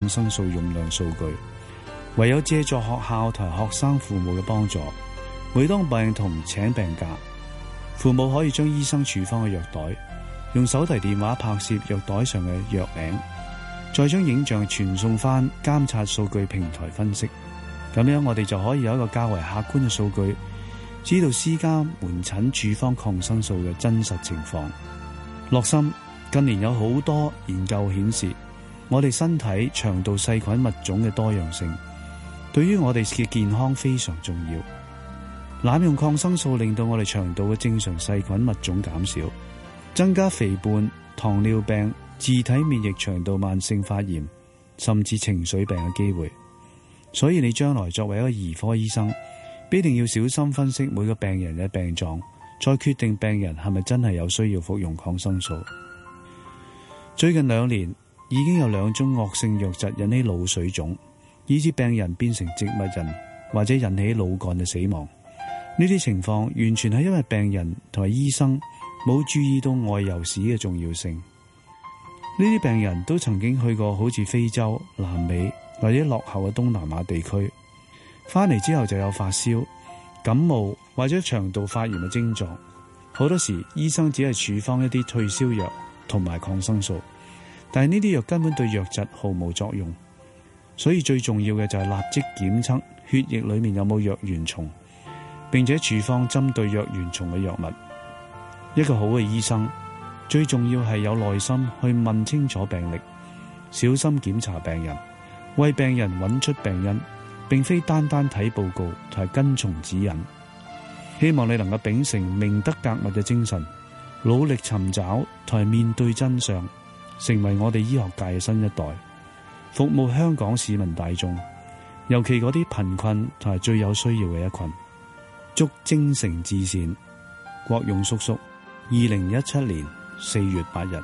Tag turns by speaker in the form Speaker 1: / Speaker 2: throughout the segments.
Speaker 1: 產生數用量數據，唯有借助學校同學生父母嘅幫助。每當病童請病假，父母可以將醫生處方嘅藥袋用手提電話拍攝藥袋上嘅藥名，再將影像傳送翻監察數據平台分析。咁樣我哋就可以有一個較為客觀嘅數據，知道私家門診處方抗生素嘅真實情況。樂心近年有好多研究顯示，我哋身體腸道細菌物種嘅多樣性，對於我哋嘅健康非常重要。濫用抗生素令到我哋腸道嘅正常細菌物種減少，增加肥胖、糖尿病、自體免疫腸道慢性發炎，甚至情緒病嘅機會。所以你將來作為一個兒科醫生，必定要小心分析每個病人嘅病狀，再決定病人係咪真係有需要服用抗生素。最近兩年已經有兩宗惡性瘧疾引起腦水腫，以致病人變成植物人，或者引起腦幹嘅死亡。呢啲情況完全係因為病人同埋醫生冇注意到外遊史嘅重要性。呢啲病人都曾經去過好似非洲、南美，或者落後嘅東南亞地區，翻嚟之後就有發燒、感冒或者腸道發炎嘅症狀。好多時醫生只係處方一啲退燒藥同埋抗生素，但係呢啲藥根本對瘧疾毫無作用。所以最重要嘅就係立即檢測血液裡面有冇瘧原蟲，並且處方針對瘧原蟲嘅藥物。一個好嘅醫生最重要係有耐心去問清楚病歷，小心檢查病人。為病人揾出病因，並非單單睇報告同係跟從指引。希望你能夠秉承明德格物嘅精神，努力尋找同係面對真相，成為我哋醫學界嘅新一代，服務香港市民大眾，尤其嗰啲貧困同係最有需要嘅一群。祝精誠至善，郭勇叔叔，二零一七年四月八日。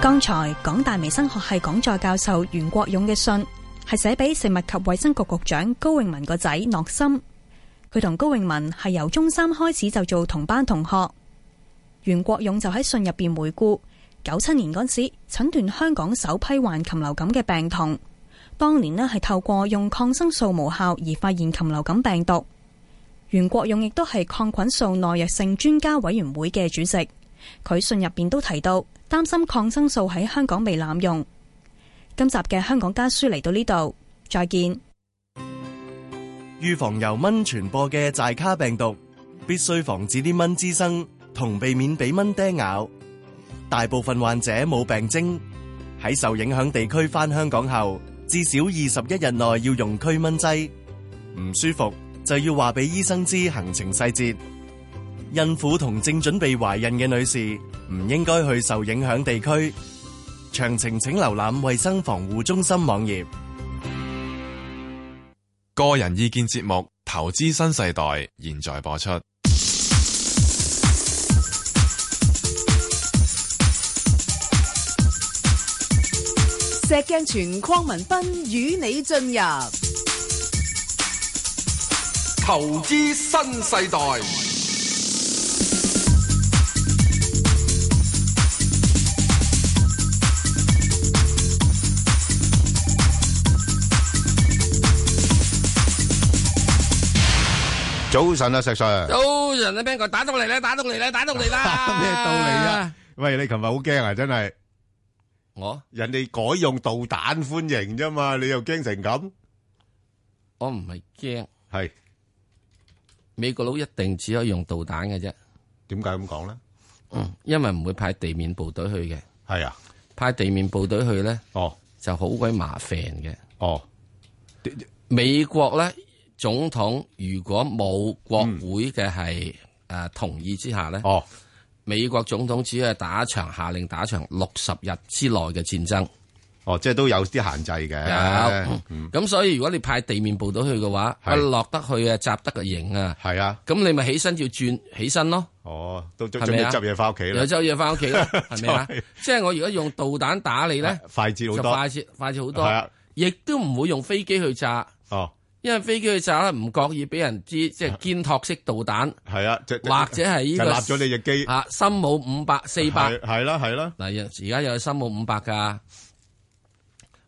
Speaker 2: 剛才港大微生學系講座教授袁國勇嘅信係寫俾食物及衛生局局長高永文個仔諾森，佢同高永文係由中三開始就做同班同學。袁國勇就喺信入邊回顧九七年嗰時診斷香港首批患禽流感嘅病童，當年呢係透過用抗生素無效而發現禽流感病毒。袁國勇亦都係抗菌素耐藥性專家委員會嘅主席，佢信入邊都提到。擔心抗生素喺香港被濫用。今集嘅香港家書嚟到呢度，再見。
Speaker 3: 預防由蚊傳播嘅寨卡病毒，必須防止啲蚊滋生，同避免俾蚊叮咬。大部分患者冇病徵，喺受影響地區返香港後，至少二十一日內要用驅蚊劑。唔舒服就要話俾醫生知行程細節。孕婦同正準備懷孕嘅女士唔應該去受影響地區。詳情請瀏覽衛生防護中心網頁。
Speaker 4: 個人意見節目《投資新世代》現在播出。
Speaker 5: 石鏡泉鄺民彬與你進入《
Speaker 6: 投資新世代》。
Speaker 7: 早晨啊，石 Sir。
Speaker 8: 早晨啊，邊個打到嚟啦？打到嚟啦！打到嚟啦！
Speaker 7: 咩道理啊？喂，你琴日好驚啊，真係。
Speaker 8: 我
Speaker 7: 人哋改用導彈歡迎啫嘛，你又驚成咁？
Speaker 8: 我唔係驚，
Speaker 7: 係
Speaker 8: 美國佬一定只可以用導彈嘅啫。
Speaker 7: 點解咁講咧？
Speaker 8: 嗯，因為唔會派地面部隊去嘅，
Speaker 7: 係啊，
Speaker 8: 派地面部隊去咧
Speaker 7: 哦
Speaker 8: 就好鬼麻煩嘅。
Speaker 7: 哦，
Speaker 8: 美國咧總統如果冇國會嘅係誒同意之下咧，
Speaker 7: 嗯哦，
Speaker 8: 美國總統只係打一場下令打一場六十日之內嘅戰爭。
Speaker 7: 哦，即係都有啲限制嘅。嗯
Speaker 8: 有，咁所以如果你派地面部隊去嘅話，
Speaker 7: 係
Speaker 8: 一落得去啊，襲得個營啊，
Speaker 7: 係啊，
Speaker 8: 咁你咪起身要轉起身咯，
Speaker 7: 哦，都準
Speaker 8: 係
Speaker 7: 準
Speaker 8: 咪
Speaker 7: 備
Speaker 8: 啊
Speaker 7: 執嘢翻屋企
Speaker 8: 有
Speaker 7: 啦，
Speaker 8: 周嘢翻屋 企啦，係咪啊
Speaker 7: 就係？
Speaker 8: 即係我如果用導彈打你咧，
Speaker 7: 快捷好
Speaker 8: 就
Speaker 7: 多。
Speaker 8: 快捷快捷好
Speaker 7: 係啊
Speaker 8: 多，亦都唔會用飛機去炸，
Speaker 7: 哦，啊
Speaker 8: 因為飛機去炸咧，唔覺意俾人知即係肩托式導彈，
Speaker 7: 係啊，就
Speaker 8: 或者係呢
Speaker 7: 就
Speaker 8: 個
Speaker 7: 立咗你隻機，
Speaker 8: 啊深武五百四百
Speaker 7: 係係啦係啦，
Speaker 8: 嗱，有而家有深武五百噶，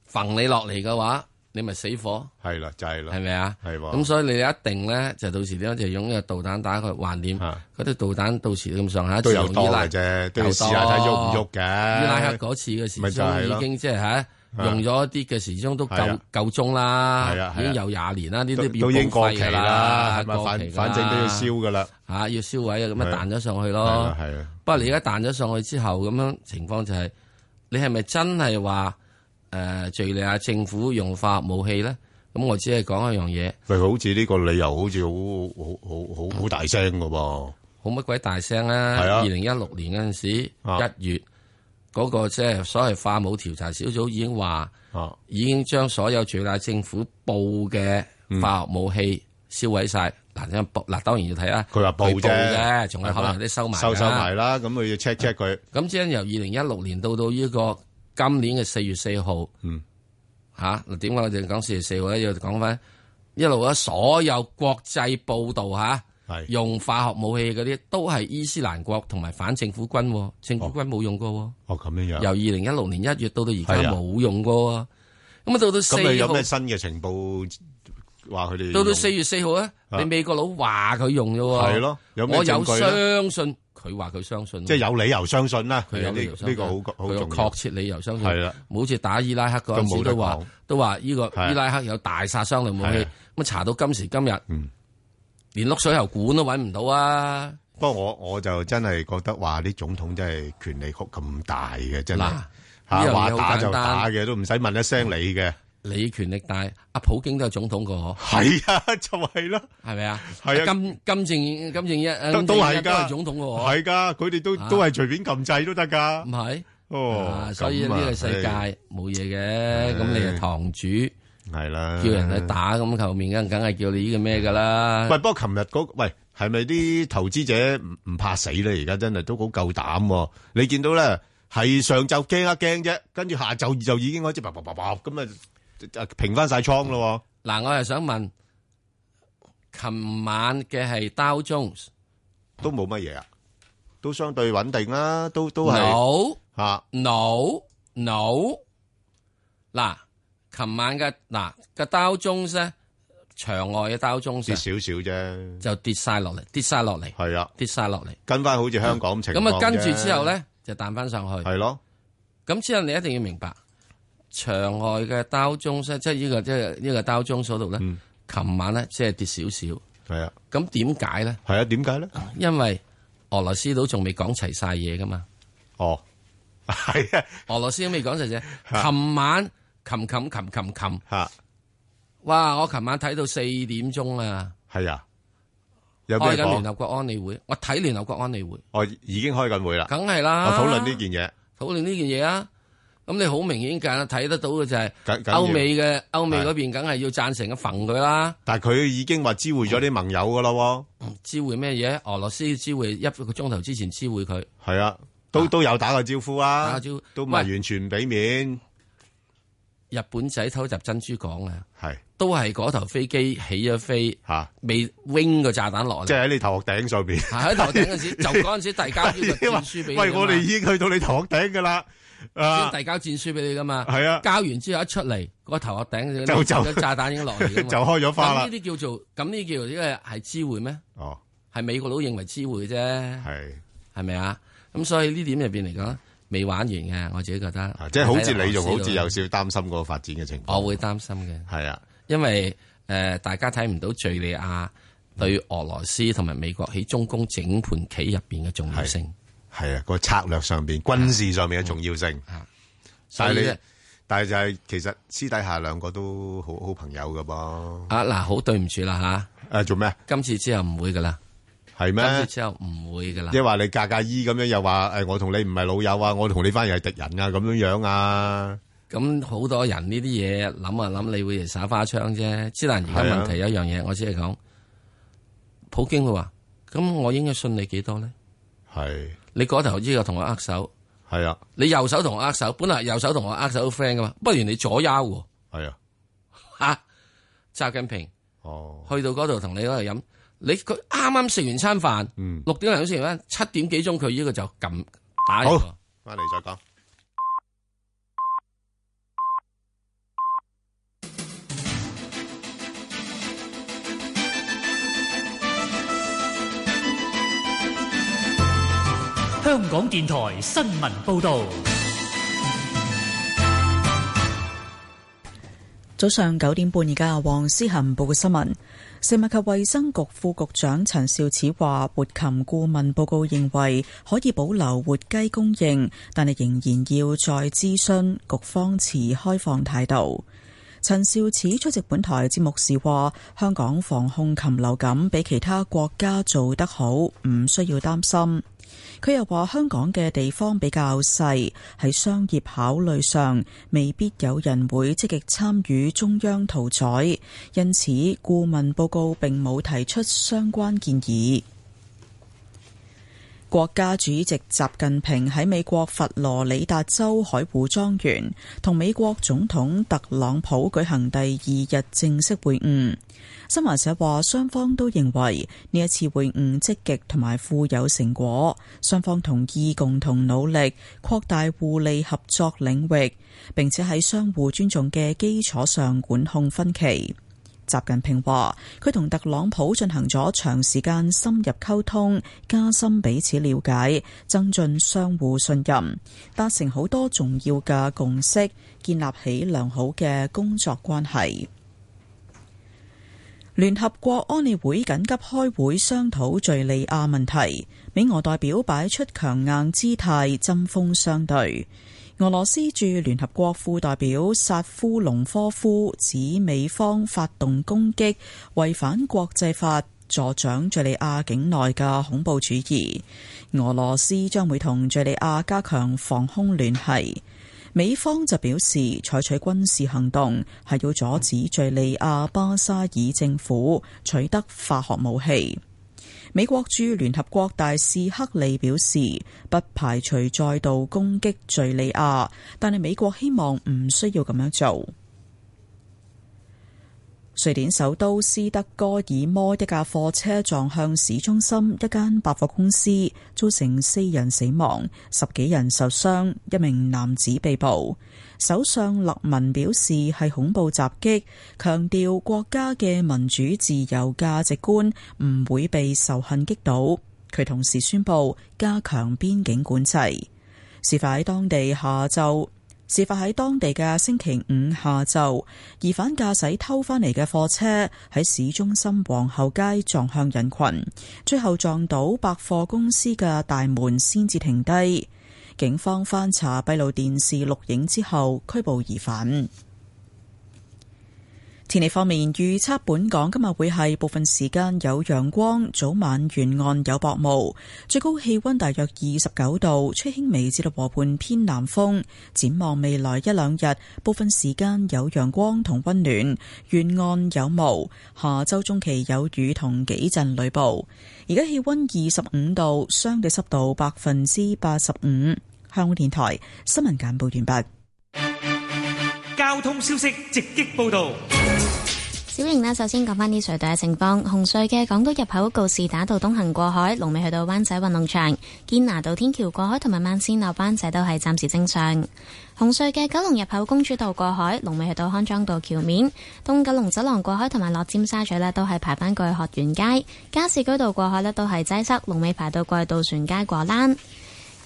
Speaker 8: 焚你落嚟嘅話，你咪死火，
Speaker 7: 係啦就係啦
Speaker 8: 係，咪啊？
Speaker 7: 係喎
Speaker 8: 咁所以你一定咧，就到時點樣就用呢個導彈打佢橫掂，
Speaker 7: 啊
Speaker 8: 嗰啲導彈到時咁上下
Speaker 7: 都有
Speaker 8: 自
Speaker 7: 多
Speaker 8: 從伊拉
Speaker 7: 嘅啫，都要
Speaker 8: 有
Speaker 7: 試下睇
Speaker 8: 多
Speaker 7: 喐唔喐嘅。
Speaker 8: 伊拉克嗰次嘅時
Speaker 7: 咪就係
Speaker 8: 鐘
Speaker 7: 咯
Speaker 8: 已經即係嚇用咗一啲嘅時鐘都
Speaker 7: 係
Speaker 8: 夠
Speaker 7: 啊
Speaker 8: 夠鐘
Speaker 7: 係
Speaker 8: 啦
Speaker 7: 啊，
Speaker 8: 已
Speaker 7: 係啊
Speaker 8: 經有廿年啦，呢
Speaker 7: 都
Speaker 8: 啲
Speaker 7: 都已經
Speaker 8: 要
Speaker 7: 過
Speaker 8: 過
Speaker 7: 期
Speaker 8: 㗎
Speaker 7: 啦，係咪？
Speaker 8: 過
Speaker 7: 反
Speaker 8: 期㗎
Speaker 7: 反正都要燒噶啦，
Speaker 8: 嚇要燒毀啊，咁
Speaker 7: 係
Speaker 8: 啊彈咗上去
Speaker 7: 係
Speaker 8: 咯
Speaker 7: 啊。係啊，
Speaker 8: 不過你而家彈咗上去之後，咁樣情況就係你係咪真係話誒敍利亞政府用化學武器咧？咁我只係講一樣嘢，
Speaker 7: 喂，好似呢個理由好似好好好好好大聲噶噃，
Speaker 8: 好乜鬼大聲啊！
Speaker 7: 係啊
Speaker 8: 二零一六年嗰陣時
Speaker 7: 啊
Speaker 8: 一月嗰個即係所謂化武調查小組已經話。
Speaker 7: 啊，
Speaker 8: 已經將所有敍利亞政府報嘅化學武器燒毀晒。嗱、因為報嗱當然要睇啦，
Speaker 7: 嗯佢話報啫
Speaker 8: 嘅，仲有可能有啲收埋㗎
Speaker 7: 收收埋。啦，咁佢要 check check 佢，
Speaker 8: 咁即係由二零一六年到到呢個今年嘅四月四號，
Speaker 7: 嗯
Speaker 8: 嚇嗱點解我哋講四月四號咧？要講翻一路咧，所有國際報道嚇、
Speaker 7: 係
Speaker 8: 用化學武器嗰啲都係伊斯蘭國同埋反政府軍喎，政府軍冇用過喎。
Speaker 7: 哦咁樣
Speaker 8: 由
Speaker 7: 樣。
Speaker 8: 二零一六年一月到到而
Speaker 7: 係
Speaker 8: 家
Speaker 7: 啊
Speaker 8: 冇用過啊。咁啊到到四
Speaker 7: 咁你有
Speaker 8: 號
Speaker 7: 咩。新嘅情報話佢哋
Speaker 8: 到到
Speaker 7: 用
Speaker 8: 四月四號咧，
Speaker 7: 啊
Speaker 8: 你美國佬話佢用啫喎，
Speaker 7: 係咯有咩
Speaker 8: 我
Speaker 7: 證
Speaker 8: 有
Speaker 7: 據呢
Speaker 8: 相信佢話佢相信，
Speaker 7: 即係有理由相信啦，
Speaker 8: 佢
Speaker 7: 呢
Speaker 8: 有理由相信
Speaker 7: 呢個好好
Speaker 8: 佢有
Speaker 7: 重要
Speaker 8: 確。切理由相信，
Speaker 7: 係啦，
Speaker 8: 好似打伊拉克嗰陣
Speaker 7: 都冇
Speaker 8: 時
Speaker 7: 得
Speaker 8: 都話
Speaker 7: 講
Speaker 8: 都話呢個
Speaker 7: 係
Speaker 8: 伊拉克有大殺傷力武
Speaker 7: 係
Speaker 8: 器
Speaker 7: 啊，
Speaker 8: 咁查到今時今日
Speaker 7: 嗯，
Speaker 8: 連碌水喉管都揾唔到啊！
Speaker 7: 不過我我就真係覺得話啲總統真係權力咁大嘅，真係
Speaker 8: 嗱
Speaker 7: 嚇
Speaker 8: 呢樣嘢
Speaker 7: 話
Speaker 8: 好
Speaker 7: 打就
Speaker 8: 簡單
Speaker 7: 打嘅，都唔使問一聲你嘅。
Speaker 8: 你權力大，阿普京都係總統過，
Speaker 7: 係啊， 就係啦，
Speaker 8: 係咪啊？
Speaker 7: 係啊
Speaker 8: 金金正金正一
Speaker 7: 都都係
Speaker 8: 都
Speaker 7: 㗎，
Speaker 8: 係總統過，
Speaker 7: 係㗎，佢哋都
Speaker 8: 啊
Speaker 7: 都係隨便撳掣都得㗎
Speaker 8: 唔。係？
Speaker 7: 哦
Speaker 8: 啊，所以呢
Speaker 7: 咁啊
Speaker 8: 個世界冇嘢嘅，咁你係堂主。
Speaker 7: 係啦，
Speaker 8: 叫人去。打咁，後面梗梗係叫你呢個咩噶啦
Speaker 7: 喂，。不過琴日嗰喂係咪啲投資者唔唔怕死咧？而家真係都好夠膽喎。你見到咧係上晝驚一驚啫，跟住下晝就已經開始叭叭叭叭咁啊，就平翻晒倉咯
Speaker 8: 嗱，我係想問，琴晚嘅係 Dow Jones，
Speaker 7: 喎，都冇乜嘢啊，都相對穩定啦，都都係
Speaker 8: no
Speaker 7: 嚇
Speaker 8: no no，嗱，琴晚嘅嗱嘅 Dow Jones 咧，場外嘅 Dow
Speaker 7: 跌
Speaker 8: Jones
Speaker 7: 少少啫，
Speaker 8: 就跌晒落嚟，跌晒落嚟，
Speaker 7: 係啊，
Speaker 8: 跌晒落嚟。
Speaker 7: 跟翻好似香港情況
Speaker 8: 咁啊，跟住
Speaker 7: 啫
Speaker 8: 之後咧就彈翻上去。
Speaker 7: 係咯。
Speaker 8: 咁之後你一定要明白，場外嘅 Dow Jones 呢即係呢個即係呢個 Dow Jones 嗰度咧，琴、晚咧即係跌少少。
Speaker 7: 系嗯啊，
Speaker 8: 咁點解咧？
Speaker 7: 系啊，點解咧？
Speaker 8: 因為俄羅斯佬仲未講齊晒嘢噶嘛，
Speaker 7: 哦， 係啊，
Speaker 8: 俄羅斯都未講齊嘢。琴晚琴琴琴琴琴，
Speaker 7: 吓
Speaker 8: 哇！我琴晚睇到四點鐘啊，
Speaker 7: 係啊，有咩
Speaker 8: 開緊聯
Speaker 7: 講？
Speaker 8: 合國安理會，我睇聯合國安理會，
Speaker 7: 我已經開緊會啦，
Speaker 8: 梗係
Speaker 7: 我
Speaker 8: 啦。
Speaker 7: 討論呢件嘢，
Speaker 8: 討論呢件嘢啊！咁你好明顯㗎，睇得到嘅就係
Speaker 7: 緊緊要
Speaker 8: 歐美嘅歐美嗰邊，梗係要贊成嘅揈佢啦。嗯
Speaker 7: 但系佢已經話知會咗啲盟友噶啦喎，
Speaker 8: 知會咩嘢？俄羅斯知會一個鐘頭之前知會佢，
Speaker 7: 係啊，都都有打個招呼啊，
Speaker 8: 打個招呼
Speaker 7: 都唔係
Speaker 8: 喂
Speaker 7: 完全唔俾面，
Speaker 8: 日本仔偷襲珍珠港啊，
Speaker 7: 係
Speaker 8: 都係嗰頭飛機起咗飛，
Speaker 7: 吓，
Speaker 8: 未 wing 個炸彈落嚟
Speaker 7: 即。係喺你頭殼頂上边。
Speaker 8: 係喺頭頂嗰 陣時，就嗰陣時遞交呢個戰書俾你㗎嘛
Speaker 7: 啊喂，我哋已經去到你頭殼頂噶啦，啊
Speaker 8: 先，遞交戰書俾你噶嘛，
Speaker 7: 係啊
Speaker 8: 交完之後一出嚟，個頭殼頂
Speaker 7: 就就
Speaker 8: 有 炸彈已經落嚟㗎
Speaker 7: 就
Speaker 8: 嘛
Speaker 7: 開咗花
Speaker 8: 咁
Speaker 7: 啦
Speaker 8: 呢。啲叫做咁呢啲叫做呢個係知會咩？
Speaker 7: 哦，
Speaker 8: 係美國佬認為知會啫，
Speaker 7: 係
Speaker 8: 係咪啊？咁所以呢點入邊嚟講，未玩完嘅，我自己覺得
Speaker 7: 啊，即係好似
Speaker 8: 睇落
Speaker 7: 你仲好似有
Speaker 8: 俄羅斯
Speaker 7: 少擔心嗰個發展嘅情
Speaker 8: 佬，
Speaker 7: 況。
Speaker 8: 我會擔心嘅，
Speaker 7: 係啊，
Speaker 8: 因為誒、呃大家睇唔到敍利亞對俄羅斯同埋美國喺中東整盤棋入邊嘅重要性。
Speaker 7: 係啊，個策略上边、軍事上面嘅重要性。
Speaker 8: 啊所
Speaker 7: 但
Speaker 8: 以
Speaker 7: 係
Speaker 8: 呢
Speaker 7: 你，但係就係其實私底下兩個都好好朋友噶噃。
Speaker 8: 啊嗱，好對唔住啦嚇。
Speaker 7: 诶、啊做咩？
Speaker 8: 今次之後唔會噶啦，
Speaker 7: 係
Speaker 8: 今次
Speaker 7: 咩？
Speaker 8: 之後唔會噶啦
Speaker 7: 即。係話你格格衣咁樣又話诶、誒我同你唔係老友啊，我同你反而係敵人啊，咁樣樣啊，
Speaker 8: 咁好多人呢啲嘢諗啊諗，你會耍花槍啫。之但而
Speaker 7: 係
Speaker 8: 家
Speaker 7: 啊
Speaker 8: 問題有一樣嘢，我只係講，普京佢話：咁我應該信你幾多咧？
Speaker 7: 係
Speaker 8: 你嗰頭呢個同我握手，
Speaker 7: 係啊，
Speaker 8: 你右手同我握手，本來右手
Speaker 7: 啊
Speaker 8: 同我握手 friend 噶嘛，不如你左腰喎
Speaker 7: 係啊，
Speaker 8: 啊！習近平
Speaker 7: 哦，
Speaker 8: 去到嗰度同你嗰度飲，你佢啱啱食完餐飯，
Speaker 7: 嗯
Speaker 8: 六點零鐘食完飯，七點幾鐘佢呢個就撳打入
Speaker 7: 好
Speaker 8: 喎
Speaker 7: 翻嚟再講。
Speaker 9: 香港電台新聞報道，
Speaker 10: 早上九點半，而家黃思恒報嘅新聞。食物及衛生局副局長陳肇始話，活禽顧問報告認為可以保留活雞供應，但係仍然要再諮詢，局方持開放態度。陳肇始出席本台節目時話：香港防控禽流感比其他國家做得好，唔需要擔心。佢又話：香港嘅地方比較細，喺商業考慮上未必有人會積極參與中央屠宰，因此顧問報告並冇提出相關建議。國家主席習近平喺美國佛羅里達州海湖莊園同美國總統特朗普舉行第二日正式會晤。新華社話，雙方都認為呢一次會晤積極同埋富有成果，雙方同意共同努力擴大互利合作領域，並且喺相互尊重嘅基礎上管控分歧。習近平話：佢同特朗普進行咗長時間深入溝通，加深彼此了解，增進相互信任，達成好多重要嘅共識，建立起良好嘅工作關係。聯合國安理會緊急開會商討敘利亞問題，美俄代表擺出強硬姿態，針鋒相對。俄羅斯駐聯合國副代表薩夫隆科夫指美方發動攻擊，違反國際法，助長敘利亞境內嘅恐怖主義。俄羅斯將會同敘利亞加強防空聯繫。美方就表示，採取軍事行動係要阻止敘利亞巴沙爾政府取得化學武器。美國駐聯合國大使克里表示，不排除再度攻擊敘利亞，但係美國希望唔需要咁樣做。瑞典首都斯德哥爾摩一架貨車撞向市中心一間百貨公司，造成四人死亡、十幾人受傷，一名男子被捕。首相勒文表示係恐怖襲擊，強調國家嘅民主自由價值觀唔會被仇恨擊倒。佢同時宣布加強邊境管制。事發喺當地下晝。事發喺當地嘅星期五下晝，疑犯駕駛偷返嚟嘅貨車喺市中心皇后街撞向人群，最後撞到百貨公司嘅大門先至停低。警方翻查閉路電視錄影之後，拘捕疑犯。天氣方面，預測本港今日會係部分時間有陽光，早晚沿岸有薄霧，最高氣溫大約二十九度，吹輕微至到和緩偏南風。展望未來一兩日，部分時間有陽光同溫暖，沿岸有霧。下周中期有雨同幾陣雷暴。而家氣溫二十五度，相對濕度百分之八十五。香港電台新聞簡報完畢。
Speaker 9: 交通消息直擊報道。
Speaker 11: 小瑩呢，首先講返啲隧道嘅情況。紅隧嘅港島入口告士打道東行過海，龍尾去到灣仔運動場；堅拿道天橋過海同埋慢線落灣仔都係暫時正常。紅隧嘅九龍入口公主道過海，龍尾去到康莊道橋面；東九龍走廊過海同埋落尖沙咀呢，都係排返過去學園街；加士居道過海呢，都係擠塞，龍尾排到過去渡船街果欄。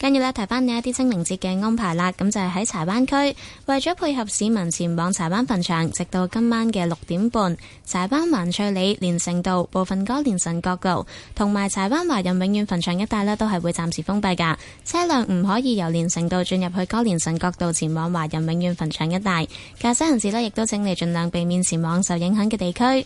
Speaker 11: 跟住咧，提翻你一啲清明節嘅安排啦。咁就係喺柴灣區，為咗配合市民前往柴灣墳場，直到今晚嘅六點半，柴灣環翠里、連城道、部分歌連臣角道同埋柴灣華人永遠墳場一帶呢，都係會暫時封閉㗎。車輛唔可以由連城道進入去歌連臣角道前往華人永遠墳場一帶。駕駛人士呢，亦都請你盡量避免前往受影響嘅地區。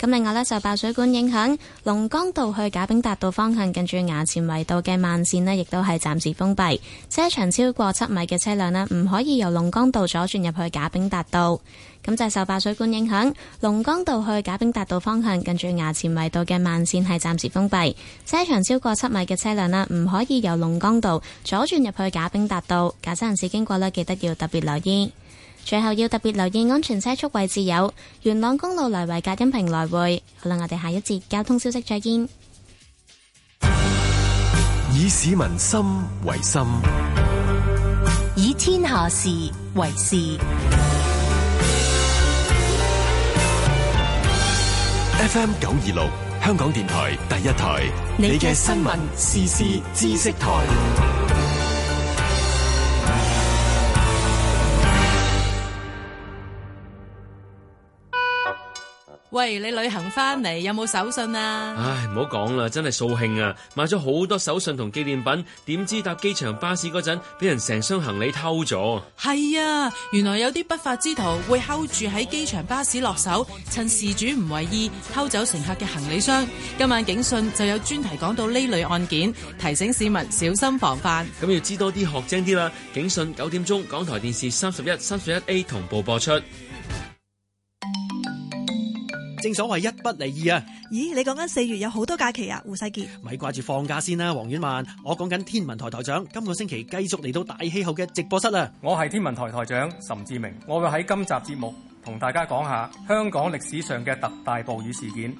Speaker 11: 咁另外呢，受爆水管影響，龍崗道去賈炳達道方向近住衙前圍道嘅慢線呢，亦都係暫時封閉。車長超過七米嘅車輛呢，唔可以由龍崗道左轉入去賈炳達道。咁就係受爆水管影響，龍崗道去賈炳達道方向近住衙前圍道嘅慢線係暫時封閉。車長超過七米嘅車輛呢，唔可以由龍崗道左轉入去賈炳達道。駕駛人士經過呢，記得要特別留意。最後要特別留意安全車速位置有元朗公路來回隔音屏來回。好啦，我哋下一節交通消息再見。
Speaker 12: 以市民心為心，
Speaker 13: 以天下事為事。
Speaker 12: FM 九二六，香港電台第一台，你嘅新聞時事知識台。
Speaker 14: 喂，你旅行翻嚟有冇手信啊？
Speaker 15: 唉，唔好講啦，真係掃興啊！買咗好多手信同紀念品，點知搭機場巴士嗰陣，俾人成箱行李偷咗。
Speaker 14: 係啊，原來有啲不法之徒會睺住喺機場巴士落手，趁事主唔為意偷走乘客嘅行李箱。今晚警訊就有專題講到呢類案件，提醒市民小心防範。
Speaker 15: 咁要知多啲，學精啲啦！警訊九點鐘，港台電視三十一、三十一 A 同步播出。
Speaker 16: 正所謂一不離二啊！
Speaker 17: 咦，你講緊四月有好多假期啊，胡世傑。
Speaker 16: 咪掛住放假先啦，黃婉曼。我講緊天文台台長，今個星期繼續嚟到大氣候嘅直播室啊啦。
Speaker 18: 我係天文台台長岑志明，我會喺今集節目同大家講下香港歷史上嘅特大暴雨事件，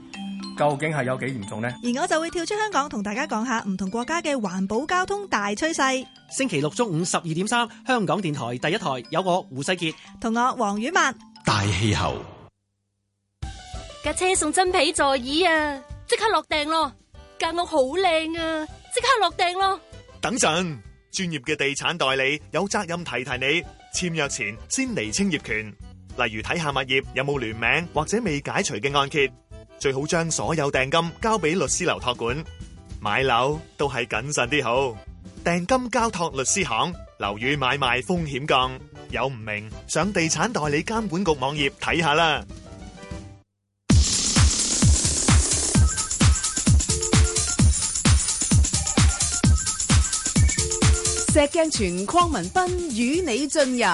Speaker 18: 究竟係有幾嚴重呢？
Speaker 17: 而我就會跳出香港，同大家講下唔同國家嘅環保交通大趨勢。
Speaker 16: 星期六中午十二點三，香港電台第一台有我胡世傑
Speaker 17: 同我黃婉曼
Speaker 12: 大氣候。
Speaker 19: 架車送真皮座椅啊！即刻落訂咯，間屋好靚啊！即刻落訂咯。
Speaker 20: 等陣，專業嘅地產代理有責任提提你，簽約前先釐清業權，例如睇下物業有冇聯名或者未解除嘅按揭，最好將所有訂金交俾律師樓託管。買樓都係謹慎啲好，訂金交託律師行，樓宇買賣風險降。有唔明，上地產代理監管局網頁睇下啦。
Speaker 5: 石鏡泉鄺民彬與你進入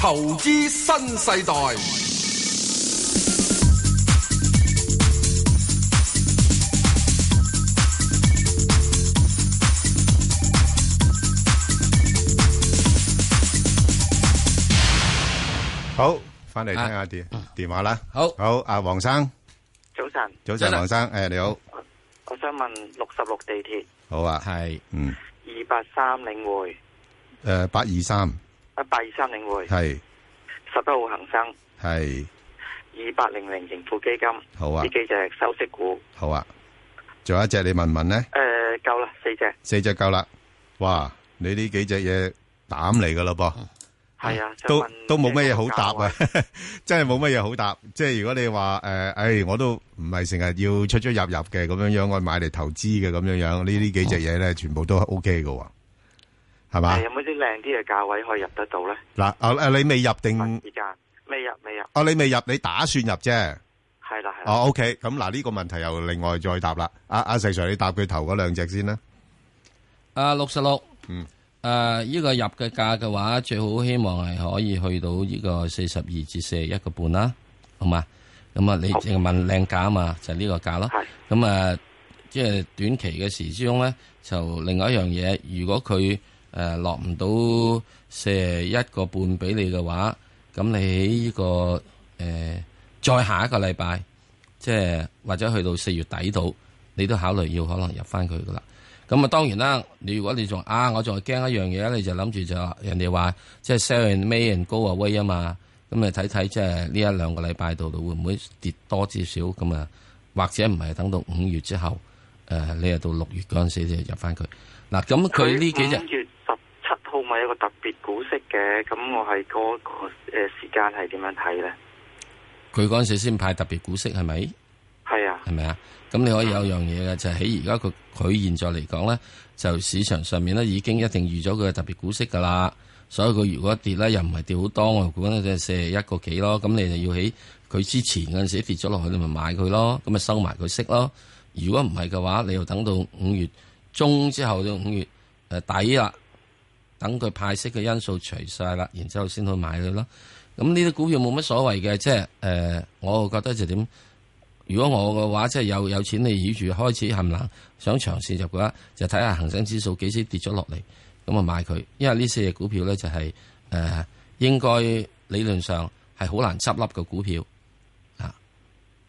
Speaker 6: 投資新世代。
Speaker 7: 好，翻嚟
Speaker 8: 啊
Speaker 7: 聽下電
Speaker 8: 嗯
Speaker 7: 電話啦。好，好，阿黃生，
Speaker 21: 早晨，
Speaker 7: 早晨，黃生，誒，你好，
Speaker 21: 我想問六十六地鐵。
Speaker 7: 好啊，係，嗯，
Speaker 21: 二八三領匯，
Speaker 7: 誒，八二三，
Speaker 21: 一八二三領匯，
Speaker 7: 係，
Speaker 21: 十一號恒生，
Speaker 7: 係，
Speaker 21: 二八零零盈富基金，
Speaker 7: 好啊
Speaker 21: 呢幾隻收息股，
Speaker 7: 好啊，仲有一隻你問唔問咧？
Speaker 21: 誒，夠啦，四隻，
Speaker 7: 四隻夠啦，哇，你呢幾隻嘢膽嚟噶啦噃，
Speaker 21: 係啊，
Speaker 7: 都都冇乜嘢好答啊， 真係冇乜嘢好答。即係如果你話誒，誒，我都唔係成日要出出入入嘅咁樣樣，我買嚟投資嘅咁樣樣，呢呢幾隻嘢咧，全部都 O K 嘅喎，哦係啊嘛
Speaker 21: 誒？有冇啲靚啲嘅價位可以入得到咧？
Speaker 7: 嗱，啊啊，你未入定？
Speaker 21: 而家未入未入，
Speaker 7: 哦，你未入，你打算入啫。
Speaker 21: 係啦係啦，
Speaker 7: 哦，OK，咁嗱呢個問題又另外再答啦。阿阿石 Sir，你答佢頭嗰兩隻先啦。
Speaker 8: 啊，六十六，嗯，誒，呢個入嘅價嘅話，最好希望係可以去到呢個四十二至四十一個半啦，好嘛？咁啊，你淨係問靚價啊嘛，就係呢個價咯。咁啊，即係短期嘅時之中咧，就另外一樣嘢，如果佢誒落唔到四十一個半俾你嘅話，咁你喺呢個誒再下一個禮拜，即係或者去到四月底度，你都考慮要可能入翻佢噶啦。咁啊，當然啦，你如果你仲啊，我仲係驚一樣嘢，你就諗住就話人哋話即係 sell in May and go away 啊嘛，咁你睇睇即係呢一兩個禮拜度，會唔會跌多至少咁啊？或者唔係等到五月之後，誒、你又到六月嗰陣時就入翻佢。嗱，咁佢呢幾隻
Speaker 21: 五月十七號咪有個特別股息嘅，咁我係嗰個誒時間係點樣睇咧？
Speaker 8: 佢嗰陣時先派特別股息係咪？
Speaker 21: 係啊，
Speaker 8: 係咪啊？咁你可以有樣嘢嘅，就係喺而家佢佢現在嚟講咧，就市場上面咧已經一定預咗佢嘅特別股息噶啦，所以佢如果跌咧又唔係跌好多，我估咧就四十一個幾咯。咁你就要喺佢之前嗰陣時跌咗落去，你咪買佢咯，咁咪收埋佢息咯。如果唔係嘅話，你又等到五月中之後到五月誒底啦，等佢派息嘅因素除晒啦，然之後先去買佢咯。咁呢啲股票冇乜所謂嘅，即係誒、呃我覺得就點？如果我嘅話，即係有有錢你倚住開始冚冷想長線入嘅話，就睇下恒生指數幾時跌咗落嚟。咁啊買佢，因為呢四隻股票咧就係、诶誒、應該理論上係好難執笠嘅股票啊，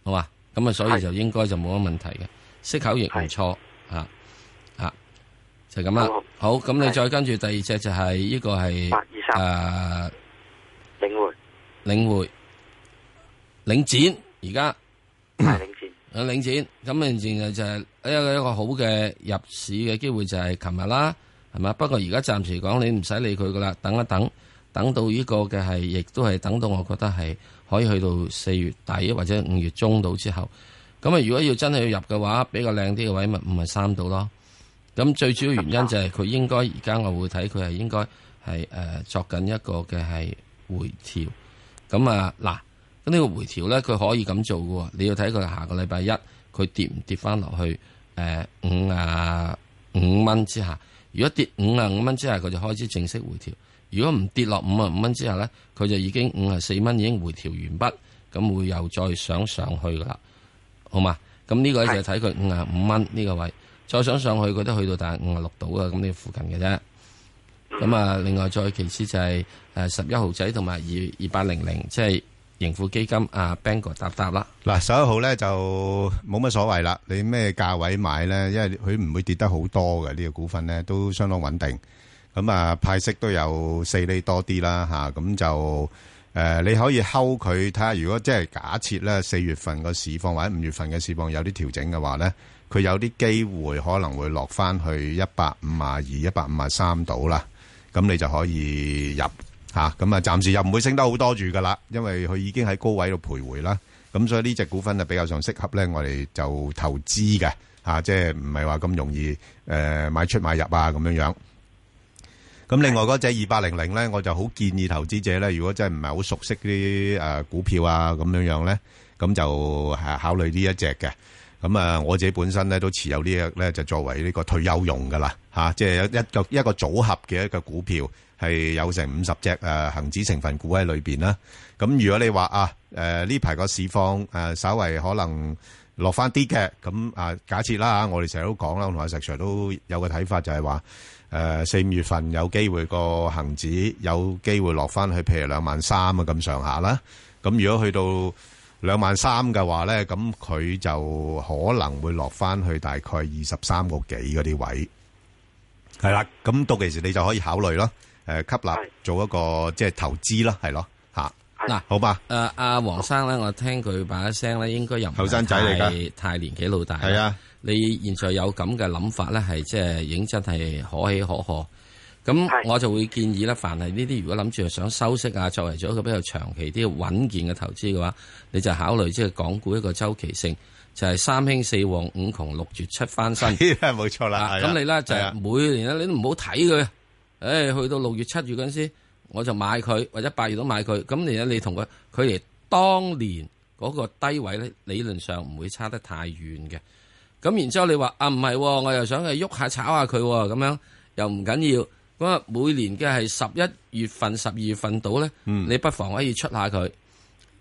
Speaker 8: 好嘛？咁啊，所以就應該就冇乜問題嘅，息口亦唔錯啊啊，就咁啦。好，咁你再跟住第二隻就係呢個係八二
Speaker 21: 三誒領匯
Speaker 8: 領匯領展而家。
Speaker 21: 係領展。
Speaker 8: 啊領展，咁領展就係一個一個好嘅入市嘅機會就係琴日啦，係嘛？不過而家暫時講你唔使理佢噶啦，等一等，等到呢個嘅係，亦都係等到我覺得係可以去到四月底或者五月中到之後。咁啊，如果要真係要入嘅話，比較靚啲嘅位咪五十三度咯。咁最主要原因就係佢應該而家我會睇佢係應該係誒、呃作緊一個嘅係呃回調。咁啊嗱，咁呢個回調咧，佢可以咁做嘅喎。你要睇佢下個禮拜一佢跌唔跌翻落去誒五啊五蚊之下。如果跌五啊五蚊之下，佢就開始正式回調。如果唔跌落五啊五蚊之下咧，佢就已經五啊四蚊已經回調完畢，咁會又再上上去噶啦，好嘛？咁呢個咧就睇佢五啊五蚊呢個位，再想上去佢都去到大概五啊六度啊，咁呢個附近嘅啫。咁啊，另外再其次就係誒十一號仔同埋二二八零零，即係盈富基金啊 b a n g o 搭搭啦。
Speaker 7: 嗱，11號呢，就冇乜所謂啦，你咩價位買呢，因為佢唔會跌得好多嘅，呢個股份呢，都相當穩定。咁啊，派息都有4厘多啲啦，吓，咁就，誒，你可以睺佢，睇下如果即係假設呢，4月份個市況或者五月份嘅市況有啲調整嘅話呢，佢有啲機會可能會落返去152 153度啦。咁你就可以入，吓，咁啊，暫時又唔會升得好多住㗎啦，因為佢已經喺高位度徘徊啦。咁所以呢隻股份就比較上適合呢，我哋就投資嘅，吓，即係唔係話咁容易，誒，買出買入啊，咁樣樣。咁另外嗰隻280呢，我就好建議投資者呢，如果真係唔係好熟悉啲，誒，股票啊，咁樣樣呢，咁就，啊，考慮呢一隻嘅。咁啊，我自己本身咧都持有呢一咧就作為呢個退休用噶啦嚇，即係一一個一個組合嘅一個股票係有成五十隻誒恆指成分股喺裏邊啦。咁如果你話啊誒呢排個市況誒、呃稍為可能落翻啲嘅，咁啊假設啦嚇我哋成日都講啦，我同阿石 Sir 都有個睇法就係話。誒四五月份有機會個恒指有機會落翻去，譬如兩萬三啊咁上下啦。咁如果去到兩萬三嘅話咧，咁佢就可能會落翻去大概二十三個幾嗰啲位。係啦，咁到其時你就可以考慮咯。誒、吸納做一個即係投資啦，係咯嚇。
Speaker 8: 嗱，
Speaker 7: 好吧。
Speaker 8: 誒阿啊黃生咧，我聽佢把聲咧，應該又唔係
Speaker 7: 後生仔嚟㗎
Speaker 8: 太太年紀老大。
Speaker 7: 係啊，
Speaker 8: 你現在有咁嘅諗法咧，係即係認真係可喜可賀。咁我就會建議咧，凡係呢啲如果諗住想收息啊，作為咗一個比較長期啲穩健嘅投資嘅話，你就考慮即係港股一個周期性，就係、三興四旺五窮六絕七翻身。
Speaker 7: 冇錯啦。 係啦
Speaker 8: 咁你咧就
Speaker 7: 係
Speaker 8: 係
Speaker 7: 啊
Speaker 8: 每年咧，你都唔好睇佢。诶、去到六月七月嗰阵时，我就買佢，或者八月都買佢。咁你你同佢距離當年嗰個低位咧，理論上唔會差得太遠嘅。咁然之後你話啊唔係喎，我又想去喐下炒下佢喎，咁樣又唔緊要。咁啊，每年嘅係十一月份、十二月份到咧，
Speaker 7: 嗯
Speaker 8: 你不妨可以出下佢，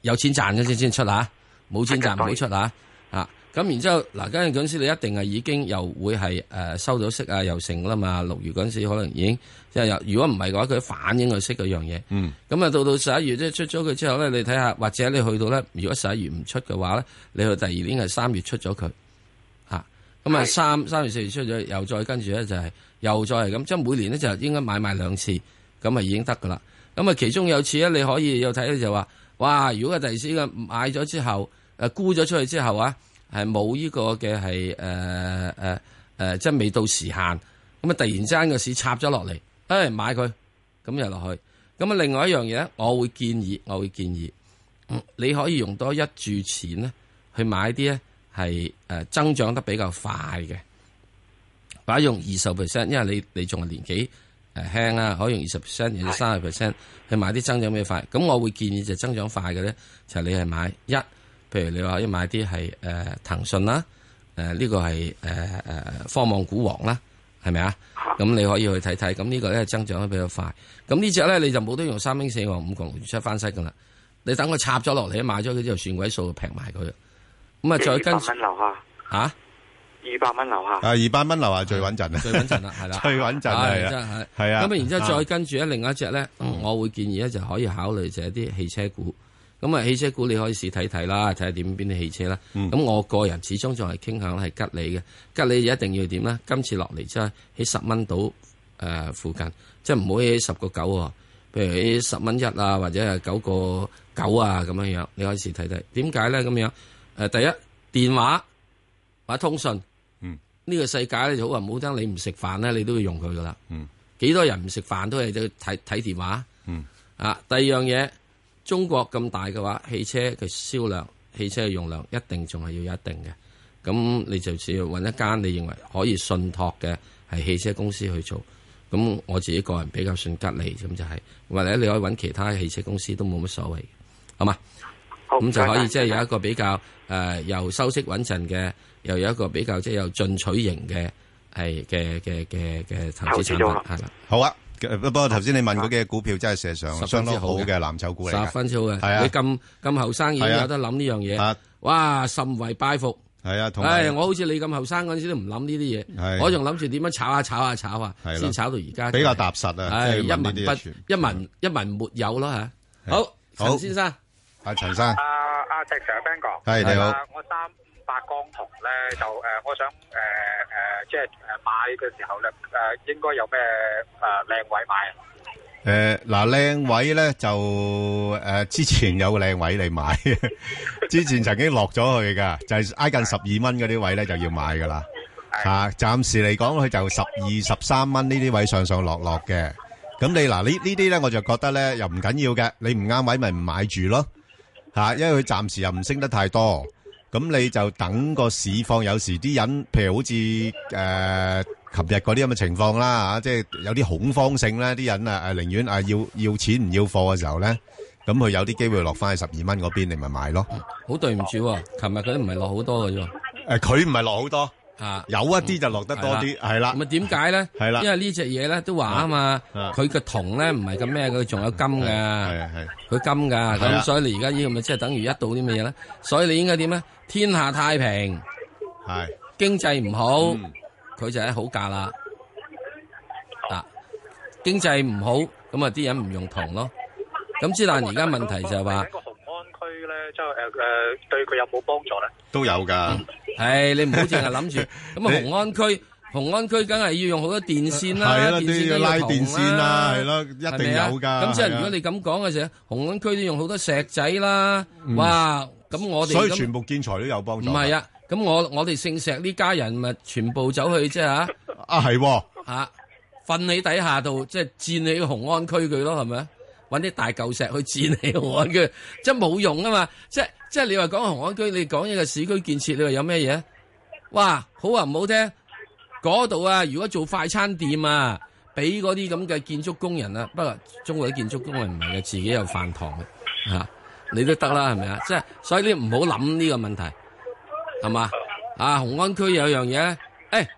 Speaker 8: 有錢賺嘅先先出下，冇錢賺唔好出下。啊，咁然之後嗱，跟住嗰陣時你一定係已經又會係誒、呃收到息啊，又成啦嘛。六月嗰陣時可能已經即係又，如果唔係嘅話，佢反映佢息嗰樣嘢。
Speaker 7: 嗯。
Speaker 8: 咁啊，到到十一月即係出咗佢之後咧，你睇下，或者你去到咧，如果十一月唔出嘅話咧，你去第二年係三月出咗佢，嚇、咁啊三三月四月出咗，又再跟住咧就係、又再係咁，即係每年咧就應該買賣兩次，咁啊已經得噶啦。咁啊其中有次咧，你可以有睇咧就話，哇！如果第時嘅買咗之後，誒、沽咗出去之後啊，係冇呢個嘅係誒誒誒，即係未到時限，咁啊突然之間個市插咗落嚟，誒、買佢，咁又落去。咁啊另外一樣嘢咧，我會建議，我會建議。嗯你可以用多一注錢咧，去買啲咧係誒增長得比較快嘅，或者用二十 percent，因為你你仲係年紀誒輕啊，可以用二十 percent 或者三十 percent 去買啲增長比較快。咁我會建議就增長快嘅咧，就係你係買一，譬如你話要買啲係誒騰訊啦，誒呢個係誒誒科網股王啦。係咪啊？咁你可以去睇睇，咁呢個咧增長得比較快。咁呢只咧你就冇得用三英四王五窮六絕七翻身噶啦。你等佢插咗落嚟，買咗佢之後算鬼數，平埋佢。咁啊，再跟
Speaker 21: 二百蚊樓下，
Speaker 8: 吓
Speaker 21: 二百蚊樓下。
Speaker 7: 啊，二百蚊樓下最穩陣啊，
Speaker 8: 最 穩陣啦，係啦，
Speaker 7: 最穩陣
Speaker 8: 唉
Speaker 7: 係
Speaker 8: 真係
Speaker 7: 啊，係啊。嗯
Speaker 8: 咁啊，然之後再
Speaker 7: 啊
Speaker 8: 跟住咧，另一隻咧，我會建議咧就可以考慮就係啲汽車股。咁啊，汽車股你可以試睇睇啦，睇下點邊啲汽車啦。
Speaker 7: 嗯
Speaker 8: 咁我個人始終仲係傾向係吉利嘅，吉利一定要點咧？今次落嚟即係喺十蚊到誒附近，即係唔好喺十個九喎。譬如喺十蚊一啊，或者係九個九啊咁樣樣，你可以試睇睇。點解咧咁樣？誒，第一電話或者通訊。呢個世界咧就好話唔好聽，你唔食飯咧，你都要用佢噶啦。
Speaker 7: 嗯，
Speaker 8: 幾多人唔食飯都係睇睇電話。
Speaker 7: 嗯，
Speaker 8: 啊，第二樣嘢，中國咁大嘅話，汽車嘅銷量、汽車嘅用量一定仲係要有一定嘅。咁你就只要揾一間你認為可以信託嘅係汽車公司去做。咁我自己個人比較信吉利咁就係、或者你可以揾其他汽車公司都冇乜所謂，好嘛？咁就可以即係有一個比較誒、呃又收息穩陣嘅，又有一個比較即係有進取型嘅係嘅嘅嘅嘅投資產品係啦。
Speaker 7: 好啊。不過頭先你問嗰嘅股票真係事實上
Speaker 8: 十
Speaker 7: 相
Speaker 8: 分
Speaker 7: 當
Speaker 8: 之
Speaker 7: 好
Speaker 8: 好嘅
Speaker 7: 嘅藍籌股嚟㗎，
Speaker 8: 十分之好嘅
Speaker 7: 係啊，
Speaker 8: 你咁咁後生已經
Speaker 7: 係啊
Speaker 8: 有得諗呢樣嘢
Speaker 7: 啊，
Speaker 8: 哇，甚為拜服。
Speaker 7: 係啊，同埋
Speaker 8: 唉，我好似你咁後生嗰陣時都唔諗呢
Speaker 7: 係
Speaker 8: 啲嘢，我仲諗住點樣炒下炒下炒下
Speaker 7: 係，啦
Speaker 8: 先炒到而家。
Speaker 7: 比較踏實啊
Speaker 8: 唉，
Speaker 7: 即係
Speaker 8: 一
Speaker 7: 揾呢
Speaker 8: 文不
Speaker 7: 啲嘢全
Speaker 8: 一文一文沒有啦
Speaker 7: 係
Speaker 8: 吓。好，
Speaker 7: 好
Speaker 8: 陳先生，
Speaker 7: 阿陳生
Speaker 1: 啊阿石 Sir Ben 哥，
Speaker 7: 係你好
Speaker 1: 啊我三五百光同咧就誒、呃我想誒誒、呃即係誒買嘅時候咧誒、呃，應該有咩誒靚位買啊？
Speaker 7: 诶，嗱，靚位咧就诶，之前有靚位你買，之前曾經落咗去噶，就係挨近十二蚊嗰啲位咧就要買噶啦。吓，暫時嚟講佢就十二、十三蚊呢啲位上上落落嘅。咁你嗱呢呢啲咧，我就覺得咧又唔緊要嘅，你唔啱位咪唔買住咯。吓，因為佢暫時又唔升得太多，咁你就等個市況。有時啲人，譬如好似诶，琴日嗰啲咁嘅情況啦，吓，即係有啲恐慌性咧，啲人啊，诶，寧願啊要要錢唔要貨嘅時候咧，咁佢有啲機會落翻去十二蚊嗰邊，你咪買咯。
Speaker 8: 好對唔住喎，琴日佢唔係落好多嘅啫喎。
Speaker 7: 诶，佢唔係落好多，
Speaker 8: 啊，
Speaker 7: 有一啲就落得多啲，係啦。
Speaker 8: 咁啊，點解咧？
Speaker 7: 係啦
Speaker 8: 因為呢隻嘢咧都話啊嘛，佢個銅咧唔係咁咩，佢仲有金㗎，
Speaker 7: 係
Speaker 8: 佢金㗎，
Speaker 7: 係啊
Speaker 8: 咁所以你而家呢個咪即係等於一到啲咩嘢咧？所以你應該點咧？天下太平，
Speaker 7: 係
Speaker 8: 經濟唔好，佢就係好價啦。啊，經濟唔好，咁啊啲人唔用銅咯。咁之但而家問題就係話。
Speaker 1: 區咧，即係誒誒，對佢有冇幫助咧？
Speaker 7: 都有噶。
Speaker 8: 嗯唉，你唔好淨 係諗住咁啊！紅安區，紅安區梗係要用好多電線啦，
Speaker 7: 係啦
Speaker 8: 電
Speaker 7: 都
Speaker 8: 線
Speaker 7: 要拉
Speaker 8: 銅
Speaker 7: 電線啦係咯
Speaker 8: 係咪啊
Speaker 7: 一定有㗎
Speaker 8: 咁即係
Speaker 7: 係啊
Speaker 8: 如果你咁講嘅時候，紅安區都用好多石仔啦，
Speaker 7: 嗯
Speaker 8: 哇！咁我哋
Speaker 7: 所以
Speaker 8: 咁
Speaker 7: 全部建材都有幫
Speaker 8: 唔
Speaker 7: 助。
Speaker 8: 係啊！咁我我哋姓石呢家人咪全部走去即係啊
Speaker 7: 啊係喎
Speaker 8: 啊瞓喺底下度，即係佔起紅安區佢咯，係咪啊？揾啲大嚿石去佔起紅安區， 即係冇用啊嘛！即係即係你話講紅安區，你講呢個市區建設，你話有咩嘢？哇，好話唔好聽，嗰度啊，如果做快餐店啊，俾嗰啲咁嘅建築工人啊，不過中國啲建築工人唔係嘅，自己有飯堂嘅嚇、啊你都得啦，係咪啊？即係所以你唔好諗呢個問題，係嘛？啊，紅安區有樣嘢咧，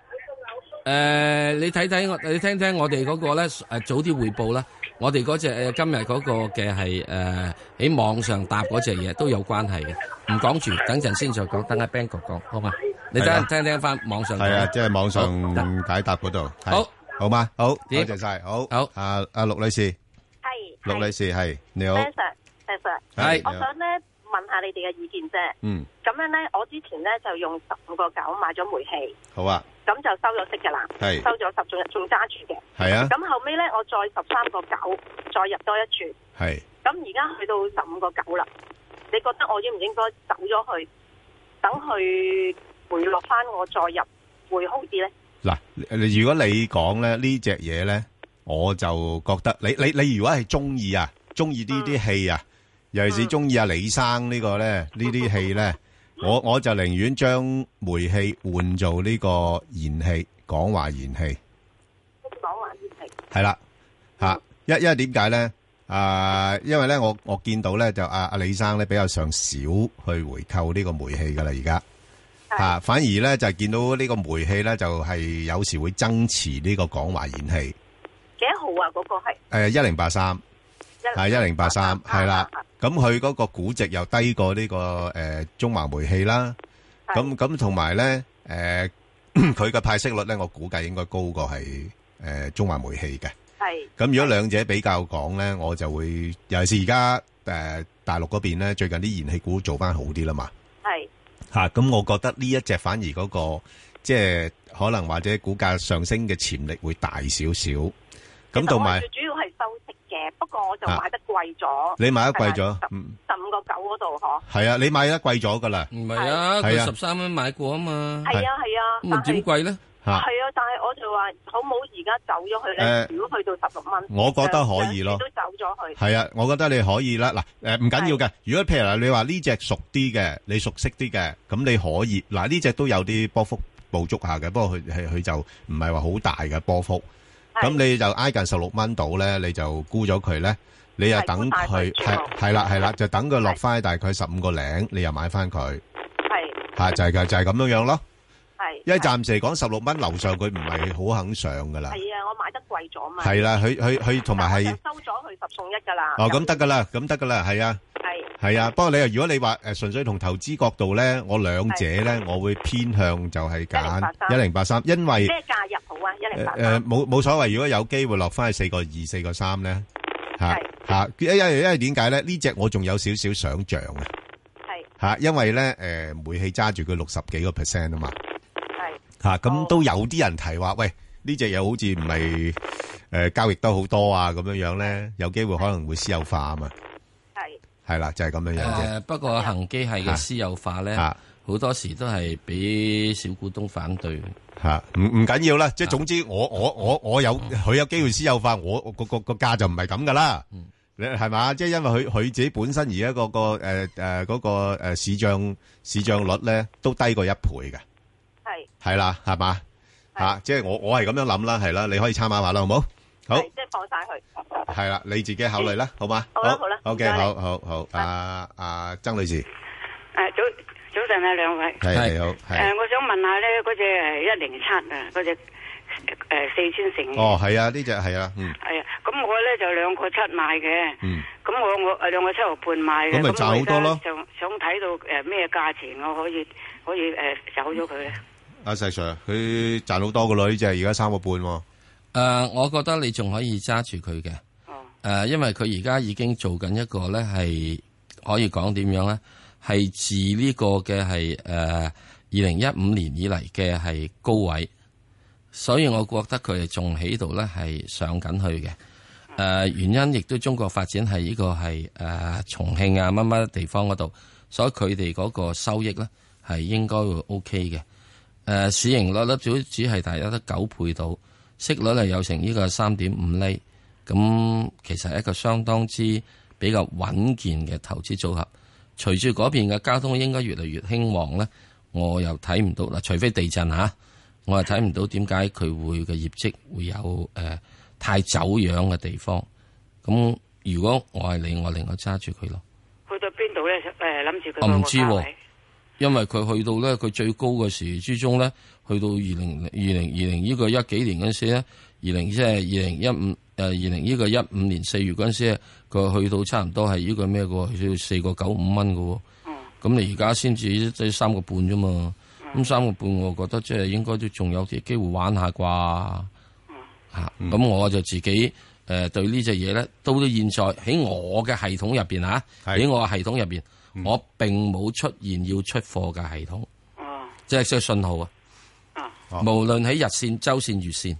Speaker 8: 誒、誒你睇睇我，你聽聽我哋嗰個咧，誒、早啲匯報啦。我哋嗰只誒今日嗰個嘅係誒喺網上答嗰隻嘢都有關係嘅，唔講住，等陣先再講，等阿 Bang 哥講，好嘛？你
Speaker 7: 係
Speaker 8: 等
Speaker 7: 啊
Speaker 8: 聽聽翻網上講
Speaker 7: 係啊，即係網上
Speaker 8: 好
Speaker 7: 解答嗰度。係
Speaker 8: 好，
Speaker 7: 好嘛，好，多
Speaker 8: 點
Speaker 7: 謝晒，好，好，阿阿陸女士，
Speaker 22: 係
Speaker 7: 陸女士係，你好，
Speaker 22: Sir，Sir Sir，
Speaker 7: 係
Speaker 22: 我想咧問下你哋嘅意見啫。
Speaker 7: 嗯，
Speaker 22: 咁樣咧，我之前咧就用十五個九買咗煤氣，
Speaker 7: 好啊，
Speaker 22: 咁就收咗息噶啦，
Speaker 7: 係
Speaker 22: 收咗十，仲仲揸住嘅。
Speaker 7: 係啊
Speaker 22: 咁後尾咧，我再十三個九再入多一注，
Speaker 7: 係
Speaker 22: 咁而家去到十五個九啦。你覺得我應唔應該走咗去，等佢回落翻，我再入會好啲咧？
Speaker 7: 嗱，你如果你講咧呢只嘢咧，我就覺得你你你如果係中意啊，中意呢啲戲啊，尤其是中意阿啊李生呢個咧，呢啲戲咧，我我就寧願將煤氣換做呢個燃氣，港華燃氣。
Speaker 22: 講話熱情，
Speaker 7: 系啦，吓，因因为点解咧？啊，因為咧，我我見到咧就阿阿李生咧比較上少去回購呢個煤氣噶啦，而家啊，反而咧就係見到呢個煤氣咧就係、有時會增持呢個港華燃氣，
Speaker 22: 幾多號啊？嗰、個
Speaker 7: 誒
Speaker 22: 係
Speaker 7: 一零八三啊係一零八三係啦，咁佢嗰個估值又低過呢、個誒、中華煤氣啦，咁咁同埋咧誒 佢嘅派息率咧，我估計應該高過係诶中華煤氣嘅。
Speaker 22: 係
Speaker 7: 咁如果兩者比較講咧，我就會尤其是而家诶大陸嗰邊咧，最近啲燃氣股做翻好啲啦嘛。
Speaker 22: 係
Speaker 7: 吓，咁、我覺得呢一隻反而嗰、個即係可能或者股價上升嘅潛力會大少少。咁同埋
Speaker 22: 最主要係收息嘅，不過我就
Speaker 7: 啊
Speaker 22: 買得貴咗。
Speaker 7: 你買得貴
Speaker 22: 係啦
Speaker 7: 咗，嗯，
Speaker 22: 十五個九嗰度嗬。
Speaker 7: 係啊，你買得貴咗噶啦，
Speaker 8: 唔係啊，
Speaker 7: 係
Speaker 8: 佢
Speaker 7: 啊
Speaker 8: 十三蚊買過啊嘛，
Speaker 22: 係啊係啊，
Speaker 8: 咁啊點貴咧？
Speaker 7: 嚇
Speaker 22: 係啊，但係我就話好冇而家走咗佢咧
Speaker 7: 誒，
Speaker 22: 如果去到十六蚊，
Speaker 7: 我覺得可以咯
Speaker 22: 兩次都走咗佢。
Speaker 7: 係啊，我覺得你可以啦。嗱，诶唔緊要嘅。如果譬如話你話呢只熟啲嘅，你熟悉啲嘅，咁你可以嗱呢只都有啲波幅捕捉下嘅，不過佢佢佢就唔係話好大嘅波幅。咁你就挨近十六蚊度咧，你就沽咗佢咧，你又等佢係係啦係啦，就等佢落翻大概十五個零，你又買翻佢
Speaker 22: 係
Speaker 7: 吓，就係咁就係咁樣樣咯。
Speaker 22: 係。
Speaker 7: 因為暫時嚟講，十六蚊樓上佢唔係好肯上噶啦。
Speaker 22: 係啊，我買得貴咗嘛。
Speaker 7: 係啦，佢佢佢同埋
Speaker 22: 但我
Speaker 7: 係。
Speaker 22: 就收咗佢十送一㗎啦。
Speaker 7: 哦，咁得噶啦，咁得噶啦，系啊，
Speaker 22: 係
Speaker 7: 系啊。不過你又如果你話诶純粹同投資角度咧，我兩者咧，我會偏向就係揀一零八三，因為
Speaker 22: 咩價入好啊？一
Speaker 7: 诶
Speaker 22: 零八
Speaker 7: 诶冇冇所謂。如果有機會落翻去四個二、四個三咧，吓吓，因因為因為點解咧？呢只我仲有少少想像啊，
Speaker 22: 係
Speaker 7: 吓，因為咧诶煤氣揸住佢六十幾個 percent 啊嘛。
Speaker 22: 係
Speaker 7: 吓咁都有啲人提話，喂呢只又好似唔係诶交易得好多啊，咁樣樣咧，有機會可能會私有化啊嘛，
Speaker 22: 係
Speaker 7: 係啦，就係咁樣樣
Speaker 8: 誒
Speaker 7: 啫。
Speaker 8: 不過恒基系
Speaker 7: 啊
Speaker 8: 嘅私有化咧，好多時都係俾小股東反對。
Speaker 7: 吓，唔唔緊要啦，即係總之我我我我有佢有機會私有化，我我個個個價就唔係咁噶啦。你係嘛？即係因為佢佢自己本身而家個個诶诶嗰個诶市漲市漲率咧都低過一倍嘅，
Speaker 22: 係
Speaker 7: 係啦，係嘛？吓，即係我我係咁樣諗啦，係啦，你可以參考下啦，好唔好？好。
Speaker 22: 即係放晒佢。
Speaker 7: 系啦，你自己考慮啦，好嘛？
Speaker 22: 好啦好啦
Speaker 7: ，OK，
Speaker 22: 唔該你
Speaker 7: 好好好，阿阿曾女士，
Speaker 23: 诶，啊早早晨啊，兩位。
Speaker 7: 係你好，係
Speaker 23: 诶，我想問下咧，嗰只诶一零七啊，嗰只诶四川成。
Speaker 7: 哦，係啊，呢只係啊，嗯，
Speaker 23: 系啊，咁我咧就兩個七買嘅。
Speaker 7: 嗯。
Speaker 23: 咁我我诶两个七毫半買嘅。
Speaker 7: 咁咪賺好多咯
Speaker 23: 我而家就想睇到诶咩價錢我可以可以诶走咗佢咧。
Speaker 7: 阿細 Sir，佢賺好多個女，就係而家三個半喎。
Speaker 8: 誒、呃我覺得你仲可以揸住佢嘅。誒、因為佢而家已經做緊一個咧，係可以講點樣咧？係自呢個嘅係誒呃二零一五年以嚟嘅係高位，所以我覺得佢係仲喺度咧係上緊去嘅。誒、原因亦都中國發展係呢個係誒、重慶啊乜乜地方嗰度，所以佢哋嗰個收益咧係應該會 OK 嘅。誒、市盈率咧，主只係大約得九倍到，息率係有成呢個三點五厘，咁其實係一個相當之比較穩健嘅投資組合。隨住嗰邊嘅交通應該越嚟越興旺咧，我又睇唔到嗱，除非地震嚇、我又睇唔到點解佢會嘅業績會有誒、呃太走樣嘅地方。咁如果我係你，我另外揸住佢咯。
Speaker 23: 去到邊度咧？诶，諗住佢
Speaker 8: 我
Speaker 23: 嗰
Speaker 8: 啊唔
Speaker 23: 個
Speaker 8: 知
Speaker 23: 價
Speaker 8: 喎、
Speaker 23: 位
Speaker 8: 因為佢去到咧，佢最高嘅時之中咧，去到二零二零二零呢個一幾年嗰陣時咧，二零即係二零一五誒二零呢個一五年四月嗰陣時呢，佢去到差唔多係呢個咩嘅喎，去到四個九五蚊嘅喎。咁你而家先至即係三個半啫嘛，
Speaker 23: 嗯
Speaker 8: 咁三個半我覺得即係應該都仲有啲機會玩下啩嚇。
Speaker 23: 嗯
Speaker 8: 咁、我就自己誒、呃、對呢隻嘢咧，到到現在喺我嘅系統入邊嚇，喺我嘅系統入邊，
Speaker 7: 嗯
Speaker 8: 我並冇出現要出貨嘅系統，即係即係信號啊。
Speaker 7: 哦
Speaker 8: 無論喺日線、周線、月線，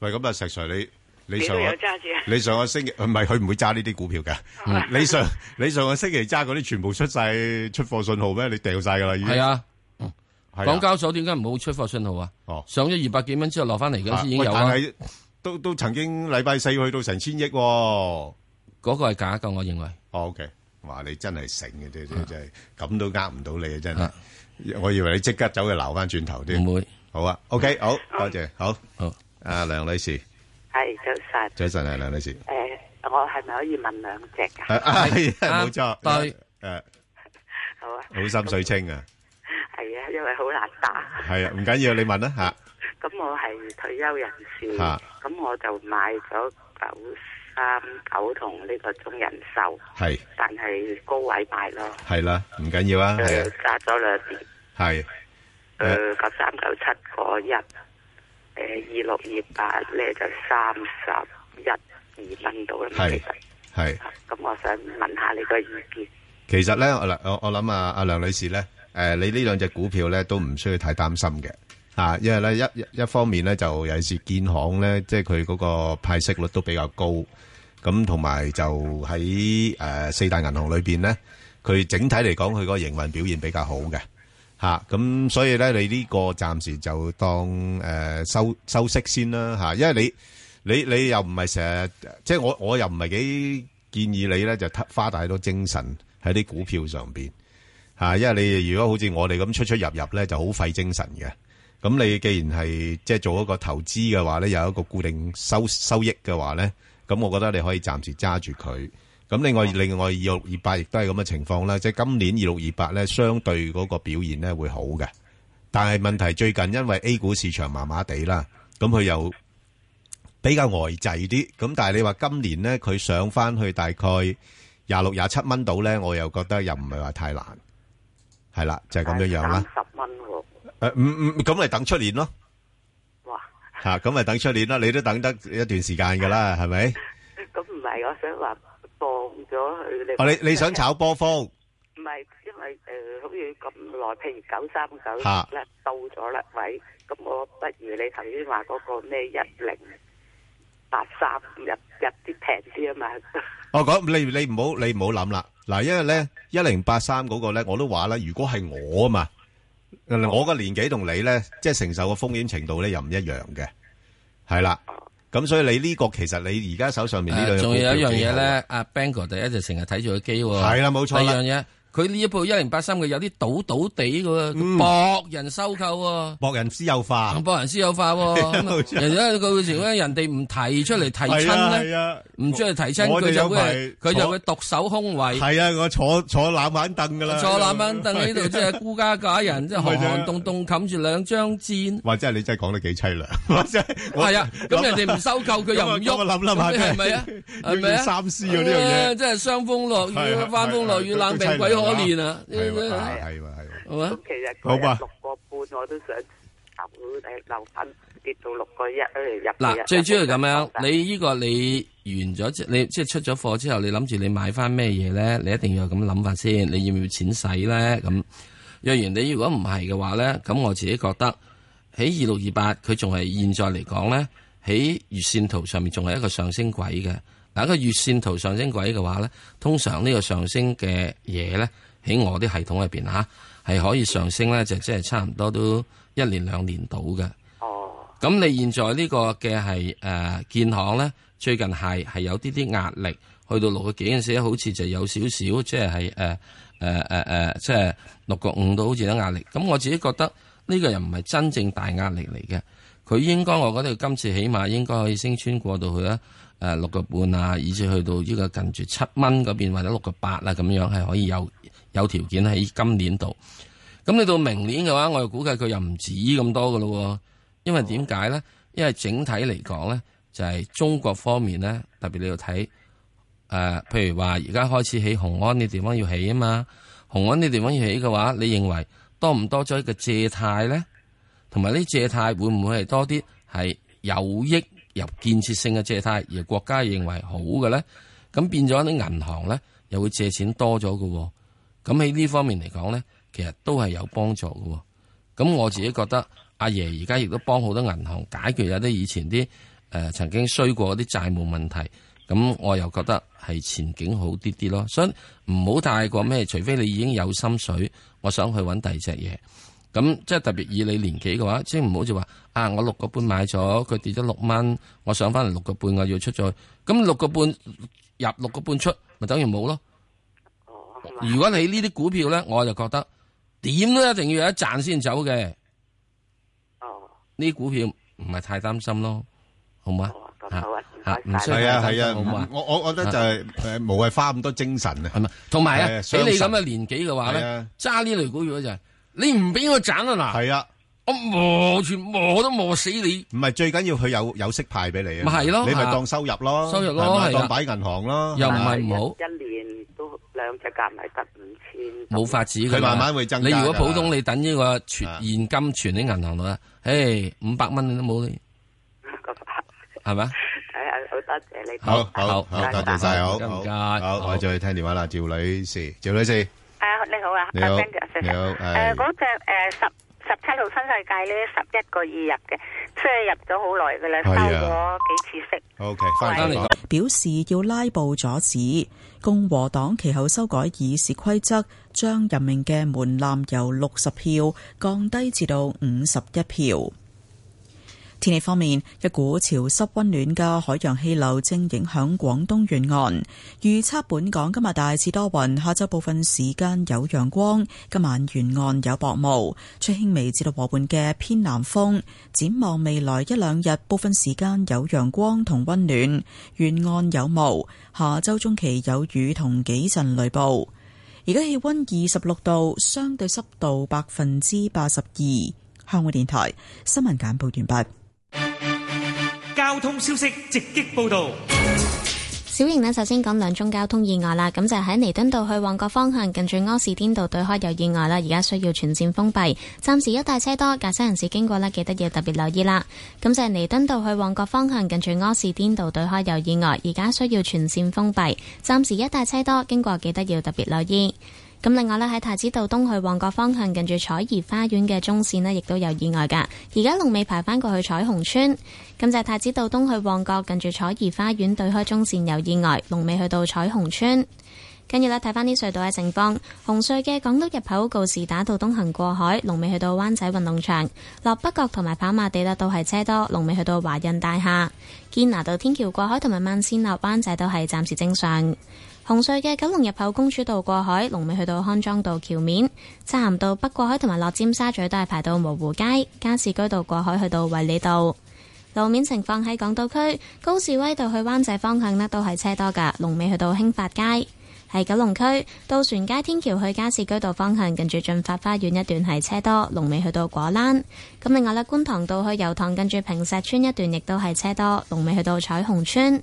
Speaker 7: 喂，咁啊，石 Sir，你你
Speaker 23: 你都
Speaker 7: 上
Speaker 23: 有
Speaker 7: 個
Speaker 23: 揸住啊
Speaker 7: 你上個星期唔係佢唔會揸呢啲股票嘅，你上你上個星期揸嗰啲全部出晒出貨信號咩？你掉晒噶啦，已經
Speaker 8: 係啊，
Speaker 7: 係哦
Speaker 8: 港交所點解唔好出貨信號啊？上咗二百幾蚊之後落翻嚟嗰陣時已經有
Speaker 7: 啊
Speaker 8: 啊
Speaker 7: 喂
Speaker 8: 啦
Speaker 7: 但。係都都曾經禮拜四去到成千億喎。
Speaker 8: 嗰個係假噶，我認為。
Speaker 7: 哦，OK，哇！你真係醒嘅啫，真係咁都呃唔到你啊！真係，我以為你即刻走去鬧翻轉頭添。
Speaker 8: 唔會。
Speaker 7: 好啊，OK，好，多謝，好，
Speaker 8: 好。
Speaker 7: 阿梁女士，
Speaker 24: 系早晨，
Speaker 7: 早晨啊，梁女士。
Speaker 24: 诶、我系咪可以问两只噶？
Speaker 7: 啊啊係啊冇錯。
Speaker 24: 對，
Speaker 7: 誒，
Speaker 24: 好啊，
Speaker 7: 好心水清啊，
Speaker 24: 系啊，因为好難打。
Speaker 7: 係啊，唔緊要，你問啦嚇。
Speaker 24: 咁我係退休人士，
Speaker 7: 嚇
Speaker 24: 咁我就買咗九三九同呢個中人壽，
Speaker 7: 係
Speaker 24: 但係高位買咯，
Speaker 7: 係啦，唔緊要啊，係
Speaker 24: 誒揸咗兩年。
Speaker 7: 啊，係。
Speaker 24: 誒九三九七嗰日，誒二六二八咧就三十一二蚊到啦。
Speaker 7: 係係。
Speaker 24: 咁我想問下你個意見。
Speaker 7: 其實咧，我嗱我我諗啊，阿梁女士咧，誒、你呢兩隻股票咧都唔需要太擔心嘅，啊，因為咧一一一方面咧就尤其是建行咧，即係佢嗰個派息率都比較高，咁同埋就喺誒、四大銀行裏邊咧，佢整體嚟講佢個營運表現比較好嘅。吓，咁、所以咧，你呢個暫時就當誒、呃收收息先啦吓、因為你你你又唔係成日，即係我我又唔係幾建議你咧就花花太多精神喺啲股票上邊吓、因為你如果好似我哋咁出出入入咧，就好費精神嘅。咁你既然係即係做一個投資嘅話咧，有一個固定收收益嘅話咧，咁我覺得你可以暫時揸住佢。咁另外另外二六二八亦都係咁嘅情況啦，即係今年二六二八咧，相對嗰個表現咧會好嘅。但係問題最近因為 A 股市場麻麻地啦，咁佢又比較呆滯啲。咁但係你話今年咧，佢上翻去大概廿六廿七蚊度咧，我又覺得又唔係話太難，係啦，就係咁樣樣啦。
Speaker 24: 十蚊喎，
Speaker 7: 诶，唔唔，咁咪等出年咯。
Speaker 24: 哇！
Speaker 7: 吓、咁咪等出年啦，你都等得一段時間噶啦，係咪？
Speaker 24: 咁唔係，我想話放咗佢。
Speaker 7: 哦，你你想炒 波幅？
Speaker 24: 唔係，因為誒、呃好似咁耐，譬如九三
Speaker 7: 嚇
Speaker 24: 九咧到咗啦位，咁我不如你頭先話嗰個咩一零八三入入啲平啲啊嘛，
Speaker 7: 我講你你唔好你唔好諗啦。嗱，因為咧一零八三嗰個咧，我都話啦，如果係我啊嘛，我嘅年紀同你咧，即係承受嘅風險程度咧又唔一樣嘅，係啦。咁所以你呢個其實你而家手上面呢
Speaker 8: 誒
Speaker 7: 兩
Speaker 8: 仲有一樣
Speaker 7: 樣
Speaker 8: 嘢咧，阿 Bang 哥第一就成日睇住個機喎。
Speaker 7: 啊係啦冇錯
Speaker 8: 第
Speaker 7: 啦
Speaker 8: 二樣嘢，佢呢一部一零八三嘅有啲倒倒地嘅喎，佢博人收購喎。
Speaker 7: 嗯博人私有化，
Speaker 8: 博人私有化喎，
Speaker 7: 係啊
Speaker 8: 咁
Speaker 7: 冇
Speaker 8: 啊
Speaker 7: 錯
Speaker 8: 人哋佢會成咧，人哋唔提出嚟提
Speaker 7: 係啊
Speaker 8: 親
Speaker 7: 係啊
Speaker 8: 咧，唔出嚟提親，
Speaker 7: 我哋
Speaker 8: 佢就
Speaker 7: 有
Speaker 8: 會
Speaker 7: 排
Speaker 8: 佢就
Speaker 7: 坐
Speaker 8: 會獨守空位。
Speaker 7: 係啊，我坐坐冷板凳噶啦，
Speaker 8: 坐冷板凳 喺度，即係孤家寡人，即係寒寒凍凍冚住兩張毡。
Speaker 7: 或者係你真係講得幾凄 涼，真係
Speaker 8: 係啊，咁人哋唔收購佢又唔
Speaker 7: 咁我
Speaker 8: 喐，
Speaker 7: 諗諗下
Speaker 8: 係 咪啊？係咪
Speaker 7: 要
Speaker 8: 啊？
Speaker 7: 三思啊呢樣嘢
Speaker 8: 啊真係傷風落
Speaker 7: 係啊
Speaker 8: 雨，翻風落雨，
Speaker 7: 係啊
Speaker 8: 冷病鬼可憐啊！
Speaker 7: 都真係㗎啦係
Speaker 8: 嘛
Speaker 7: 係嘛
Speaker 8: 係 嘛？
Speaker 24: 其實
Speaker 8: 好
Speaker 24: 嗰
Speaker 8: 吧
Speaker 24: 日六個半我都想留誒留翻跌到六個一咧入去啊
Speaker 8: 嗱，
Speaker 24: 入
Speaker 8: 最主要係咁樣，你呢個你完咗之，你即係出咗貨之後，你諗住你買翻咩嘢咧？你一定要有咁諗法先，你要唔要錢使咧？咁若然你如果唔係嘅話咧，咁我自己覺得喺二六二八，佢仲係現在嚟講咧，喺月線圖上面仲係一個上升軌嘅。嗱，一個月線圖上升軌嘅話咧，通常呢個上升嘅嘢咧，喺我啲系統入邊嚇係可以上升咧，就即係差唔多都一年兩年到嘅。咁你現在呢個嘅係誒建行咧，最近係係有啲啲壓力，去到六個幾嘅時候好似就有少少即係係誒誒誒誒，即係六個五度好似有壓力。咁我自己覺得呢個又唔係真正大壓力嚟嘅，佢應該我覺得今次起碼應該可以升穿過到去啦。誒六個半啊，以至去到呢個近住七蚊嗰邊或者六個八啊啦，咁樣係可以有有條件喺今年度。咁你到明年嘅話，我又估計佢又唔止咁多噶咯喎。因為點解咧？因為整體嚟講咧，就係、中國方面咧，特別你要睇誒、呃譬如話而家開始起紅安嘅地方要起啊嘛，紅安呢地方要起嘅話，你認為多唔多咗一個借貸咧？同埋呢借貸會唔會係多啲係有益入建設性嘅借貸，而國家認為好嘅咧？咁變咗啲銀行咧又會借錢多咗嘅喎。咁喺呢方面嚟講咧，其實都係有幫助嘅喎。咁我自己覺得阿爺而家亦都幫好多銀行解決有啲以前啲誒、呃曾經衰過嗰啲債務問題。咁我又覺得係前景好啲啲咯，所以唔好太過咩，除非你已經有心水，我想去揾第二隻嘢。咁即係特別以你年紀嘅話，即係唔好就話啊，我六個半買咗，佢跌咗六蚊，我上翻嚟六個半，我要出咗去。咁六個半入六個半出，咪等於冇咯。如果你呢啲股票咧，我就覺得點都一定要有一賺先走嘅。呢啲股票唔係太擔心咯，好唔好啊？嚇唔需要
Speaker 7: 係啊
Speaker 8: 太擔
Speaker 7: 係
Speaker 8: 心
Speaker 7: 啊，
Speaker 8: 好唔好啊？
Speaker 7: 我我覺得就係誒無謂花咁多精神啊，係
Speaker 8: 咪？同埋啊，俾你咁
Speaker 7: 啊，
Speaker 8: 嘅年紀嘅話咧
Speaker 7: 係啊，
Speaker 8: 揸呢類股票就係你唔俾我賺啊嗱，
Speaker 7: 係啊，
Speaker 8: 我磨全磨都磨死你。
Speaker 7: 唔係最緊要佢有有息派俾你啊，
Speaker 8: 咪係咯
Speaker 7: 你咪
Speaker 8: 嚇
Speaker 7: 當收入咯，
Speaker 8: 收入咯
Speaker 7: 係咪
Speaker 8: 係啊
Speaker 24: Dạ,
Speaker 7: 當擺銀行咯，
Speaker 8: 又唔
Speaker 7: 係咪
Speaker 8: 係唔好。
Speaker 24: 一年都兩隻夾埋得五千。
Speaker 8: 冇法子㗎
Speaker 7: 佢慢慢會增加㗎啊
Speaker 8: 你如果普通你等呢個存現金存喺銀行度咧，誒五百蚊你都冇，係咪？
Speaker 24: 睇下好多謝你。
Speaker 7: 好好好，多謝晒，好
Speaker 8: 唔該
Speaker 7: 好
Speaker 8: 唔該
Speaker 7: 好，我哋再聽電話啦，趙女士，趙女士，
Speaker 25: 啊，你好啊，
Speaker 7: 你好
Speaker 25: 阿 Ben 姐
Speaker 7: 你好
Speaker 25: 誒
Speaker 7: 誒
Speaker 25: 嗰只誒十十七號新世界咧，十一個二入嘅，即係入咗好耐噶啦，收
Speaker 10: 係
Speaker 25: 咗
Speaker 10: 啊
Speaker 25: 幾次息。
Speaker 7: ，OK，
Speaker 10: 表示要拉布阻止共和黨其後修改議事規則，將任命嘅門檻由六十票降低至到五十一票。天氣方面，一股潮濕溫暖嘅海洋氣流正影響廣東沿岸。預測本港今日大致多雲，下晝部分時間有陽光，今晚沿岸有薄霧，吹輕微至到和緩嘅偏南風。展望未來一兩日，部分時間有陽光同溫暖，沿岸有霧。下周中期有雨同幾陣雷暴。而家氣溫二十六度，相對濕度百分之八十二。香港電台新聞簡報完畢。
Speaker 9: 交通消息直擊報道。
Speaker 11: 小型呢，首先講兩宗交通意外啦，咁就喺彌敦道去旺角方向，近住柯士甸道對開有意外啦，而家需要全線封閉，暫時一帶車多，駕駛人士經過呢，記得要特別留意啦。咁就係彌敦道去旺角方向，近住柯士甸道對開有意外，而家需要全線封閉，暫時一帶車多，經過記得要特別留意。咁另外呢，喺太子道東去旺角方向，近住彩怡花園嘅中線呢，亦都有意外㗎。而家龍尾排返過去彩虹村。咁就係太子道東去旺角，近住彩怡花園對開中線有意外，龍尾去到彩虹村。跟住呢，睇返啲隧道嘅情況，紅隧嘅港島入口告士打道東行過海，龍尾去到灣仔運動場；落北角同埋跑馬地呢都係車多，龍尾去到華潤大廈。堅拿道天橋過海同埋慢線落灣仔都係暫時正常。紅隧嘅九龍入口公主道過海，龍尾去到康莊道橋面；漆咸道北過海同埋落尖沙咀都係排到蕪湖街；加士居道過海去到衛理道。路面情況喺港島區高士威道去灣仔方向呢，都係車多㗎，龍尾去到興發街。喺九龍區渡船街天橋去加士居道方向，近住進發花園一段係車多，龍尾去到果欄。咁另外呢，觀塘道去油塘，近住平石村一段亦都係車多，龍尾去到彩虹村。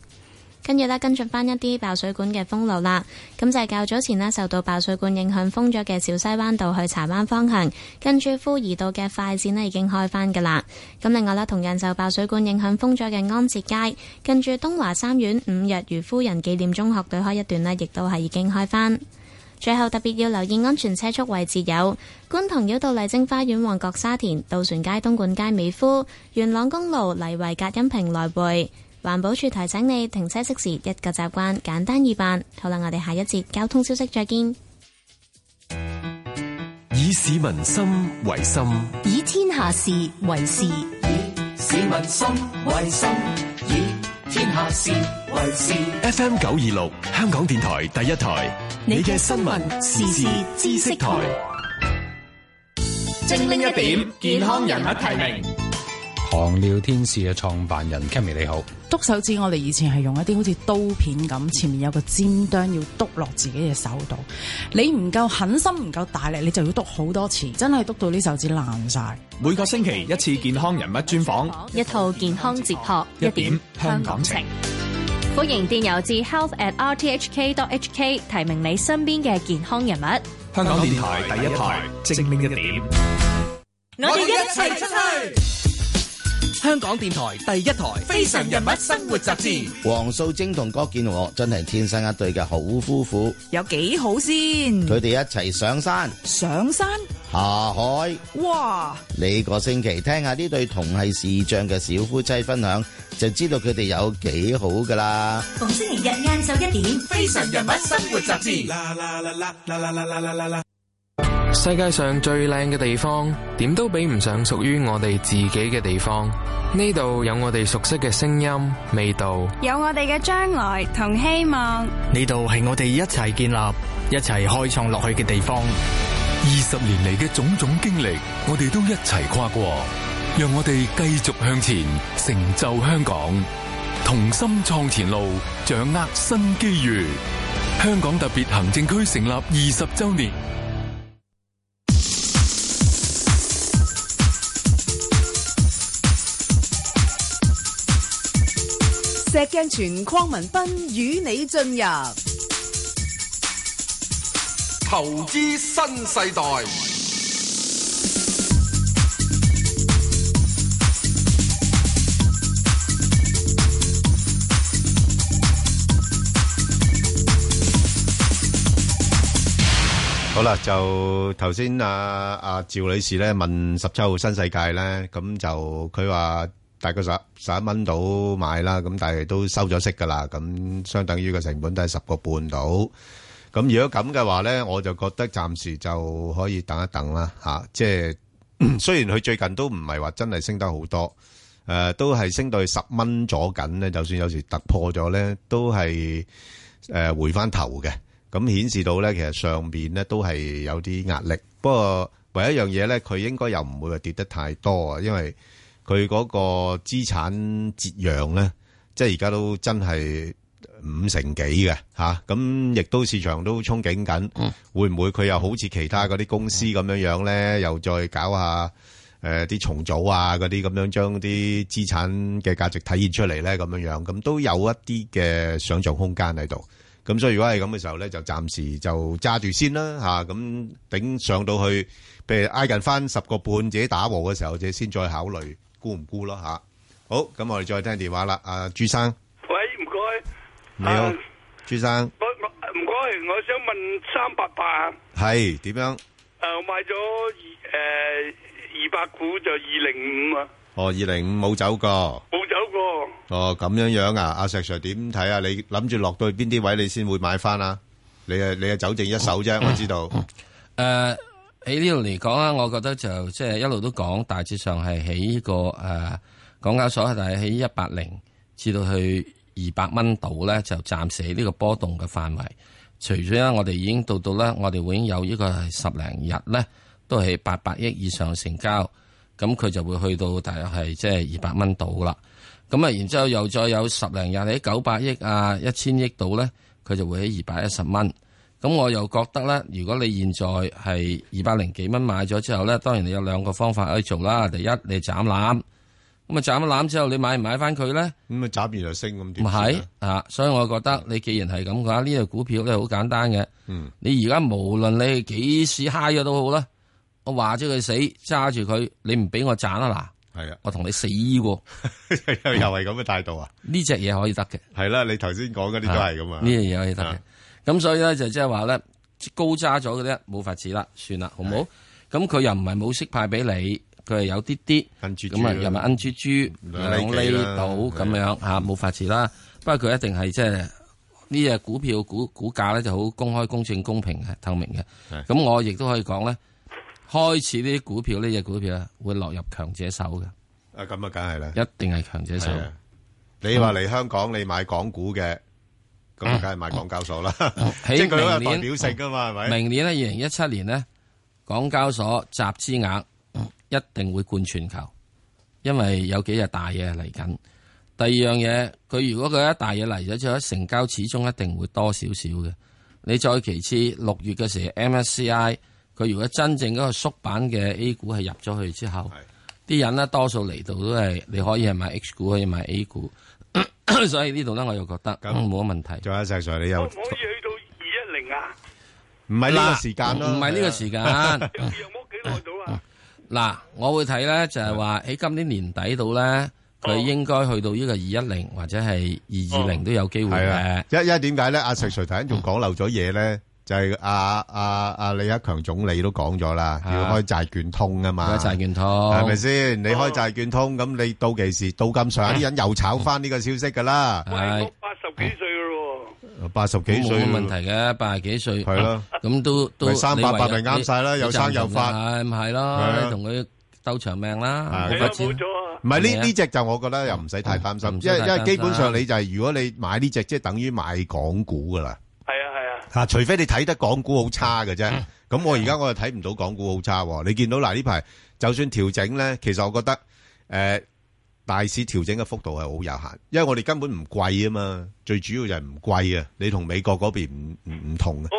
Speaker 11: 跟住呢，跟進翻一啲爆水管嘅封路啦。咁就係較早前呢，受到爆水管影響封咗嘅小西灣道去柴灣方向，跟住富怡道嘅快線呢已經開返㗎啦。咁另外呢，同樣受爆水管影響封咗嘅安捷街，跟住東華三院五日漁夫人紀念中學對開一段呢，亦都係已經開返。最後特別要留意安全車速位置有觀塘繞道麗晶花園、旺角沙田、渡船街、東莞街、美孚、元朗公路、泥圍隔音屏來回。環保署提醒你停車熄匙一個習慣，簡單易辦。好啦，我哋下一節交通消息再見。
Speaker 12: 以市民心為心，
Speaker 13: 以天下事為事，
Speaker 26: 市民心為心，以天下事為事。
Speaker 12: FM 九二六，香港電台第一台，你嘅新聞時事知識台，
Speaker 3: 精靈一點，健康人物提名。
Speaker 27: 糖尿天使嘅創辦人 Cammy 你好，
Speaker 28: 篤手指，我哋以前係用一啲好似刀片咁，前面有個尖端要篤落自己嘅手度。你唔夠狠心，唔夠大力，你就要篤好多次，真係篤到啲手指爛晒。
Speaker 3: 每個星期一次健康人物專訪，
Speaker 2: 一套健康哲學，
Speaker 3: 一點香港情。
Speaker 2: 歡迎電郵至 health at rthk dot hk 提名你身邊嘅健康人物。
Speaker 3: 香港電台第一台，精靈一點。
Speaker 2: 我哋一齊出去。
Speaker 29: 香港電台第一台《非常人物生活雜誌》，
Speaker 30: 黃素貞同郭建和真係天生一對嘅好夫婦，
Speaker 31: 有幾好先？
Speaker 30: 佢哋一齊上山、
Speaker 31: 上山，
Speaker 30: 下海。
Speaker 31: 哇！
Speaker 30: 呢個星期聽下呢對同係視障嘅小夫妻分享，就知道佢哋有幾好噶啦。
Speaker 13: 逢星期日晏晝一點，《非常人物生活雜誌》。
Speaker 32: 世界上最靚嘅地方，點都比唔上屬於我哋自己嘅地方。呢度有我哋熟悉嘅聲音、味道。
Speaker 33: 有我哋嘅將來同希望。
Speaker 34: 呢度係我哋一齊建立、一齊開創落去嘅地方。
Speaker 35: 二十年嚟嘅種種經歷，我哋都一齊跨過，讓我哋繼續向前，成就香港，同心創前路，掌握新機遇。香港特別行政區成立二十周年，
Speaker 5: 石鏡泉鄺民彬與你進入
Speaker 6: 投資新世代。
Speaker 7: 好啦，就頭先啊啊趙女士咧問十七號新世界咧，咁就佢話大概十十一蚊到買啦，咁但係都收咗息噶啦，咁相等於個成本都係十個半到。咁如果咁嘅話咧，我就覺得暫時就可以等一等啦嚇、啊即係 雖然佢最近都唔係話真係升得好多，誒、都係升到去十蚊左緊咧，就算有時突破咗咧，都係。誒、回翻頭嘅，咁顯示到咧，其實上邊咧都係有啲壓力。不過唯一一樣嘢咧，佢應該又唔會話跌得太多啊，因為佢嗰個資產折讓咧，即係而家都真係五成幾嘅嚇，咁、亦都市場都憧憬緊，會唔會佢又好似其他嗰啲公司咁樣樣咧，又再搞下？誒啲重組啊嗰啲咁樣，將啲資產嘅價值體現出嚟咧，咁樣樣咁都有一啲嘅想像空間喺度。咁所以如果係咁嘅時候咧，就暫時就揸住先啦嚇。咁、頂上到去，譬如挨近翻十個半自己打和嘅時候，自己先再考慮沽唔沽咯嚇。好，咁我哋再聽電話啦。阿、朱生，
Speaker 36: 喂，唔該，
Speaker 7: 你好，
Speaker 36: 啊
Speaker 7: 朱生，
Speaker 36: 我我唔該，我想問三八八，誒、
Speaker 7: 係點樣？
Speaker 36: 我買咗二誒二百股就二零五啊，
Speaker 7: 哦，二零五冇走過。
Speaker 36: 冇走過，
Speaker 7: 哦，咁樣樣啊，阿石 Sir 點睇啊？你諗住落到去邊啲位你先會買翻啊？你係你係走剩一手啫，我知道。
Speaker 8: 诶呃喺呢度嚟講啊，我覺得就即係一路都講，大致上係喺呢個诶港交所係喺一百零至到去二百蚊度咧，就暫時喺呢個波動嘅範圍。除咗咧，我哋已經到到咧，我哋會已經有呢個係十零日咧，都係八百億以上成交，咁佢就會去到大約係即係二百蚊度啦。咁啊，然之後又再有十零日喺九百億啊、一千億度咧，佢就會喺二百一十蚊。咁我又覺得咧，如果你現在係二百零幾蚊買咗之後咧，當然你有兩個方法可以做啦。第一，你斬攬，咁啊斬咗攬之後，你買唔買翻佢咧？
Speaker 7: 咁啊斬完就升咁
Speaker 8: 唔係啊，所以我覺得你既然係咁嘅話，呢只股票咧好簡單嘅。
Speaker 7: 嗯，
Speaker 8: 你而家無論你幾時嗨咗都好啦，我話咗佢死，揸住佢，你唔俾我賺啊
Speaker 7: 嗱，係啊，
Speaker 8: 我同你死 喎。
Speaker 7: 又又係咁嘅態度啊？
Speaker 8: 呢只嘢可以得嘅。
Speaker 7: 係啦，你頭先講嗰啲都係咁啊。
Speaker 8: 呢樣嘢可以得嘅。咁所以咧就即係話咧，高揸咗嘅咧冇法子啦，算啦，好唔好？咁佢又唔係冇息派俾你，佢係有啲啲，咁啊又咪恩豬豬
Speaker 7: 兩
Speaker 8: 兩
Speaker 7: 厘
Speaker 8: 厘
Speaker 7: 幾啦
Speaker 8: 度咁樣嚇，冇法子啦。不過佢一定係即係呢只股票股股價咧就好公開、公正、公平嘅、透明嘅。咁我亦都可以講咧，開始呢啲股票呢只股票啊會落入強者手嘅。
Speaker 7: 啊，咁啊，梗係啦，
Speaker 8: 一定係強者手
Speaker 7: 係啊。你話嚟香港你買港股嘅，咁啊梗係買港交所啦， 即係
Speaker 8: 哦喺
Speaker 7: 佢都有
Speaker 8: 明
Speaker 7: 代
Speaker 8: 年哦
Speaker 7: 表性噶嘛，係咪？
Speaker 8: 明年咧，二零一七年呢，港交所集資額嗯一定會冠全球，因為有幾隻大嘢嚟緊。第二樣嘢，佢如果佢一大嘢嚟咗之後，成交始終一定會多少少嘅。你再其次，六月嘅時候 MSCI，佢如果真正嗰個縮版嘅 A 股係入咗去之後，啲人呢多數嚟到都係你可以係買 H 股，可以買 A 股， 所以呢度呢，我又覺得嗯冇乜問題。
Speaker 7: 仲有石 Sir，你又
Speaker 36: 可唔可以去到二一零啊？
Speaker 7: 唔係呢個時間咯
Speaker 8: 唔係呢個 時間。嗱，我會睇咧，就係話喺今年年底度咧，佢應該去到呢個二一零或者係二二零都有機會
Speaker 7: 係
Speaker 8: 嘅。
Speaker 7: 啊，因因為點解咧？阿石 Sir 頭先仲講漏咗嘢咧，就係阿阿阿李克強總理都講咗啦，要開債券通啊嘛，
Speaker 8: 啊開債券通
Speaker 7: 係咪先？你開債券通，咁你到期時到咁上，啲人又炒翻呢個消息噶啦，
Speaker 36: 係八十幾歲咯
Speaker 7: 八十幾歲
Speaker 8: 冇乜問題嘅，八十幾歲
Speaker 7: 係咯，
Speaker 8: 咁都都
Speaker 7: 咪三八八咪啱晒啦有生有發
Speaker 8: 係咪係
Speaker 7: 係啊
Speaker 8: 咯？你同佢鬥長命啦，冇法啊子。
Speaker 7: 唔係呢呢只就我覺得又唔使太擔心，
Speaker 8: 啊唔使
Speaker 7: 因為
Speaker 8: 太
Speaker 7: 因為
Speaker 8: 擔
Speaker 7: 基本上
Speaker 8: 心
Speaker 7: 你就係如果你買呢只，即係等於買港股噶啦。
Speaker 36: 係啊係啊，
Speaker 7: 吓，除非你睇得港股好差嘅啫。咁我而家我又睇唔到港股好差喎。你見到嗱呢排就算調整咧，其實我覺得诶、呃大市調整嘅幅度係好有限，因為我哋根本唔貴啊嘛。最主要就係唔貴啊，你同美國嗰邊唔唔唔同啊。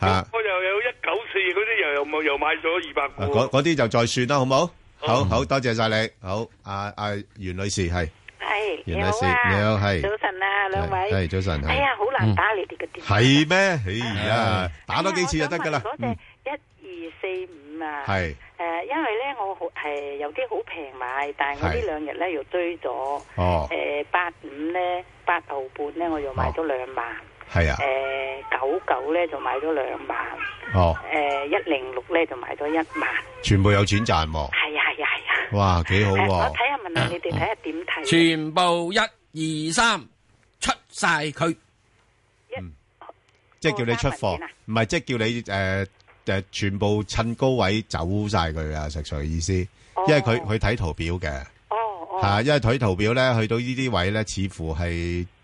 Speaker 7: 吓、
Speaker 36: 我又有一九四嗰啲又又冇又買咗二百股
Speaker 7: 啊嗰嗰啲就再算啦，好冇？好啊好，多謝晒你。好，阿、啊、阿、袁女士係，
Speaker 25: 系
Speaker 7: 袁
Speaker 25: 你
Speaker 7: 女
Speaker 25: 好
Speaker 7: 士
Speaker 25: 啊，
Speaker 7: 你好係
Speaker 25: 早晨晨啊，兩位。
Speaker 7: 係早晨係嗯
Speaker 25: 哎呀，好難打你哋嘅電話。
Speaker 7: 係咩？哎呀，打多幾次就得㗎啦。嗯
Speaker 25: 嗰只一二四五啊。
Speaker 7: 係
Speaker 25: 誒，因為咧我好係有啲好平買，但係我呢
Speaker 7: 係
Speaker 25: 兩日咧又追咗。
Speaker 7: 哦
Speaker 25: 誒八五咧，八毫半咧，我又買咗兩萬。
Speaker 7: 係啊
Speaker 25: 誒九九咧就買咗兩萬。
Speaker 7: 哦，
Speaker 25: 誒呃一零六咧就買咗一萬。
Speaker 7: 全部有錢賺喎，
Speaker 25: 係啊係啊係啊。
Speaker 7: 哇，幾好
Speaker 25: 誒我
Speaker 7: 喎！嗯
Speaker 25: 睇下問下你哋睇下點睇。
Speaker 8: 全部一二三出晒佢，
Speaker 7: 即係叫你出貨，唔係即係叫你诶诶，誒全部趁高位走晒佢啊！石 Sir 嘅意思，因為佢佢睇圖表嘅，哦吓，因為睇圖表咧，去到呢啲位咧，似乎係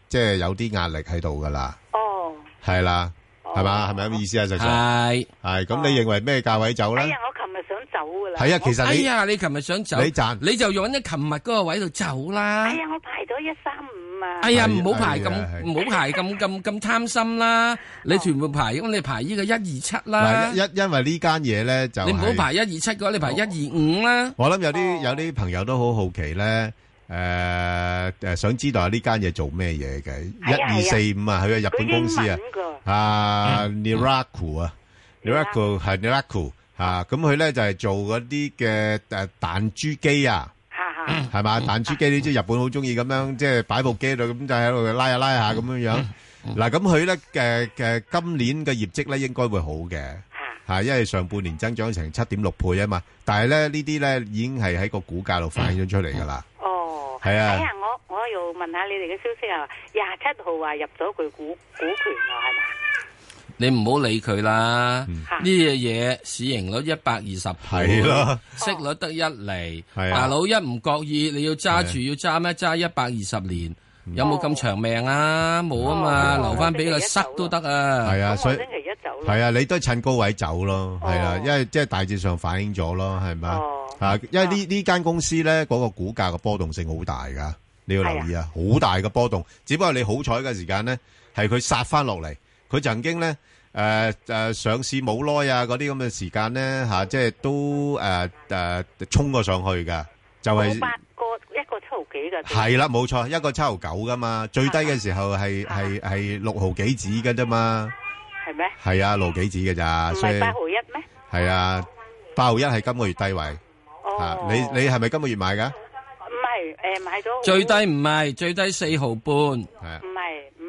Speaker 7: 即係有啲壓力喺度噶啦，
Speaker 25: 哦，
Speaker 7: 係啦，係嘛，係咪咁嘅意思啊？石 Sir
Speaker 8: 係
Speaker 7: 係咁，你認為咩價位走
Speaker 25: 哎
Speaker 7: 咧
Speaker 25: 呀，？我琴日想走噶啦。
Speaker 7: 係啊其實
Speaker 8: 哎
Speaker 7: 你
Speaker 8: 呀，你琴日想走，
Speaker 7: 你賺
Speaker 8: 你就用咗琴日嗰個位度走啦。
Speaker 25: 哎呀，我排咗一三五啊。
Speaker 8: 哎呀，唔好排咁
Speaker 7: 哎呀係，
Speaker 8: 唔好排咁咁咁貪心啦！
Speaker 25: 哦
Speaker 8: 你全部排，咁你排呢個一二七啦
Speaker 7: 嗱，，因因為呢間嘢咧就
Speaker 8: 你唔好
Speaker 7: 係
Speaker 8: 排一二七嘅話，你排一二五啦。
Speaker 7: 我諗有
Speaker 8: 哦
Speaker 7: 啲有啲朋友都好好奇咧，诶诶，想知道呢間嘢做咩嘢嘅？一
Speaker 8: 係啊
Speaker 7: 二四五啊，佢係日本公司啊
Speaker 8: 佢英文，
Speaker 7: 啊 Niraku 啊，Niraku 係 Niraku 啊，咁佢咧就係做嗰啲嘅诶彈珠機啊。
Speaker 30: 嗯
Speaker 7: 係嘛？彈珠機你知日本好中意咁樣，即係擺部機喺度咁就喺度拉下拉下咁樣樣。嗱，咁佢咧嘅嘅今年嘅業績咧應該會好嘅，嚇，因為上半年增長成七點六倍啊嘛。但係咧呢啲咧已經係喺個股價度反映咗出嚟㗎啦。
Speaker 25: 哦，
Speaker 7: 係啊
Speaker 25: 哎呀，我我又問下你哋嘅消息啊，廿七號話入咗佢股股權啊，係嘛？
Speaker 8: 你唔好理佢啦，呢樣嘢市盈率一百二十
Speaker 7: 嗯係
Speaker 8: 倍，
Speaker 34: 啊
Speaker 7: 啦
Speaker 8: 息率得一厘，
Speaker 7: 係啊
Speaker 8: 大佬一唔覺意你要揸住要揸咩揸一百二十年，
Speaker 7: 嗯
Speaker 8: 有冇咁長命啊？冇啊
Speaker 25: 哦
Speaker 8: 嘛，留翻俾佢塞都得啊。
Speaker 7: 係啊，所以
Speaker 8: 星
Speaker 25: 期一走哦
Speaker 7: 係啊，你都係趁高位走咯，係啊，因為即係大致上反映咗咯，係咪啊？啊，因為呢呢間公司咧嗰個股價嘅波動性好大㗎，你要留意啊，好大嘅波動。只不過你好彩嘅時間咧，係佢殺翻落嚟，佢曾經咧。誒誒、上市冇耐啊，嗰啲咁嘅時間咧嚇，即係都誒誒衝過上去㗎，就係、
Speaker 25: 冇八個一個七毫幾嘅。
Speaker 7: 係啦，冇錯，一個七毫九噶嘛，最低嘅時候係
Speaker 25: 啊
Speaker 7: 係係六毫幾子嘅啫嘛，
Speaker 25: 係咩？
Speaker 7: 係啊，六毫幾子嘅咋，
Speaker 25: 唔
Speaker 7: 所以
Speaker 25: 係八毫一咩？
Speaker 7: 係啊，八毫一係今個月低位，啊，
Speaker 25: 哦
Speaker 7: 你你係咪今個月買㗎？
Speaker 25: 唔係誒，買咗
Speaker 8: 最低唔係最低四毫半，
Speaker 25: 唔係唔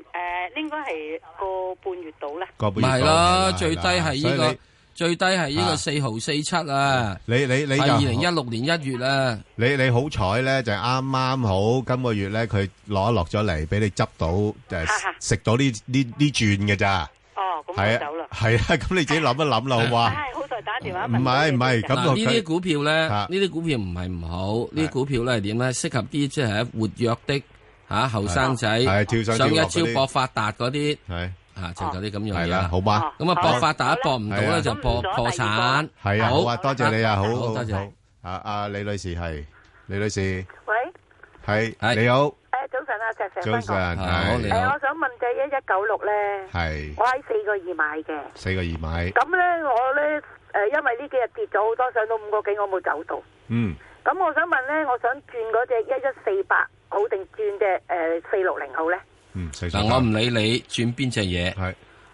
Speaker 25: 誒，應該係個半月到啦。
Speaker 7: 個半
Speaker 8: 咪
Speaker 7: 月到
Speaker 8: 係
Speaker 7: 係啦
Speaker 8: 咯，最低係
Speaker 7: 所
Speaker 8: 呢
Speaker 7: 以
Speaker 8: 個
Speaker 7: 你
Speaker 8: 最低係呢個
Speaker 7: 啊
Speaker 8: 四毫四七啊。
Speaker 7: 你你你就
Speaker 8: 係二零一六年一月啊，
Speaker 7: 你你好彩咧，就啱啱好今個月咧，佢攞一落咗嚟，俾你執到誒食到呢呢呢轉嘅咋。
Speaker 25: 哦，
Speaker 7: 咁係啊，係啊，咁你自己諗一諗啦，好嘛？
Speaker 25: 唉，好在打電話
Speaker 7: 唔係唔係，咁
Speaker 8: 嗱
Speaker 7: 我
Speaker 8: 呢
Speaker 7: 佢
Speaker 8: 啲股票咧，
Speaker 7: 啊
Speaker 8: 呢啲股票唔係唔好，呢啲股票咧係點咧？適合啲即係活躍的吓後生仔，
Speaker 7: 係跳上跳
Speaker 8: 上一
Speaker 7: 落嗰啲
Speaker 8: 招博發達嗰啲，
Speaker 7: 係
Speaker 8: 啊就嗰啲咁樣
Speaker 7: 係
Speaker 8: 嘢
Speaker 7: 啦好吧
Speaker 8: 咁
Speaker 7: 好啦
Speaker 8: 啊博發達博唔到
Speaker 7: 係啊
Speaker 8: 咧就破破產，
Speaker 7: 係啊，好啊，多謝你啊，好好
Speaker 8: 多謝
Speaker 7: 好。啊啊，李女士係，李女士
Speaker 22: 喂，
Speaker 7: 係，你好，
Speaker 22: 诶，早晨啊，石 Sir，
Speaker 7: 早晨，係
Speaker 22: 诶，我想問只一一九六咧，
Speaker 7: 係
Speaker 22: 我喺四個二買嘅，
Speaker 7: 四個二買，
Speaker 22: 咁咧我咧诶，因為呢幾日跌咗好多，上到五個幾我冇走到，
Speaker 7: 嗯，
Speaker 22: 咁我想問咧，我想轉嗰只一一四八好定轉只诶四六零好咧？
Speaker 7: 嗯，
Speaker 8: 嗱我唔理你轉邊隻嘢，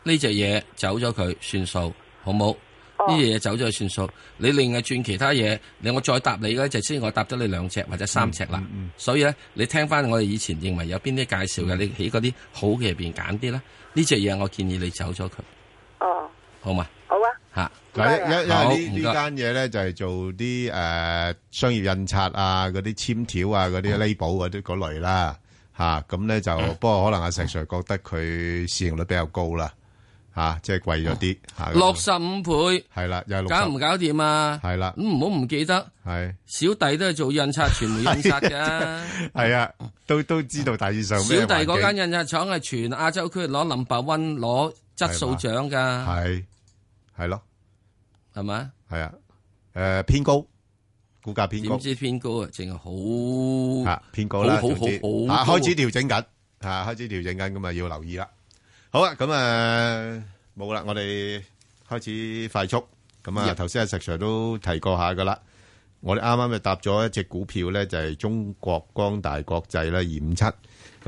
Speaker 8: 呢隻嘢走咗佢算數，好冇？
Speaker 22: 哦
Speaker 8: 呢隻嘢走咗佢算數，你另外轉其他嘢，你我再答你嗰隻先，我答咗你兩隻或者三隻
Speaker 7: 嗯
Speaker 8: 啦。所以咧，你聽翻我哋以前認為有邊啲介紹
Speaker 7: 嗯
Speaker 8: 嘅，你喺嗰啲好嘅入邊揀啲啦。呢隻嘢我建議你走咗佢，
Speaker 22: 哦，
Speaker 8: 好嘛？
Speaker 22: 好啊，
Speaker 8: 嚇
Speaker 7: 嗱，因
Speaker 8: 好
Speaker 7: 因因為
Speaker 8: 唔
Speaker 7: 呢
Speaker 8: 該
Speaker 7: 呢間嘢咧就係做啲誒商業印刷啊、嗰啲簽條啊、嗰啲 label 嗰啲嗰類啦，嚇咁咧就不過可能阿石 Sir 覺得佢市盈率比較高啦，嚇即係貴咗啲嚇。
Speaker 8: 六十五倍，
Speaker 7: 係啦，又係六
Speaker 8: 搞唔
Speaker 7: 十，
Speaker 8: 搞掂啊？
Speaker 7: 係啦，
Speaker 8: 咁唔好唔記得，
Speaker 7: 係
Speaker 8: 小弟都係做印刷傳媒印刷㗎。
Speaker 7: 係啊，都都知道大致上
Speaker 8: 小
Speaker 7: 咩
Speaker 8: 弟嗰
Speaker 7: 環
Speaker 8: 間印刷廠係全亞洲區攞 number one 攞質素獎㗎。
Speaker 7: 係係咯，
Speaker 8: 係咪？
Speaker 7: 係啊，誒偏高，股價偏高
Speaker 8: 點。知偏高啊？淨係好
Speaker 7: 啊偏高啦，
Speaker 8: 好好
Speaker 7: 總之
Speaker 8: 好
Speaker 7: 啊
Speaker 8: 好
Speaker 7: 開始調整緊，啊開始調整緊，咁啊要留意啦。好啊，咁啊冇啦，我哋開始快速。咁啊，
Speaker 37: Yep
Speaker 7: 頭先阿石 Sir 都提過下噶啦。我哋啱啱就搭咗一隻股票咧，就係中國光大國際啦，二五七。咁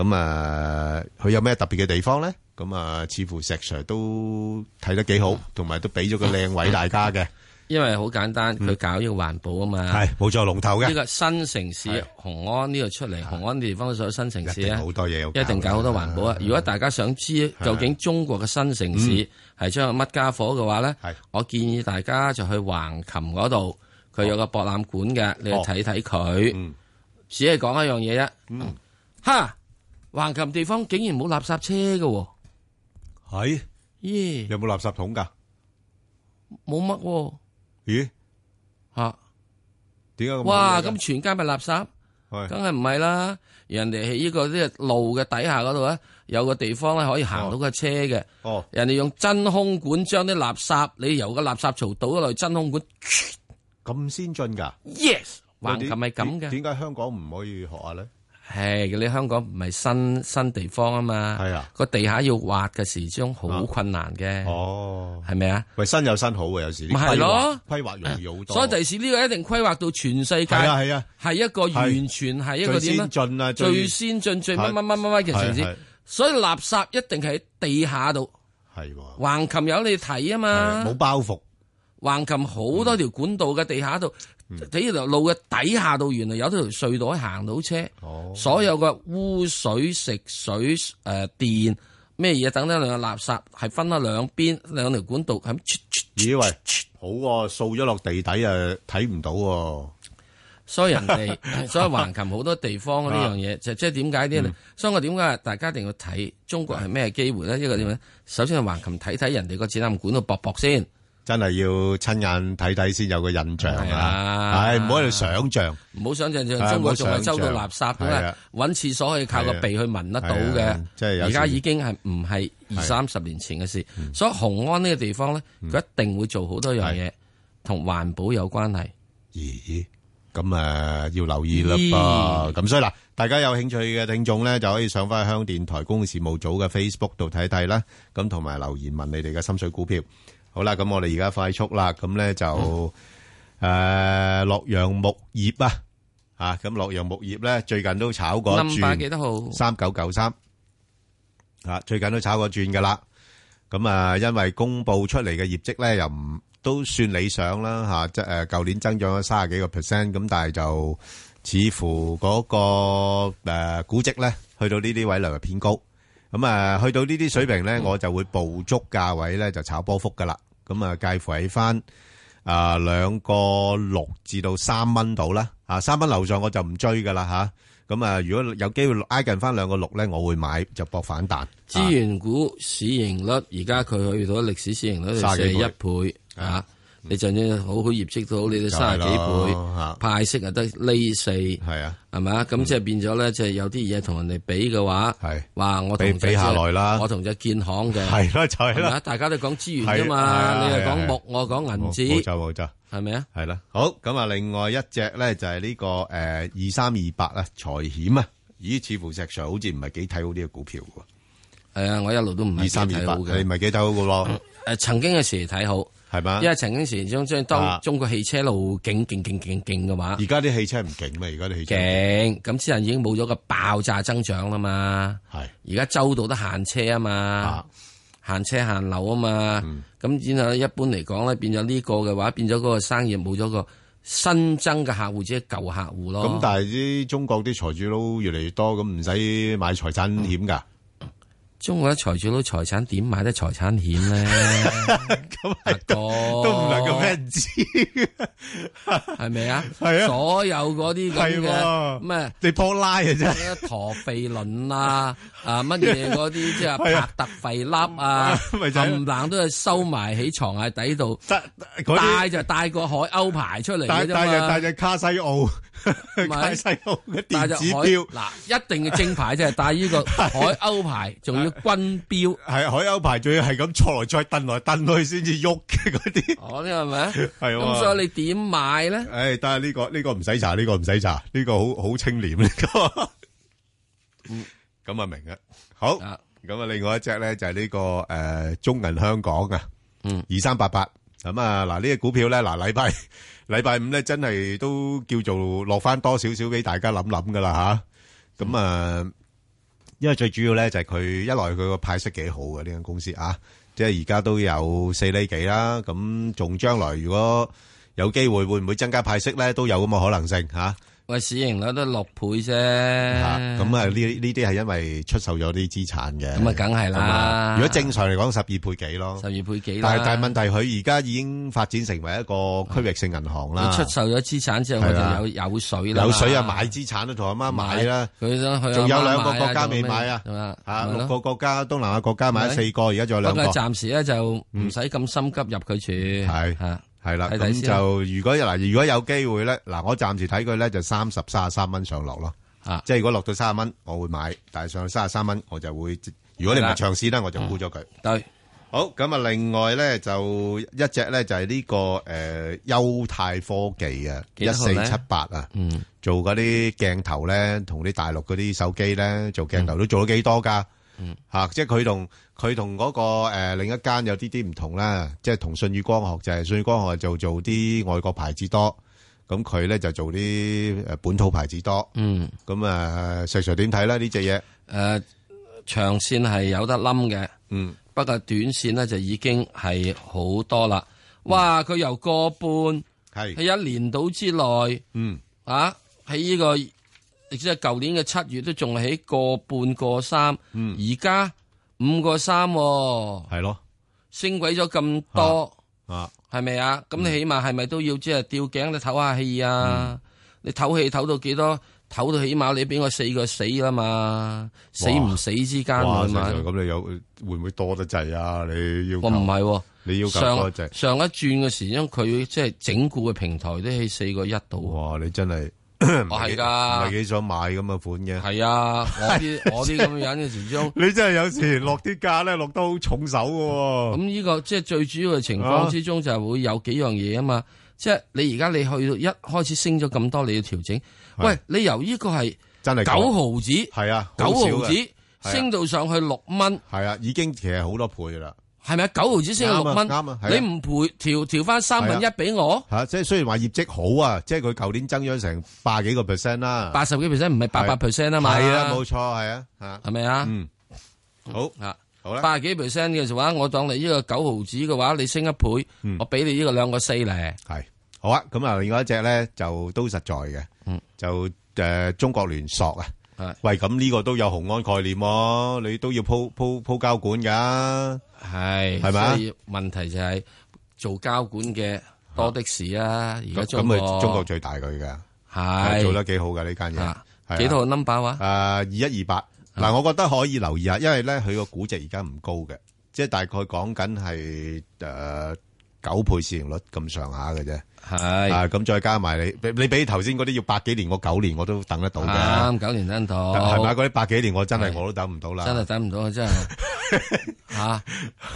Speaker 7: 咁啊，佢有咩特別嘅地方咧？咁啊，似乎石 Sir 都睇得幾好，同埋都俾咗個靚位大家嘅。
Speaker 8: 因為好簡單， 佢搞呢個環保啊嘛。
Speaker 7: 係冇錯，龍頭嘅
Speaker 8: 呢個新城市紅安呢度出嚟，紅安地方所有新城市
Speaker 7: 一定
Speaker 8: 咧，
Speaker 7: 好多嘢要搞嗯
Speaker 8: 一定搞好多環保啊！如果大家想知究竟中國嘅新城市
Speaker 7: 嗯
Speaker 8: 係將乜家伙嘅話咧，我建議大家就去橫琴嗰度，
Speaker 7: 哦
Speaker 8: 佢有個博覽館嘅，你去睇睇
Speaker 7: 嗯
Speaker 8: 佢。只係講一樣嘢啫。哈！橫琴地方竟然冇垃圾車嘅喎，
Speaker 7: 係
Speaker 8: 咦？
Speaker 7: 有冇垃圾桶㗎？
Speaker 8: 冇乜喎。
Speaker 7: 咦？
Speaker 8: 吓？
Speaker 7: 點解咁？
Speaker 8: 哇！咁全街咪垃圾，
Speaker 7: 係
Speaker 8: 梗係唔係啦？人哋喺呢個呢個路嘅底下嗰度咧，啊有個地方咧可以行到架車嘅。
Speaker 7: 哦，
Speaker 8: 人哋用真空管將啲垃圾，你由個垃圾槽倒咗落去真空管。
Speaker 7: 咁先進㗎
Speaker 8: Yes，橫琴係咁
Speaker 7: 點
Speaker 8: 嘅。
Speaker 7: 點解香港唔可以學下咧？
Speaker 8: 係你香港唔係新新地方啊嘛，係啊，個地下要挖嘅時鐘好困難嘅。
Speaker 7: 哦，
Speaker 8: 係咪啊？
Speaker 7: 喂，新有新好嘅，有時啲
Speaker 8: 咪係咯
Speaker 7: 規劃規劃容易好多。
Speaker 8: 所以第時呢個一定規劃到全世界，
Speaker 7: 係啊係啊，
Speaker 8: 係一個完全係一個點
Speaker 7: 最
Speaker 8: 咧
Speaker 7: 先進啊最
Speaker 8: 最先進最乜乜乜乜乜嘅城
Speaker 7: 係係
Speaker 8: 市。所以垃圾一定係喺地下度，
Speaker 7: 係
Speaker 8: 橫琴有你睇啊嘛，
Speaker 7: 冇包袱。
Speaker 8: 橫琴好多條管道嘅地下度，
Speaker 7: 嗯
Speaker 8: 喺條路嘅底下度，原來有條隧道可以行到車。
Speaker 7: 哦
Speaker 8: 所有嘅污水、食水、誒、電咩嘢等等兩個垃圾係分咗兩邊兩條管道咁。
Speaker 7: 咦喂，好喎，掃咗落地底啊，睇唔到喎。
Speaker 8: 所以 人哋，所以橫琴好多地方呢樣嘢，就即係點解
Speaker 7: 嗯
Speaker 8: 啲人？所以我點解大家一定要睇中國係咩機
Speaker 7: 嗯
Speaker 8: 會咧？一個點咧？首先係橫琴睇睇人哋個展覽館度搏搏先，
Speaker 7: 真係要親眼睇睇先有個印象
Speaker 8: 係
Speaker 7: 啊！
Speaker 8: 啊
Speaker 7: 唉，唔好喺度想像。
Speaker 8: 唔好想象
Speaker 7: 係啊
Speaker 8: 中國仲係收到
Speaker 7: 唔好
Speaker 8: 垃
Speaker 7: 想像
Speaker 8: 圾咁
Speaker 7: 係
Speaker 8: 啦
Speaker 7: 啊，
Speaker 8: 揾廁所可以靠個
Speaker 7: 係啊
Speaker 8: 鼻去聞得到
Speaker 7: 係啊
Speaker 8: 嘅。
Speaker 7: 即係有時嗯
Speaker 8: 而家已經係唔係二三十年前嘅事，所以紅安呢個地方咧，佢一定會做好多樣嘢同環保有關係。
Speaker 7: 咦，咁啊要留意啦噃。咁所以嗱，大家有興趣嘅聽眾咧，就可以上翻香港電台公共事務組嘅 Facebook 度睇睇啦。咁同埋留言問你哋嘅心水股票。好啦，咁我哋而家快速啦，咁咧就誒洛陽木業啊，啊咁洛陽木業咧最近都炒過一
Speaker 8: number
Speaker 7: 轉，
Speaker 8: 幾多號？
Speaker 7: 三九九三啊，最近都炒過轉噶啦。咁啊，因為公佈出嚟嘅業績咧，又唔都算理想啦嚇，即係誒舊年增長咗三十幾個 percent，咁但係就似乎嗰、個、誒估值咧，去到呢啲位略為偏高。咁啊，去到呢啲水平咧，我就會捕捉價位咧，就炒波幅噶啦。咁啊，介乎喺翻啊兩個六至到三蚊度啦。啊，三蚊樓上我就唔追噶啦嚇。咁啊，如果有機會挨近翻兩個六咧，我會買就搏反彈。
Speaker 8: 資源股市盈率而家佢去到歷史市盈率四
Speaker 7: 30
Speaker 8: 十
Speaker 7: 幾
Speaker 8: 一
Speaker 7: 倍
Speaker 8: 倍啊！你就算好好業績都好，你
Speaker 7: 就
Speaker 8: 都三
Speaker 7: 係
Speaker 8: 十
Speaker 7: 咯
Speaker 8: 幾
Speaker 7: 嚇
Speaker 8: 倍，派息啊得呢四，係
Speaker 7: 啊，
Speaker 8: 係咪啊？咁即係變咗咧，即係有啲嘢同人哋比嘅話，
Speaker 7: 係
Speaker 8: 哇！我
Speaker 7: 比
Speaker 8: 同隻
Speaker 7: 比下來啦
Speaker 8: 我同隻建行嘅
Speaker 7: 係咯就係啦
Speaker 8: 咪啊大家都講資源
Speaker 7: 係
Speaker 8: 啫
Speaker 7: 啊
Speaker 8: 嘛，你又
Speaker 7: 係啊
Speaker 8: 講木，我講銀
Speaker 7: 冇
Speaker 8: 紙，
Speaker 7: 錯冇錯，
Speaker 8: 係咪啊？
Speaker 7: 系啦，好咁啊！另外一隻咧就係呢、個誒二三二八啊，財險啊，咦？似乎石 Sir 好似唔係幾睇好呢個股票喎。
Speaker 8: 係啊，我一路都唔係
Speaker 7: 二
Speaker 8: 幾
Speaker 7: 三二
Speaker 8: 睇
Speaker 7: 八，
Speaker 8: 好嘅
Speaker 7: 你唔係幾睇好嘅喎。
Speaker 8: 誒曾經嘅時睇好，
Speaker 7: 係嘛？
Speaker 8: 因為曾經時將將
Speaker 7: 啊
Speaker 8: 當中國汽車路勁勁勁勁勁嘅話，
Speaker 7: 而家啲汽車唔勁咩？而家啲汽車
Speaker 8: 勁，咁之後已經冇咗個爆炸增長啦嘛。
Speaker 7: 係
Speaker 8: 而家周到得限車啊嘛，限車限樓啊
Speaker 7: 嗯
Speaker 8: 嘛。咁然後一般嚟講咧，變咗呢個嘅話，變咗嗰個生意冇咗個新增嘅客戶，只係舊客戶咯。
Speaker 7: 咁，但係啲中國啲財主佬越嚟越多，咁唔使買財產險㗎。
Speaker 8: 中國啲財主佬財產點買得財產險 咧？咁係都
Speaker 7: 唔能夠俾人知，
Speaker 8: 係咪 啊？
Speaker 7: 係啊
Speaker 8: 所有嗰啲咁
Speaker 7: 係喎
Speaker 8: 嘅咩？
Speaker 7: 你幫拉啊真
Speaker 8: 係陀肥 輪啊，啊乜嘢嗰啲即係
Speaker 7: 係啊
Speaker 8: 帕特肥粒啊，
Speaker 7: 咪就係
Speaker 8: 冚唪唥都係收埋喺床下底度，
Speaker 7: 嗰啲
Speaker 8: 帶就帶個海鷗牌出嚟
Speaker 7: 但係
Speaker 8: 嘅啫
Speaker 7: 但係
Speaker 8: 嘛
Speaker 7: 但。係卡西澳，
Speaker 8: 咪
Speaker 7: 卡西澳嘅電子
Speaker 8: 帶
Speaker 7: 錶
Speaker 8: 隻海嗱，一定嘅正牌就係帶 呢個海鷗牌，仲要軍
Speaker 7: 係
Speaker 8: 標。
Speaker 7: 海鷗牌，仲要係咁坐來再蹬來蹬去先至喐嘅嗰啲。
Speaker 8: 我呢係咪啊？
Speaker 7: 係喎
Speaker 8: 咁所以你點買咧？
Speaker 7: 唉，但係呢個呢個唔使查，呢個唔使查，呢個好好 清廉呢個。咁啊明啊，好。咁啊，另外一隻咧就係呢個诶中銀香港啊，
Speaker 8: 嗯，
Speaker 7: 二三八八。咁啊嗱，呢只股票咧嗱，禮拜 禮拜五咧真係都叫做落翻多少少俾大家諗諗噶啦吓。咁啊，因為最主要咧就係佢一來佢個派息幾好嘅呢間公司啊，即係而家都有四厘幾啦，咁仲將來如果有機會會唔會增加派息咧，都有咁嘅可能性吓。
Speaker 8: 喂，市盈率都六倍啫，咁
Speaker 7: 啊咁啊呢呢啲係因為出售咗啲資產嘅，
Speaker 8: 咁啊梗係
Speaker 7: 咁啊
Speaker 8: 啦。
Speaker 7: 如果正常嚟講，十二倍幾咯，十
Speaker 8: 二倍幾啦
Speaker 7: 但係但係問題，佢而家已經發展成為一個區域性銀行啦。
Speaker 8: 佢出售咗資產之後，佢
Speaker 7: 係啦
Speaker 8: 就有有水啦，
Speaker 7: 有水啊，買資產都同阿媽買啦。
Speaker 8: 佢想去
Speaker 7: 仲有兩個
Speaker 8: 個
Speaker 7: 國家未買啊，啊六個國家東南亞國家買咗四個，而家仲有兩個。嗯
Speaker 8: 不過暫時咧就唔使咁心急入佢住。
Speaker 7: 係係啦，
Speaker 8: 睇睇
Speaker 7: 啊咁
Speaker 8: 先
Speaker 7: 就如果嗱，如果有機會咧，嗱，我暫時睇佢咧就三十三十三蚊上落咯。
Speaker 8: 啊，
Speaker 7: 即係如果落到三十蚊，我會買；但係上到三十三蚊，我就會。如果你唔係長市咧，我就沽咗佢。
Speaker 8: 嗯對，
Speaker 7: 好咁啊！另外咧就一隻咧就係呢個誒優泰科技啊，
Speaker 8: 幾
Speaker 7: 一
Speaker 8: 多號
Speaker 7: 四
Speaker 8: 呢
Speaker 7: 七八啊，
Speaker 8: 嗯，
Speaker 7: 做嗰啲鏡頭咧，同啲大陸嗰啲手機咧做鏡頭都做咗幾多㗎？
Speaker 8: 嗯
Speaker 7: 吓，即係佢同佢同嗰個誒另一間有啲啲唔同啦，即係同信宇光學就係信宇光學就做啲外國牌子多，咁佢咧就做啲誒本土牌子多。
Speaker 8: 嗯，
Speaker 7: 咁啊，石 Sir 點睇咧呢只嘢？
Speaker 8: 誒，長線係有得冧嘅，
Speaker 7: 嗯，
Speaker 8: 不過短線咧就已經係好多啦。哇！佢由個半
Speaker 7: 嗯係
Speaker 8: 喺一年到之內，
Speaker 7: 嗯
Speaker 8: 啊，喺呢、個即係舊年嘅七月都仲係喺個半個三，而家五個三喎，
Speaker 7: 嗯係咯，
Speaker 8: 升鬼咗咁多。
Speaker 7: 啊，
Speaker 8: 係咪啊？咁你
Speaker 7: 嗯
Speaker 8: 起碼係咪都要即係吊頸你唞下氣啊？你唞氣唞到幾多？唞到起碼你俾我四個死啦嘛，死唔死之間
Speaker 7: 哇
Speaker 8: 啊
Speaker 7: 石
Speaker 8: 嘛
Speaker 7: Sir，。咁你有會唔會多得滯啊？你要求
Speaker 8: 我唔係喎，
Speaker 7: 你要求多得
Speaker 8: 上
Speaker 7: 滯。
Speaker 8: 上一轉嘅時，因為佢即係整固嘅平台都喺四個一度。
Speaker 7: 哇！你真係
Speaker 8: 我係
Speaker 7: 唔係
Speaker 8: 㗎，
Speaker 7: 幾想買咁嘅款嘅。
Speaker 8: 係啊！我啲我啲咁樣嘅時 鐘。
Speaker 7: 你真係有時落啲價咧，落得好重手啊嘅。
Speaker 8: 咁呢個即係最主要嘅情況之中，就係會有幾樣嘢啊嘛。即係你而家你去到一開始升咗咁多，你要調整。喂，你由呢個係
Speaker 7: 真係
Speaker 8: 九毫子，
Speaker 7: 係啊，
Speaker 8: 九
Speaker 7: 好少
Speaker 8: 毫
Speaker 7: 嘅
Speaker 8: 子升到上去六蚊，
Speaker 7: 係啊，已經其實好多倍啦。
Speaker 8: 係咪啊九毫子升到六蚊，
Speaker 7: 啱啊啱啊係啊
Speaker 8: 你唔賠調調翻三分
Speaker 7: 係
Speaker 8: 一
Speaker 7: 啊
Speaker 8: 俾我，
Speaker 7: 吓，即係雖然話業績好啊，即係佢舊年增長成百幾個 percent 啦，
Speaker 8: 八十幾 percent 唔係八百 percent 啊嘛，
Speaker 7: 係啊，冇錯，係啊，吓，
Speaker 8: 係咪啊？
Speaker 7: 嗯，好
Speaker 8: 啊，
Speaker 7: 好啦，
Speaker 8: 八十幾 percent 嘅話，我當你呢個九毫子嘅話，你升一倍，我俾你呢個兩個四咧，
Speaker 7: 嗯係好啊。咁啊，另外一隻咧就都實在嘅，就誒中國聯塑啊。喂，咁呢個都有雄安概念喎，你都要鋪鋪鋪交管噶，
Speaker 8: 係
Speaker 7: 係咪啊
Speaker 8: 所以問題就係做交管嘅多的是啊，而家
Speaker 7: 咁
Speaker 8: 中
Speaker 7: 咁啊，
Speaker 8: 國
Speaker 7: 中國最大佢噶，
Speaker 8: 係
Speaker 7: 做得幾好噶呢間嘢，
Speaker 8: 啊
Speaker 7: 係啊
Speaker 8: 幾套 number 話？
Speaker 7: 誒二一二八嗱，我覺得可以留意下，因為咧佢個估值而家唔高嘅，即係大概講緊係誒九倍市盈率咁上下嘅啫。
Speaker 8: 係
Speaker 7: 啊，咁再加埋你，你你比頭先嗰啲要百幾年，我九年我都等得到嘅
Speaker 8: 啱，。九年等到
Speaker 7: 係咪嗰啲百幾年我真係
Speaker 8: 係
Speaker 7: 我都等唔到啦。
Speaker 8: 真係等唔到啊！真係嚇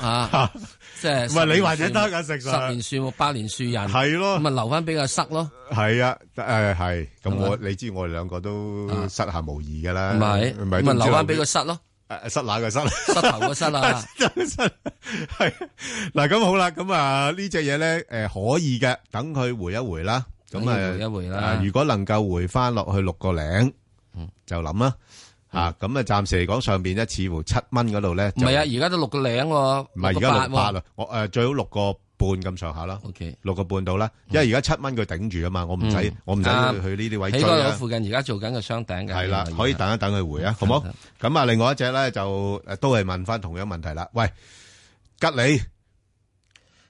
Speaker 8: 嚇，即係
Speaker 7: 唔係你話
Speaker 8: 者
Speaker 7: 者得㗎食
Speaker 8: 十
Speaker 7: 實
Speaker 8: 年樹木，百年樹人，
Speaker 7: 係咯
Speaker 8: 咁咪留翻俾佢塞咯。
Speaker 7: 係啊，誒係，咁我
Speaker 8: 係
Speaker 7: 你知我哋兩個都失下無疑㗎啦。
Speaker 8: 唔係
Speaker 7: 咪
Speaker 8: 咁咪留返俾個塞咯。
Speaker 7: 誒塞哪個塞？
Speaker 8: 膝頭個塞 啊
Speaker 7: 嗱，咁好啦，咁啊呢只嘢咧，誒可以嘅，等佢回一回啦。咁
Speaker 8: 等佢
Speaker 7: 啊，
Speaker 8: 回一回啦
Speaker 7: 啊如果能夠回翻落去六個零，就諗啦。吓，咁啊，暫時嚟講，上邊咧似乎七蚊嗰度咧，
Speaker 8: 唔係啊，而家都六個零喎，
Speaker 7: 唔係而
Speaker 8: 個
Speaker 7: 家
Speaker 8: 八
Speaker 7: 六八
Speaker 8: 喎
Speaker 7: 啦，，我誒最好六個半咁上下啦。
Speaker 8: OK，
Speaker 7: 六個半到啦，因為而家七蚊佢頂住啊嘛，我唔使
Speaker 8: 嗯
Speaker 7: 我唔使
Speaker 8: 啱
Speaker 7: 去呢啲位
Speaker 8: 喺
Speaker 7: 追
Speaker 8: 嗰度
Speaker 7: 啊。
Speaker 8: 附近而家做緊個雙頂嘅，
Speaker 7: 係啦
Speaker 8: 呢個，
Speaker 7: 可以等一等佢回啊，好冇？咁啊，另外一隻咧就誒都係問翻同樣問題啦。喂，吉利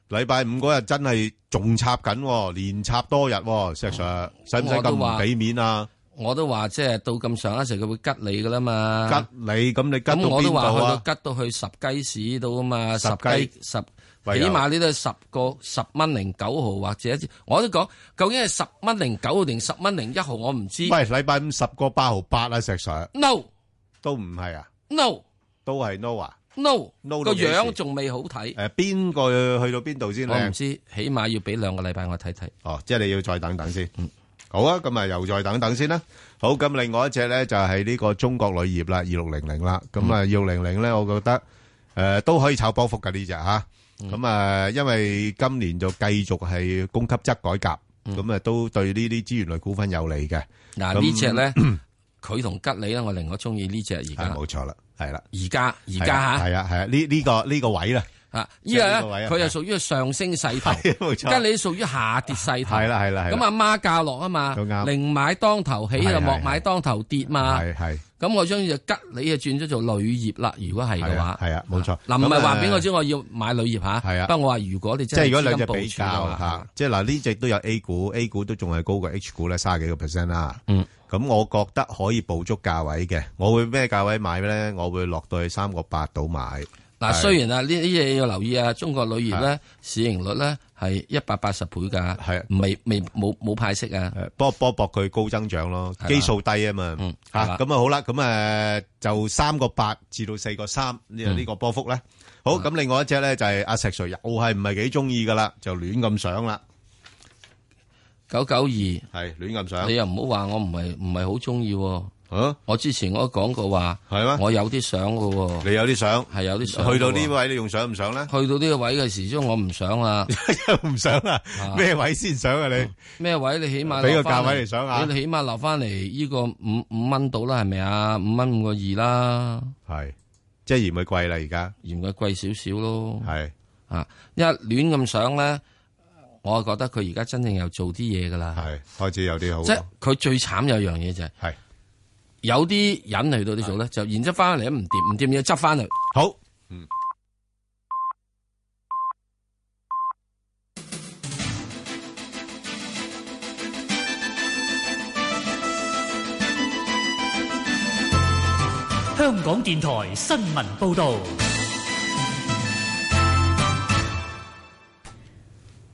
Speaker 7: 禮拜五嗰日真係仲插緊喎，連插多日喎，石 Sir 使唔使
Speaker 8: 我都
Speaker 7: 咁唔
Speaker 8: 話
Speaker 7: 俾面啊？
Speaker 8: 我都話即係到咁上一時，佢會吉你噶啦嘛。
Speaker 7: 吉你咁你吉到
Speaker 8: 咁我都
Speaker 7: 邊
Speaker 8: 話
Speaker 7: 度啊
Speaker 8: 去到吉到去十雞市度啊嘛，
Speaker 7: 十
Speaker 8: 十
Speaker 7: 雞
Speaker 8: 雞十，
Speaker 7: 喂
Speaker 8: 起碼呢都係十個十蚊零九毫或者一，我都講究竟係十蚊零九毫定十蚊零一毫，我唔知。
Speaker 7: 喂，禮拜五十個八毫八啊，石 Sir
Speaker 8: ，no
Speaker 7: 都唔係啊，
Speaker 8: no
Speaker 7: 都係 no 啊？
Speaker 8: no
Speaker 7: no
Speaker 8: 個
Speaker 7: 到幾時
Speaker 8: 樣仲未好睇，
Speaker 7: 誒，邊個去到邊度先
Speaker 8: 我唔
Speaker 7: 靚？
Speaker 8: 知，起碼要俾兩個禮拜我睇睇。
Speaker 7: 哦，即係你要再等等先。好啊，咁啊又再等等先啦。好，咁另外一隻咧就係呢個中國鋁業啦，二六零零啦。咁啊，二六零零咧，我覺得誒、呃都可以炒波幅㗎呢只吓。咁啊，因為今年就繼續係供給側改革，咁啊都對呢啲資源類股份有利嘅。
Speaker 8: 嗱
Speaker 7: 咁
Speaker 8: 呢隻咧，佢同吉利咧，我另外中意呢只而家。
Speaker 7: 冇錯啦，係啦，
Speaker 8: 而家而家吓，
Speaker 7: 係啊係啊，呢呢個呢個位啦，
Speaker 8: 啊，依個咧
Speaker 7: 呢個位啊
Speaker 8: 佢又屬於上升勢頭，
Speaker 7: 冇錯
Speaker 8: 吉利屬於下跌勢頭。
Speaker 7: 係啦係啦係啦
Speaker 8: 咁阿媽教落啊嘛，寧買當頭起
Speaker 7: 係
Speaker 8: 啊，
Speaker 7: 係
Speaker 8: 莫買當頭跌嘛。
Speaker 7: 係係。
Speaker 8: 咁我將只吉利啊轉咗做鋁業啦，如果係嘅話。
Speaker 7: 係啊，冇錯。
Speaker 8: 嗱，唔係話俾我
Speaker 7: 咁啊
Speaker 8: 知我要買鋁業吓，
Speaker 7: 係啊
Speaker 8: 不過我話如果你
Speaker 7: 即
Speaker 8: 真係
Speaker 7: 係如果兩
Speaker 8: 兩
Speaker 7: 隻比較嚇，即係嗱呢只都有 A 股，A 股都仲係高過 H 股咧，卅幾個 percent 啦。
Speaker 8: 嗯，
Speaker 7: 咁我覺得可以捕捉價位嘅，我會咩價位買咧？我會落到去三個八度買。
Speaker 8: 嗱，
Speaker 7: 係
Speaker 8: 雖然啊呢呢嘢要留意啊，中國鋁業
Speaker 7: 係
Speaker 8: 咧市盈率咧係一百八十倍㗎，
Speaker 7: 係
Speaker 8: 未未冇冇派息啊。
Speaker 7: 波波搏佢高增長咯，
Speaker 8: 係啦
Speaker 7: 基數低啊嘛。
Speaker 8: 嗯
Speaker 7: 嚇
Speaker 8: 係啦
Speaker 7: 咁啊好啦，咁啊就三個八至到四個三呢
Speaker 8: 嗯
Speaker 7: 呢個波幅咧。好，咁另外一隻咧就係阿石 Sir 又係唔係幾中意噶啦，就亂咁上啦。
Speaker 8: 九九二係
Speaker 7: 亂咁上
Speaker 8: 你又唔好話我唔係唔係好中意喎。我之前我都講過話，
Speaker 7: 係咩
Speaker 8: 我有啲想嘅喎。
Speaker 7: 你有啲想
Speaker 8: 係有啲想嘅喎，
Speaker 7: 去到呢位你仲上唔上咧？
Speaker 8: 去到呢個位嘅時鐘，我唔想啦。
Speaker 7: 又唔想啦， 咩位先上啊你？
Speaker 8: 咩位你起碼
Speaker 7: 俾個
Speaker 8: 留返
Speaker 7: 價位嚟想下
Speaker 8: 你起碼留翻嗯嚟呢個五五蚊到啦，係咪啊？五蚊五個二啦，
Speaker 7: 係即係嫌佢貴啦，而家
Speaker 8: 嫌佢貴少少咯。
Speaker 7: 係
Speaker 8: 啊，一亂咁想咧，我覺得佢而家真正又做啲嘢噶啦。
Speaker 7: 係開始有啲好
Speaker 8: 即係佢最慘有一樣嘢就係、
Speaker 7: 係
Speaker 8: 有啲人嚟到啲做咧，就然之後翻嚟都唔掂，唔掂要執翻嚟。
Speaker 7: 好，
Speaker 8: 嗯，
Speaker 9: 香港電台新聞報道，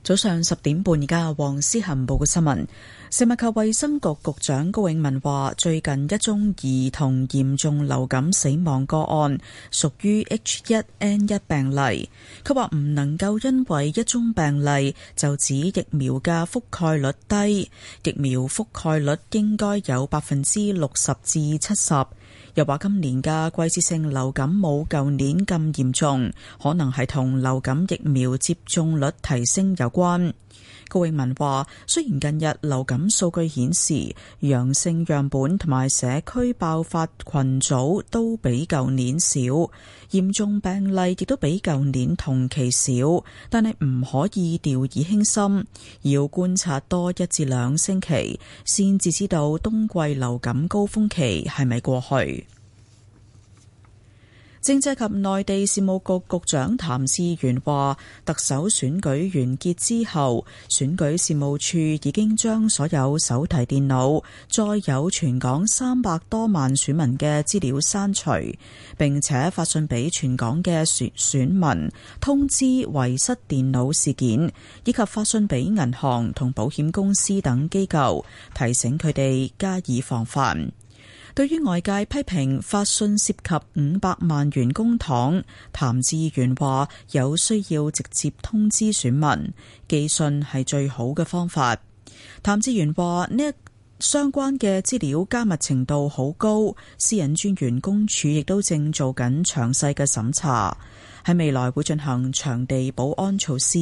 Speaker 10: 早上十點半，而家黃思恒報嘅新聞，食物及衛生局局長高永文話：最近一宗兒童嚴重流感死亡個案屬於 H1N1 病例。佢話唔能夠因為一宗病例就指疫苗嘅覆蓋率低，疫苗覆蓋率應該有百分之六十至七十。又話今年嘅季節性流感冇舊年咁嚴重，可能係同流感疫苗接種率提升有關。高永文話：雖然近日流感數據顯示陽性樣本同埋社區爆發群組都比舊年少，嚴重病例亦都比舊年同期少，但係唔可以掉以輕心，要觀察多一至兩星期先至知道冬季流感高峰期係咪過去。政制及內地事務局局長譚志源話：特首選舉完結之後，選舉事務處已經將所有手提電腦，再有全港三百多萬選民嘅資料刪除，並且發信俾全港嘅選選民，通知遺失電腦事件，以及發信俾銀行同保險公司等機構，提醒佢哋加以防範。對於外界批評發信涉及五百萬元公帑，譚志源話有需要直接通知選民，寄信係最好嘅方法。譚志源話呢一相關嘅資料加密程度好高，私隱專員公署亦都正做緊詳細嘅審查，喺未來會進行場地保安措施。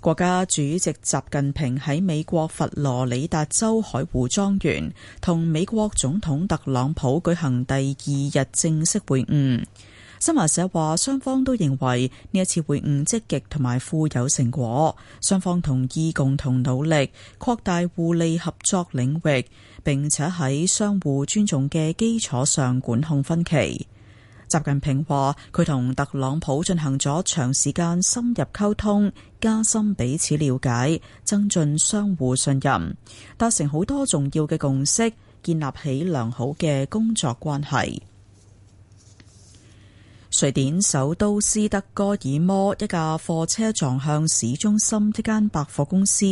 Speaker 10: 國家主席習近平喺美國佛羅里達州海湖莊園同美國總統特朗普舉行第二日正式會晤。新華社話，雙方都認為呢一次會晤積極同埋富有成果，雙方同意共同努力擴大互利合作領域，並且喺相互尊重嘅基礎上管控分歧。習近平話：佢同特朗普進行咗長時間深入溝通，加深彼此了解，增進相互信任，達成好多重要嘅共識，建立起良好嘅工作關係。瑞典首都斯德哥爾摩一架貨車撞向市中心一間百貨公司，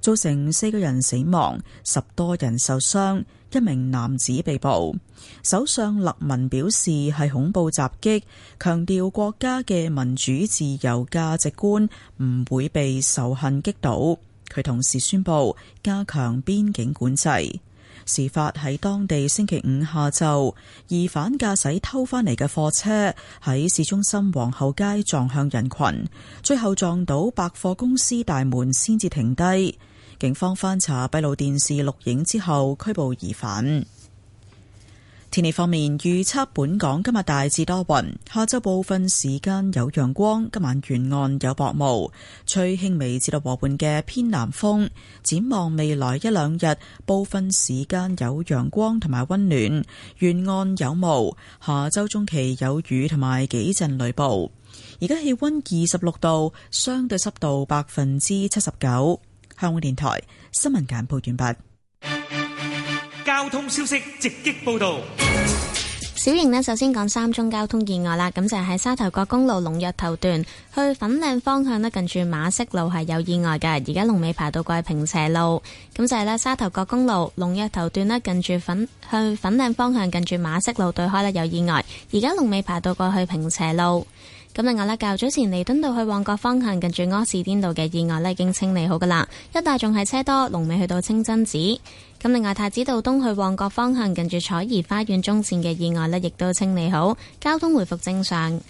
Speaker 10: 造成四個人死亡，十多人受傷，一名男子被捕。首相勒文表示係恐怖襲擊，強調國家嘅民主自由價值觀唔會被仇恨擊倒。佢同時宣布加強邊境管制。事發喺當地星期五下晝，疑犯駕駛偷返嚟嘅貨車喺市中心皇后街撞向人群，最後撞到百貨公司大門先至停低。警方翻查閉路電視錄影之後，拘捕疑犯。天氣方面，預測本港今日大致多雲，下晝部分時間有陽光，今晚沿岸有薄霧，吹輕微至到和緩嘅偏南風。展望未來一兩日，部分時間有陽光同埋溫暖，沿岸有霧。下周中期有雨同埋幾陣雷暴。而家氣溫二十六度，相對濕度百分之七十九。香港電台新聞簡報完畢。
Speaker 9: 交通消息直擊報道。
Speaker 11: 小瑩呢，首先講三宗交通意外啦，咁就係喺沙頭角公路龍躍頭段去粉嶺方向呢，近住馬適路係有意外嘅，而家龍尾排到過去平斜路。咁就係呢，沙頭角公路龍躍頭段呢，近住粉去粉嶺方向近住馬適路對開呢，有意外，而家龍尾排到過去平斜路。咁另外呢，較早前彌敦道去旺角方向近住柯士甸道嘅意外呢，已經清理好噶啦，一帶仲係車多，龍尾去到清真寺。咁另外太子道東去旺角方向近住彩怡花園中線嘅意外呢，亦都清理好，交通回復正常。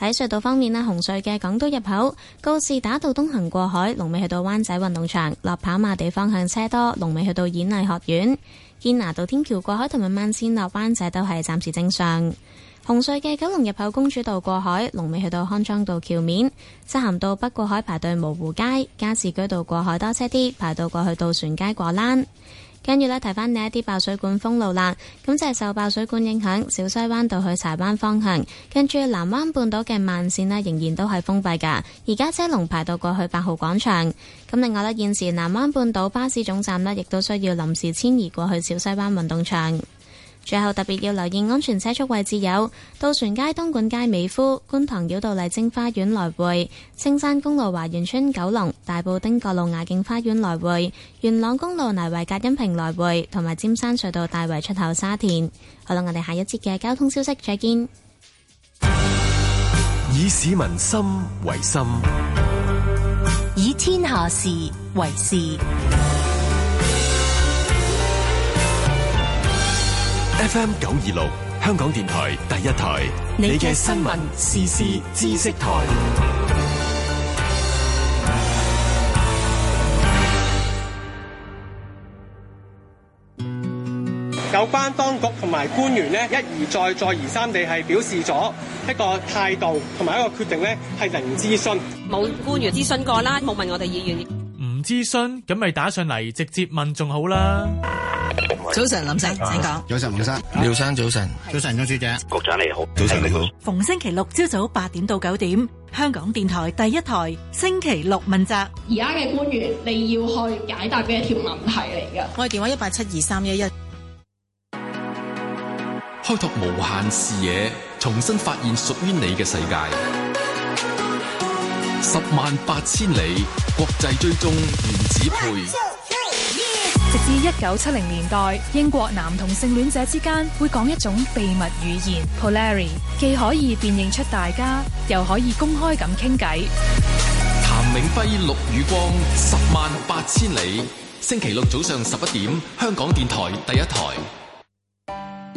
Speaker 11: 喺隧道方面呢，紅隧嘅港島入口告士打道東行過海，龍尾去到灣仔運動場；落跑馬地方向車多，龍尾去到演藝學院。堅拿道天橋過海同埋慢線落灣仔都係暫時正常。紅隧嘅九龍入口公主道過海，龍尾去到康莊道橋面；漆咸道北過海排隊蕪湖街，加士居道過海多車啲，排到過去渡船街果欄。跟住呢，提翻你一啲爆水管封路啦。咁就係受爆水管影響，小西灣道去柴灣方向，跟住南灣半島嘅慢線呢，仍然都係封閉㗎。而家車龍排到過去八號廣場。咁另外呢，現時南灣半島巴士總站呢，亦都需要臨時遷移過去小西灣運動場。最後特別要留意安全車速位置有：渡船街、東莞街、美孚、觀塘繞道麗晶花園來回、青山公路華園村九龍、大埔汀角路雅景花園來回、元朗公路泥圍隔音屏來回，同埋尖山隧道大圍出口沙田。好啦，我哋下一節嘅交通消息再見。
Speaker 12: 以市民心為心，
Speaker 13: 以天下事為事。
Speaker 12: FM 九二六，香港電台第一台，你嘅新聞、時事、知識台。
Speaker 3: 有關當局同埋官員呢，一而再、再而三地係表示咗一個態度同埋一個決定呢係零諮詢，
Speaker 38: 冇官員諮詢過啦，冇問我哋意願。
Speaker 39: 唔諮詢咁咪打上嚟直接問仲好啦。
Speaker 40: 早晨，林生，請講。
Speaker 41: 啊早晨，黃生，
Speaker 8: 廖生，早晨，
Speaker 41: 早晨，鍾小姐，
Speaker 42: 局長你好，
Speaker 41: 早晨你好。
Speaker 2: 逢星期六朝早八點到九點，香港電台第一台星期六問責。
Speaker 28: 而家嘅官員，你要去解答嘅一條問題嚟嘅。
Speaker 43: 我哋電話一八七二三一一。
Speaker 34: 開拓無限視野，重新發現屬於你嘅世界。十萬八千里國際追蹤原子配。
Speaker 44: 直至一九七零年代，英國男同性戀者之間會講一種秘密語言 Polari，既可以辨認出大家，又可以公開咁傾偈。
Speaker 34: 譚永輝、陸宇光，十萬八千里，星期六早上十一點，香港電台第一台。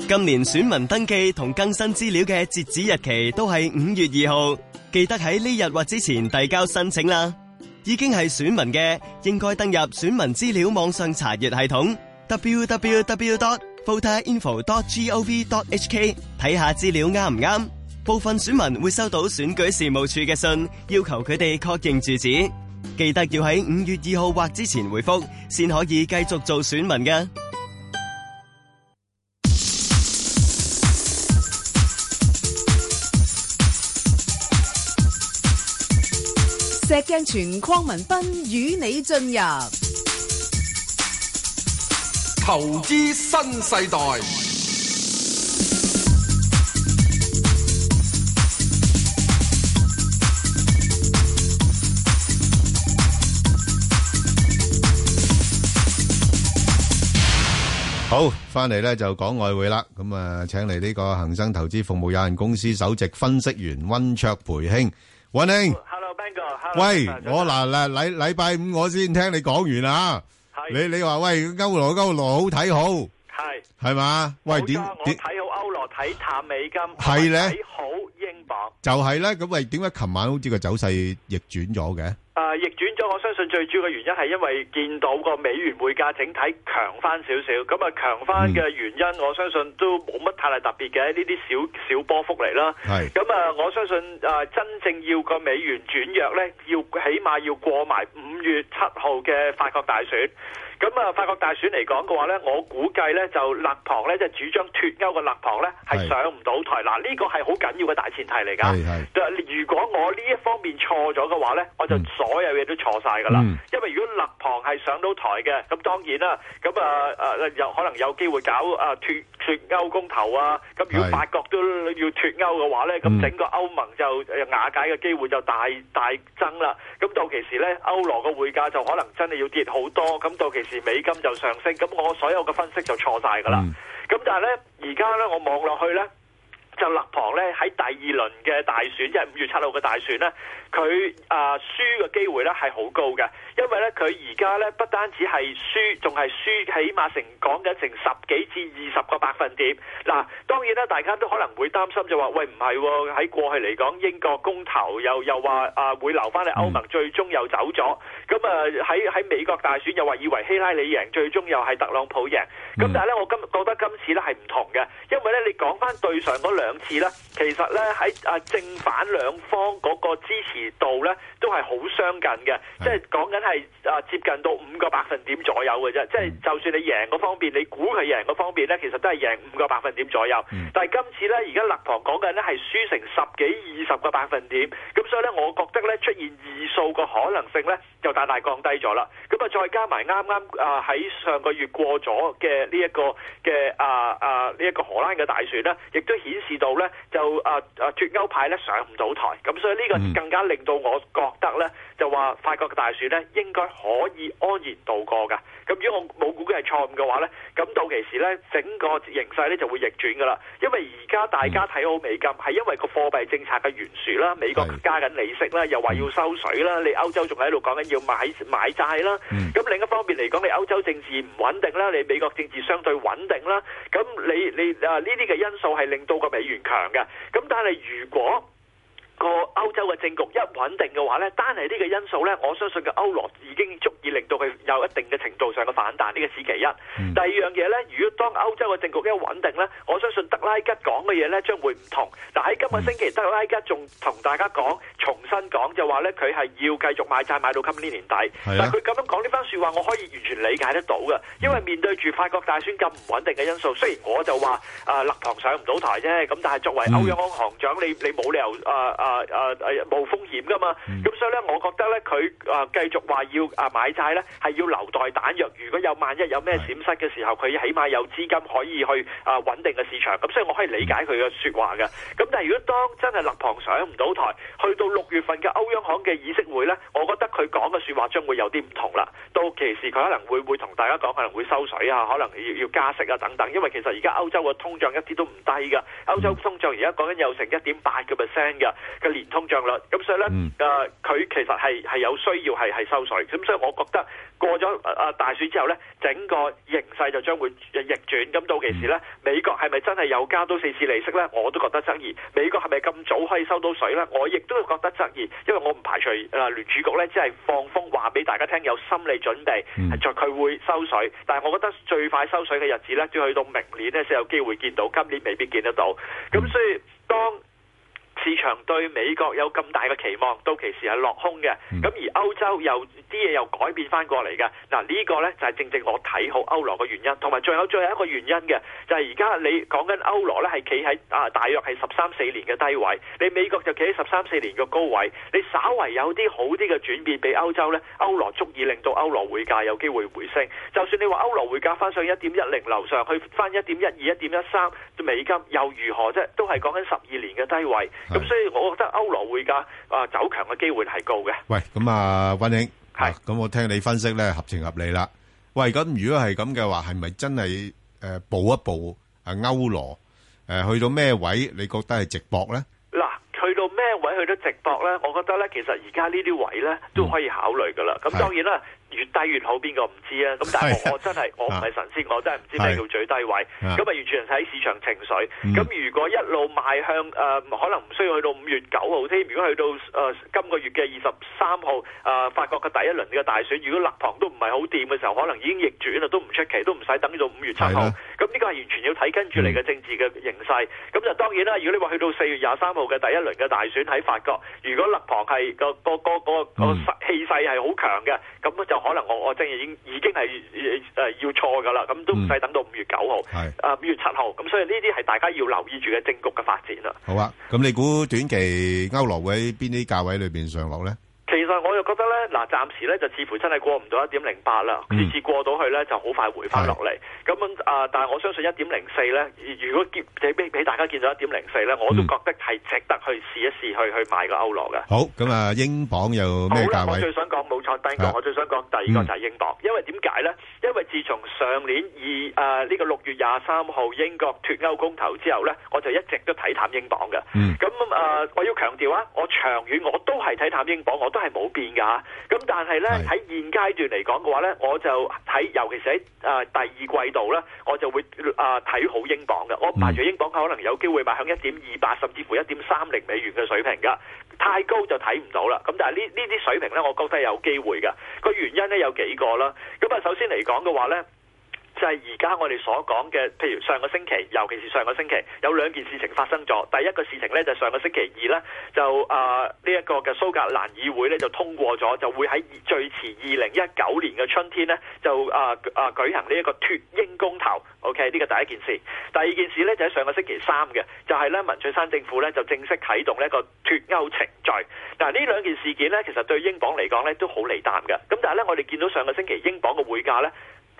Speaker 45: 今年選民登記同更新資料嘅截止日期都係五月二號，記得喺呢日或之前遞交申請啦。已經係選民嘅，應該登入選民資料網上查閱系統 www.voterinfo.gov.hk 睇下資料啱唔啱。部分選民會收到選舉事務處嘅信，要求佢哋確認住址，記得要喺五月二號或之前回覆，先可以繼續做選民㗎。
Speaker 5: 石鏡泉鄺民彬與你進入
Speaker 6: 投資新世代。
Speaker 7: 好，翻嚟咧就講外匯啦。咁啊，請嚟呢個恒生投資服務有限公司首席分析員溫卓培兄，溫兄。喂，我嗱嗱禮禮拜五我先聽你講完啦，你你話喂歐羅歐羅好睇好，係係嘛？喂點
Speaker 44: 點睇好歐羅睇淡美金，
Speaker 7: 係咧
Speaker 44: 睇好英鎊，
Speaker 7: 就係咧咁喂，點解琴晚好似個走勢逆轉咗嘅？
Speaker 23: 啊逆轉咗，我相信最主要嘅原因係因為見到個美元匯價整體強翻少少，咁啊強翻嘅原因，我相信都冇乜太大特別嘅，呢啲小小波幅嚟啦。
Speaker 7: 係
Speaker 23: 咁啊，我相信啊，真正要個美元轉弱呢，要起碼要過埋五月七號嘅法國大選。咁啊，法國大選嚟講嘅話呢，我估計呢，就勒龐呢，就主張脱歐嘅勒龐呢，係
Speaker 15: 係
Speaker 23: 上唔到台。嗱，呢個係好緊要嘅大前提嚟㗎
Speaker 15: 係係。
Speaker 23: 就係如果我呢一方面錯咗嘅話呢，我就所有嘢都錯晒㗎啦。
Speaker 15: 嗯
Speaker 23: 因為如果勒龐係上到台嘅，咁當然啦，咁啊啊有可能有機會搞啊脱脱歐公投啊。咁如果
Speaker 15: 係
Speaker 23: 法國都要脱歐嘅話呢，
Speaker 15: 嗯
Speaker 23: 咁整個歐盟就呃瓦解嘅機會就大大增啦。咁到其時呢，歐羅嘅匯價就可能真係要跌好多。咁到其時美金就上升。咁我所有嘅分析就錯晒㗎
Speaker 15: 嗯
Speaker 23: 啦。咁、但係呢，而家呢，我望落去呢。就勒龐咧喺第二輪嘅大選，即係五月七號嘅大選咧，佢啊、輸嘅機會咧係好高嘅，因為咧佢而家咧不單止係輸，仲係輸起碼成講緊成十幾至二十個百分點。嗱，當然啦，大家都可能會擔心就話，喂唔係喎，喺過去嚟講，英國公投又又話啊會留翻嚟歐盟，最終又走咗。咁啊喺喺美國大選又話以為希拉里贏，最終又係特朗普贏。咁但係咧，我今覺得今次咧係唔同嘅，因為咧你講翻對上嗰兩次咧，其實咧喺啊正反兩方嗰個支持度咧都係好相近嘅，即係講緊係啊接近到五個百分點左右嘅啫。即係就算你贏嗰方面，你估佢贏嗰方面咧，其實都係贏五個百分點左右。但係今次咧，而家勒龐講緊咧係輸成十幾二十個百分點，咁所以咧，我覺得咧出現二數個可能性咧就大大降低咗啦。咁啊，再加埋啱啱啊喺上個月過咗嘅呢一個嘅啊啊呢一個荷蘭嘅大選咧，亦都顯示到咧就啊啊脱歐派咧上唔到台，咁所以呢個更加令到我覺得咧就話法國嘅大選咧應該可以安然度過㗎。咁如果我冇估計係錯誤嘅話咧，咁到其時咧整個形勢咧就會逆轉㗎啦。因為而家大家睇好美金係因為個貨幣政策嘅懸殊啦，美國加緊利息啦，又話要收水啦，你歐洲仲喺度講緊要買買債啦。咁、另一方面嚟講，你歐洲政治唔穩定啦，你美國政治相對穩定啦，咁你你啊呢啲嘅因素係令到個美元強嘅。咁但係如果個歐洲嘅政局一穩定嘅話呢，單係呢個因素呢，我相信嘅歐羅已經足以令到佢有一定嘅程度上嘅反彈，呢、個此其一。
Speaker 16: 嗯
Speaker 23: 第二樣嘢呢，如果當歐洲嘅政局一穩定呢，我相信德拉吉講嘅嘢呢將會唔同。但喺今個
Speaker 16: 嗯
Speaker 23: 星期，德拉吉仲同大家講，重新講就話呢，佢係要繼續買債買到今年年底。
Speaker 16: 係啊
Speaker 23: 但佢咁樣講呢番説話，我可以完全理解得到嘅，因為面對住法國大選咁唔穩定嘅因素，雖然我就話啊勒龐上唔到台啫，咁但係作為歐央行行長，你你冇理由啊啊啊啊冇風險噶嘛。咁、所以咧，我覺得咧，佢啊繼續話要啊買債咧，係要留待彈藥。如果有萬一有咩閃失嘅時候，佢起碼有資金可以去啊穩定嘅市場。咁所以我可以理解佢嘅説話嘅。咁但係如果當真係勒龐上唔到台，去到六月份嘅歐央行嘅議息會咧，我覺得佢講嘅説話將會有啲唔同啦。到其時佢可能會會同大家講，可能會收水啊，可能要要加息啊等等。因為其實而家歐洲嘅通脹一啲都唔低㗎，歐洲通脹而家講緊有成一點八個 percent 嘅嘅年通脹率。咁所以咧，誒佢、其實係係有需要係係收水。咁所以我覺得過咗誒大選之後咧，整個形勢就將會逆轉。咁到其時咧，美國係咪真係有加到四次利息咧？我都覺得質疑。美國係咪咁早可以收到水咧？我亦都覺得質疑，因為我唔排除誒、呃、聯儲局咧，只係放風話俾大家聽有心理準備，係在佢會收水。但係我覺得最快收水嘅日子咧，要去到明年咧先有機會見到，今年未必見得到。咁所以當市場對美國有咁大嘅期望，到其時係落空嘅。咁而歐洲又啲嘢又改變翻過嚟嘅。嗱、呢個呢就係正正我睇好歐羅嘅原因，同埋仲有最後一個原因嘅，就係而家你講緊歐羅呢係企喺啊大約係十三四年嘅低位，你美國就企喺十三四年嘅高位，你稍為有啲好啲嘅轉變俾歐洲呢，歐羅足以令到歐羅匯價有機會回升。就算你話歐羅匯價翻上一點一零樓上，去翻一點一二、一點一三美金又如何啫？都係講緊十二年嘅低位。咁所以我覺得歐羅匯價啊走強嘅機會係高嘅。
Speaker 7: 喂，咁啊，温兄，啊咁我聽你分析咧，合情合理啦。喂，咁如果係咁嘅話，係咪真係诶步一步啊歐羅诶去到咩位，你覺得係直搏咧？
Speaker 23: 嗱，去到嗯咩位去到直播呢？我覺得呢，其實而家呢啲位呢都可以考慮噶啦。咁當然啦，越低越好，邊個唔知啊？咁但係我我真係我唔係神仙，我真係唔知咩叫最低位。
Speaker 25: 係
Speaker 23: 咁啊，嗯完全係睇市場情緒。咁如果一路邁向誒、呃可能唔需要去到五月九號添。如果去到誒、呃今個月嘅二十三號誒呃法國嘅第一輪嘅大選，如果立堂都唔係好掂嘅時候，可能已經逆轉啦，都唔出奇，都唔使等到五月七
Speaker 15: 係
Speaker 23: 號
Speaker 15: 啦。
Speaker 23: 咁呢個係完嗯全要睇跟住嚟嘅政治嘅形勢。咁就當然啦，如果你話去到四月廿三號嘅第一輪嘅大選喺法國，如果勒龐係個個個個個氣勢係好強嘅，咁就可能我我正已經已經係誒要錯㗎啦，咁都唔使等到五月九號，啊五月七號，咁所以呢啲係大家要留意住嘅政局嘅發展啦。
Speaker 7: 好啊，咁你估短期歐羅會喺邊啲價位裏边上落咧？
Speaker 23: 其實我又覺得咧，嗱，暫時咧就似乎真係過唔到一點零八啦，次次過到去咧就好快回翻落嚟。咁樣啊，但係我相信一點零四咧，如果見俾俾大家見到一點零四咧，我都覺得係值得去試一試去去買個歐羅嘅。
Speaker 7: 好，咁啊，英鎊又咩
Speaker 23: 好啦
Speaker 7: 價，
Speaker 23: 我最
Speaker 7: 位？
Speaker 23: 想講冇錯，第一個
Speaker 7: 啊
Speaker 23: 我最想講第二個就係英鎊，因為點解呢？因為自從上年二誒啊呢個六月廿三號英國脱歐公投之後呢，我就一直都睇淡英鎊嘅。
Speaker 7: 嗯
Speaker 23: 咁誒、呃我要強調啊，我長遠我都係睇淡英鎊，我都係冇變㗎。咁但係呢，喺現階段嚟講嘅話呢，我就睇，尤其是喺誒、呃第二季度呢，我就會啊誒睇、好英鎊嘅。我
Speaker 7: 嗯
Speaker 23: 唔排除英鎊可能有機會邁向一點二八，甚至乎一點三零美元嘅水平㗎。太高就睇唔到啦。咁但係呢呢啲水平呢，我覺得有機會嘅。個原因呢，有幾個啦。咁啊，首先嚟講嘅話呢。就係而家我哋所講嘅，譬如上個星期，尤其是上個星期有兩件事情發生咗。第一個事情呢，就上個星期二呢，就啊呢一個嘅蘇格蘭議會呢，就通過咗，就會喺最遲二零一九年嘅春天呢，就啊啊舉行呢一個脱英公投。OK，呢個第一件事。第二件事呢，就喺上個星期三嘅，就係、呢文翠珊政府呢，就正式啟動呢一個脱歐程序。嗱呢兩件事件呢，其實對英鎊嚟講呢，都好利淡嘅。咁但係呢，我哋見到上個星期英鎊嘅匯價呢。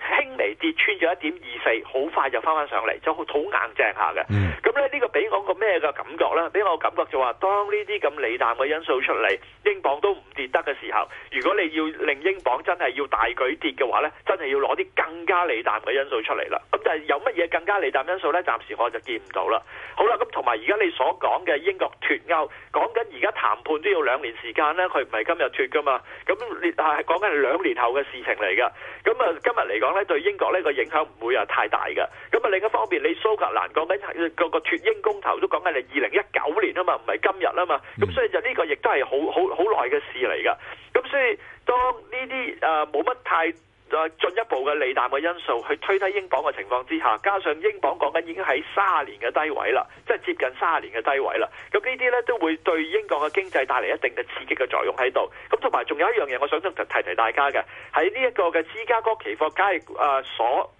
Speaker 23: 輕微跌穿咗一點二四，好快就翻翻上嚟，就好好硬淨下嘅。咁咧呢個俾我個咩嘅感覺咧？俾我感覺就話，當呢啲咁利淡嘅因素出嚟，英鎊都唔跌得嘅時候，如果你要令英鎊真係要大舉跌嘅話咧，真係要攞啲更加利淡嘅因素出嚟啦。咁但係有乜嘢更加利淡因素咧？暫時我就見唔到啦。好啦，咁同埋而家你所講嘅英國脱歐，講緊而家談判都要兩年時間咧，佢唔係今日脱噶嘛。咁你係講緊係兩年後嘅事情嚟㗎。咁啊，今日嚟講咧，對英國呢個影響唔會啊太大嘅。咁啊，另一方面，你蘇格蘭講緊係個個脱英公投都講緊係二零一九年啊嘛，唔係今日啊嘛。咁所以就呢個亦都係好好好耐嘅事嚟㗎。咁所以當呢啲誒冇乜太誒進一步嘅利淡嘅因素去推低英鎊嘅情況之下，加上英鎊講緊已經喺卅年嘅低位啦，即係接近卅年嘅低位啦。咁呢啲呢都會對英國嘅經濟帶嚟一定嘅刺激嘅作用喺度。咁同埋仲有一樣嘢，我想提提大家嘅喺呢一個嘅芝加哥期貨交易誒所。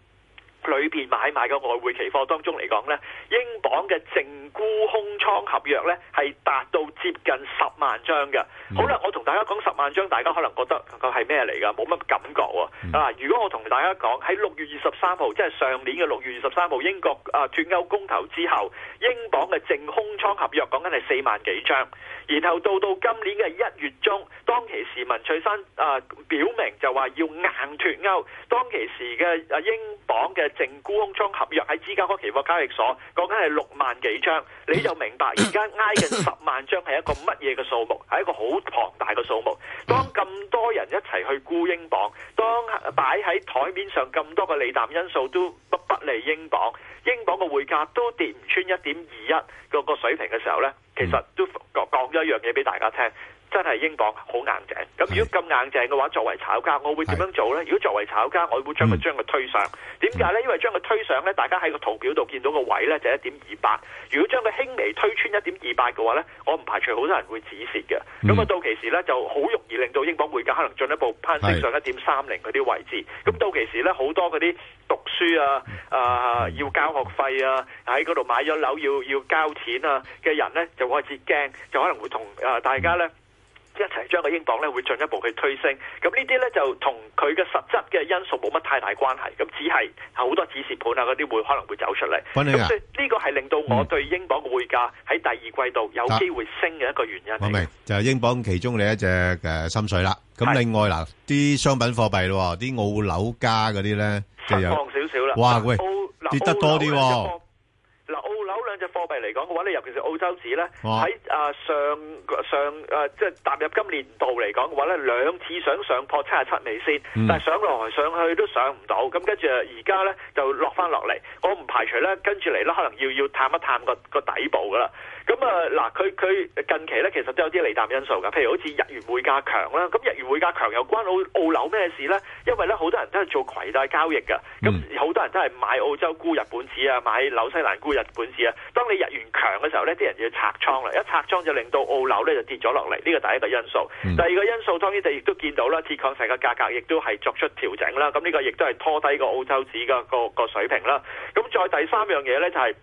Speaker 23: 裏邊買賣嘅外匯期貨當中嚟講呢，英鎊嘅淨沽空倉合約呢係達到接近十萬張嘅。好啦，我同大家講十萬張，大家可能覺得嗯佢係咩嚟㗎？冇乜感覺喎、啊！如果我同大家講喺六月二十三號，即係上年嘅六月二十三號，英國啊脱歐公投之後，英鎊嘅淨空倉合約講緊係四萬幾張，然後到到今年嘅一月中，當其時文翠珊啊表明就話要硬脱歐，當其時嘅啊英鎊嘅淨沽空倉合約喺芝加哥期貨交易所講緊係六萬幾張，你就明白而家挨近十萬張係一個乜嘢嘅數目，係一個好龐大嘅數目。當咁多人一齊去沽英鎊，當擺喺台面上咁多嘅利淡因素都不不利英鎊，英鎊嘅匯價都跌唔穿一點二一個個水平嘅時候呢，其實都講講咗一樣嘢俾大家聽。真係英鎊好硬淨，咁如果咁硬淨嘅話，作為炒家，我會點樣做呢？如果作為炒家，我會將佢將佢推上。點解呢？因為將佢推上呢，大家喺個圖表度見到個位呢，就一點二八。如果將佢輕微推穿一點二八嘅話呢，我唔排除好多人會止蝕嘅。咁啊，到期時呢，就好容易令到英鎊匯價可能進一步攀升上一點三零嗰啲位置。咁到期時呢，好多嗰啲讀書啊、啊要交學費啊，喺嗰度買咗樓要要交錢啊嘅人呢，就開始驚，就可能會同啊大家呢。一齊將個英鎊咧會進一步去推升，咁呢啲咧就同佢嘅實質嘅因素冇乜太大關係，咁只係好多指示盤啊嗰啲會可能會走出嚟，
Speaker 7: 溫馨啊
Speaker 23: 咁所以呢個係令到我對英鎊嘅匯價喺第二季度有機會升嘅一個原因
Speaker 7: 我
Speaker 23: 嚟。
Speaker 7: 明，就係英鎊其中你一隻诶心水啦。咁另外嗱，啲商品貨幣咯，啲澳紐加嗰啲咧就
Speaker 23: 失
Speaker 7: 有
Speaker 23: 望少少啦。
Speaker 7: 哇喂
Speaker 23: 嗱，
Speaker 7: 跌得多啲喎
Speaker 23: 澳紐兩隻貨嗱，澳紐兩隻貨幣幣嚟講嘅話咧，尤其是澳洲紙咧，
Speaker 25: 哇
Speaker 23: 喺啊上上啊即係踏入今年度嚟講嘅話咧，兩次想上破七十七美仙，
Speaker 25: 嗯
Speaker 23: 但係上落來上去都上唔到，咁跟住而家咧就落翻落嚟，我唔排除咧跟住嚟咧可能要要探一探個個底部噶啦。咁啊嗱，佢佢近期咧其實都有啲利淡因素㗎，譬如好似日元匯價強啦，咁日元匯價強又關澳澳樓咩事咧？因為咧好多人都係做攜帶交易㗎，咁好多人都係買澳洲沽日本紙啊，買紐西蘭沽日本紙啊。當你日元強嘅時候咧，啲人要拆倉啦，一拆倉就令到澳樓咧就跌咗落嚟，呢個第一個因素。第二個因素當然就亦都見到啦，鐵礦石嘅價格亦都係作出調整啦，咁呢個亦都係拖低個澳洲紙嘅個個水平啦。咁再第三樣嘢咧就係、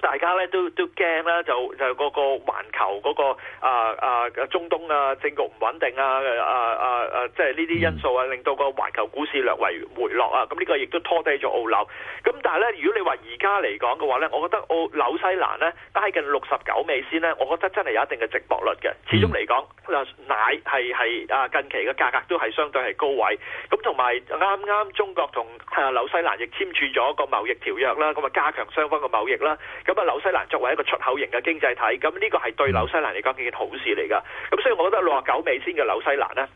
Speaker 23: 大家咧都都驚啦，就就嗰個環球嗰、個啊啊中東啊政局唔穩定啊啊啊啊，即係呢啲因素啊，令到個環球股市略為回落啊。咁呢個亦都拖低咗澳樓。咁但係咧，如果你話而家嚟講嘅話咧，我覺得澳紐西蘭咧挨近六十九美仙咧，我覺得真係有一定嘅值博率嘅。始終嚟講，嗱奶係係啊近期嘅價格都係相對係高位。咁同埋啊啱啱中國同啊紐西蘭亦簽署咗個貿易條約啦，咁啊加強雙方嘅貿易啦。咁啊紐西蘭作為一個出口型嘅經濟體，咁呢個係對紐西
Speaker 7: 嗯
Speaker 23: 蘭嚟講係件好事嚟㗎。咁所以我覺得六啊九美仙嘅紐西蘭呢，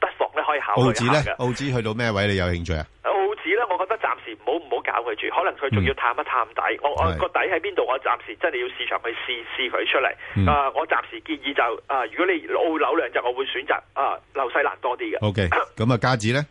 Speaker 23: 不妨咧可以考慮下
Speaker 7: 澳紙呢？
Speaker 23: 嘅。
Speaker 7: 澳紙去到咩位你有興趣啊？
Speaker 23: 呃澳紙咧，我覺得暫時唔好唔好搞佢住，可能佢仲要探一探底。我我
Speaker 7: 係
Speaker 23: 個底喺邊度，我暫時真係要市場去試試佢出嚟。
Speaker 7: 嗯
Speaker 23: 啊、我暫時建議就啊、如果你澳樓兩隻，我會選擇啊、紐西蘭多啲嘅。
Speaker 7: OK，咁啊，加紙呢？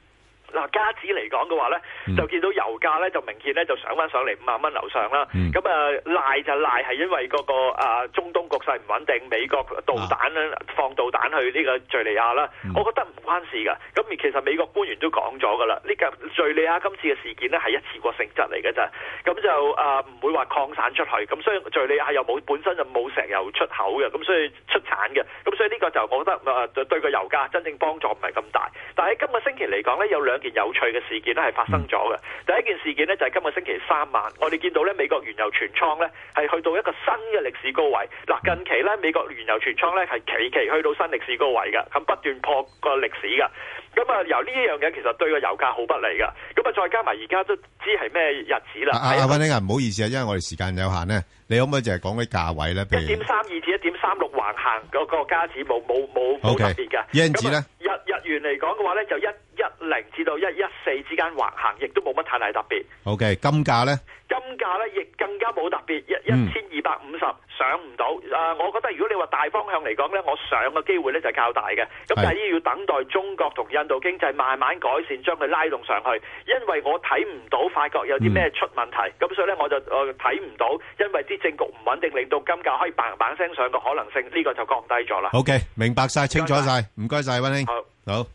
Speaker 23: 嗱，加紙嚟講嘅話咧，就見到油價咧就明顯咧就上翻上嚟五萬蚊樓上啦。咁啊賴就賴係因為嗰個啊中東局勢唔穩定，美國導彈咧放導彈去呢個敍利亞啦，我覺得唔關事㗎。咁而其實美國官員都講咗㗎啦，呢個敍利亞今次嘅事件咧係一次過性質嚟㗎咋，咁就啊唔會話擴散出去，咁所以敍利亞又啊冇本身就冇石油出口嘅，咁所以出產嘅，咁所以呢個就我覺得啊對對個油價真正幫助唔係咁大。但係今個星期嚟講咧，有兩件有趣嘅事件咧係發生咗嘅。第一件事件咧就係今個星期三晚，我哋見到咧美國原油全倉咧係去到一個新嘅歷史高位。嗱，近期咧美國原油全倉咧係期期去到新歷史高位㗎，咁不斷破個歷史㗎。咁啊，由呢一樣嘢其實對個油價好不利㗎。咁啊，再加埋而家都知係咩日子啦。
Speaker 7: 啊，啊，溫兄啊，唔好意思啊，因為我哋時間有限呢，你可可唔可以淨係講啲價位呢？譬如
Speaker 23: 一點三二至一點三六橫行嗰個加指冇冇冇冇
Speaker 7: OK，
Speaker 23: 特別嘅。啊
Speaker 7: yen 紙呢
Speaker 23: 日日元嚟講嘅話咧，就一一零至到一一四之間橫行，亦都冇乜太大特別。
Speaker 7: ，OK，金價呢？
Speaker 23: 金價咧亦更加冇特別，一一
Speaker 7: 嗯
Speaker 23: 千二百五十上唔到。啊、我覺得如果你話大方向嚟講咧，我上嘅機會咧就較大嘅。咁但係要等待中國同印度經濟慢慢改善，將佢拉動上去。因為我睇唔到法國有啲咩出問題，咁、所以咧我就我睇唔到，因為啲政局唔穩定，令到金價可以嘭嘭聲上嘅可能性，呢、個就降低咗啦。
Speaker 7: OK，明白晒，清楚晒，唔該晒，溫兄。好。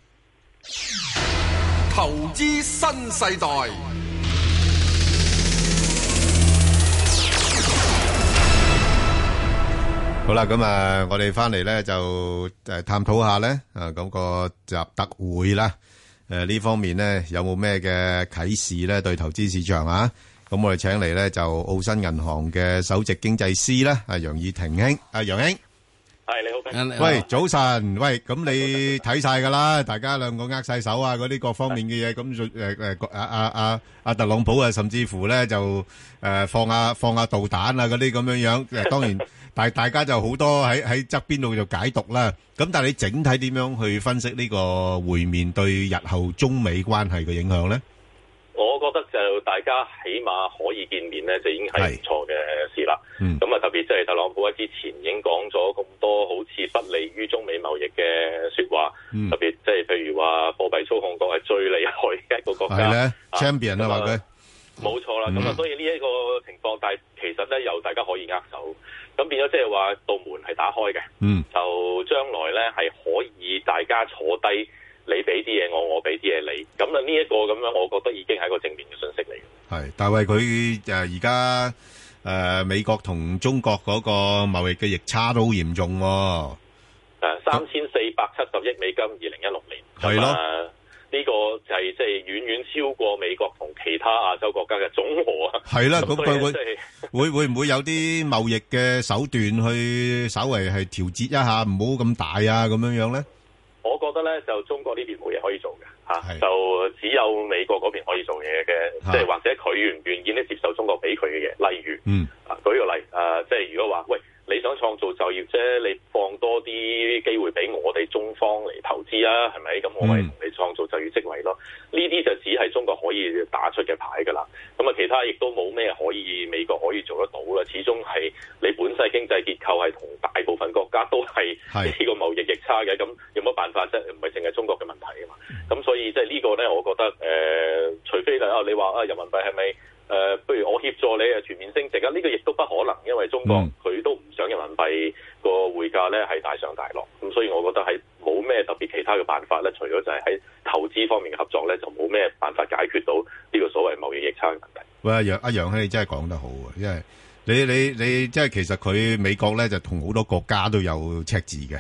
Speaker 1: 投資新世代，
Speaker 7: 好啦，咁啊，我哋翻嚟咧就诶探討下咧，啊咁、個集特會啦，诶、呢方面咧有冇咩嘅啟示咧對投資市場啊？咁我哋請嚟咧就澳新銀行嘅首席經濟師啦，阿楊以婷兄，阿楊兄，
Speaker 15: 係，你好，Ben。
Speaker 8: Dạ.
Speaker 7: 喂，早晨，喂，咁你睇晒噶啦，大家兩個握晒手啊，嗰啲各方面嘅嘢，咁诶诶，阿阿阿阿特朗普啊，甚至乎咧就诶、呃放下放下導彈啊，嗰啲咁樣樣，誒當 然，但大家就好多喺喺側邊度就解讀啦。咁但係你整體點樣去分析呢個會面對日後中美關係嘅影響咧？
Speaker 15: 我覺得就大家起碼可以見面咧，就已經係唔錯嘅事啦。咁啊，特別即係特朗普喺之前已經講咗咁多好似不利於中美貿易嘅説話，
Speaker 7: 嗯
Speaker 15: 特別即係譬如話貨幣操控國係最厲害嘅一個國
Speaker 7: 係
Speaker 15: 家。
Speaker 7: 咧，champion 啊話佢，
Speaker 15: 冇錯啦，咁啊、
Speaker 7: 嗯
Speaker 15: 所以呢一個情況，但係其實咧又大家可以握手，咁變咗即係話道門係打開嘅，
Speaker 7: 嗯，
Speaker 15: 就將來咧係可以大家坐低，你俾啲嘢我，我俾啲嘢你，咁啊呢一個咁樣，我覺得已經係一個正面嘅信息嚟嘅。
Speaker 7: 係，但係佢诶而家诶美國同中國嗰個貿易嘅逆差都好嚴重喎、
Speaker 15: 誒啊三千四百七十億美金，二零一六年，
Speaker 7: 係咯
Speaker 15: 咁啊呢個就係即係遠遠超過美國同其他亞洲國家嘅總和啊。
Speaker 7: 係啦，咁
Speaker 15: 咁所
Speaker 7: 佢
Speaker 15: 以
Speaker 7: 會
Speaker 15: 即係
Speaker 7: 會會唔會有啲貿易嘅手段去稍微係調節一下，唔好咁大啊咁樣樣咧？
Speaker 15: 我覺得覺得咧就中國呢邊冇嘢可以做嘅嚇、就只有美國嗰邊可以做嘢嘅，即係或者佢願唔願意咧接受中國俾佢嘅嘢，例如。
Speaker 7: 嗯
Speaker 15: 啊，舉個例，誒、即係如果話，喂，你想創造就業啫，你放多啲機會俾我哋中方嚟投資啊，係咪？咁我咪同你創造就業職位咯。呢啲就只係中國可以打出嘅牌㗎啦。咁啊，其他亦都冇咩可以美國可以做得到啦。始終係你本身嘅經濟結構係同大部分國家都係
Speaker 7: 係
Speaker 15: 呢個貿易逆差嘅，咁有乜辦法啫？唔係淨係中國嘅問題啊嘛。咁所以即係呢個咧，我覺得誒、除非就啊，你話啊，人民幣係咪？誒、呃不如我協助你誒全面升值啊！呢、個亦都不可能，因為中
Speaker 7: 嗯
Speaker 15: 國佢都唔想人民幣個匯價咧係大上大落，咁所以我覺得係冇咩特別其他嘅辦法咧，除咗就係喺投資方面嘅合作咧，就冇咩辦法解決到呢個所謂貿易逆差嘅問題。
Speaker 7: 喂，阿楊阿楊兄，你真係講得好啊！因為你你你，即係其實佢美國咧就同好多國家都有赤字嘅，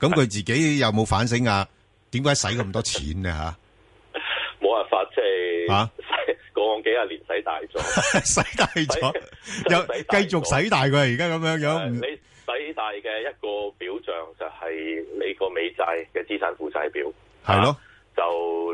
Speaker 7: 咁佢自己有冇反省啊？點解使咁多錢咧吓？
Speaker 15: 冇辦法，即係
Speaker 7: 啊
Speaker 15: 過往幾廿年使大咗，
Speaker 7: 使大咗，又繼續使大佢，而家咁樣樣，唔
Speaker 15: 你使大嘅一個表象就係你個美債嘅資產負債表。
Speaker 7: 係咯，
Speaker 15: 就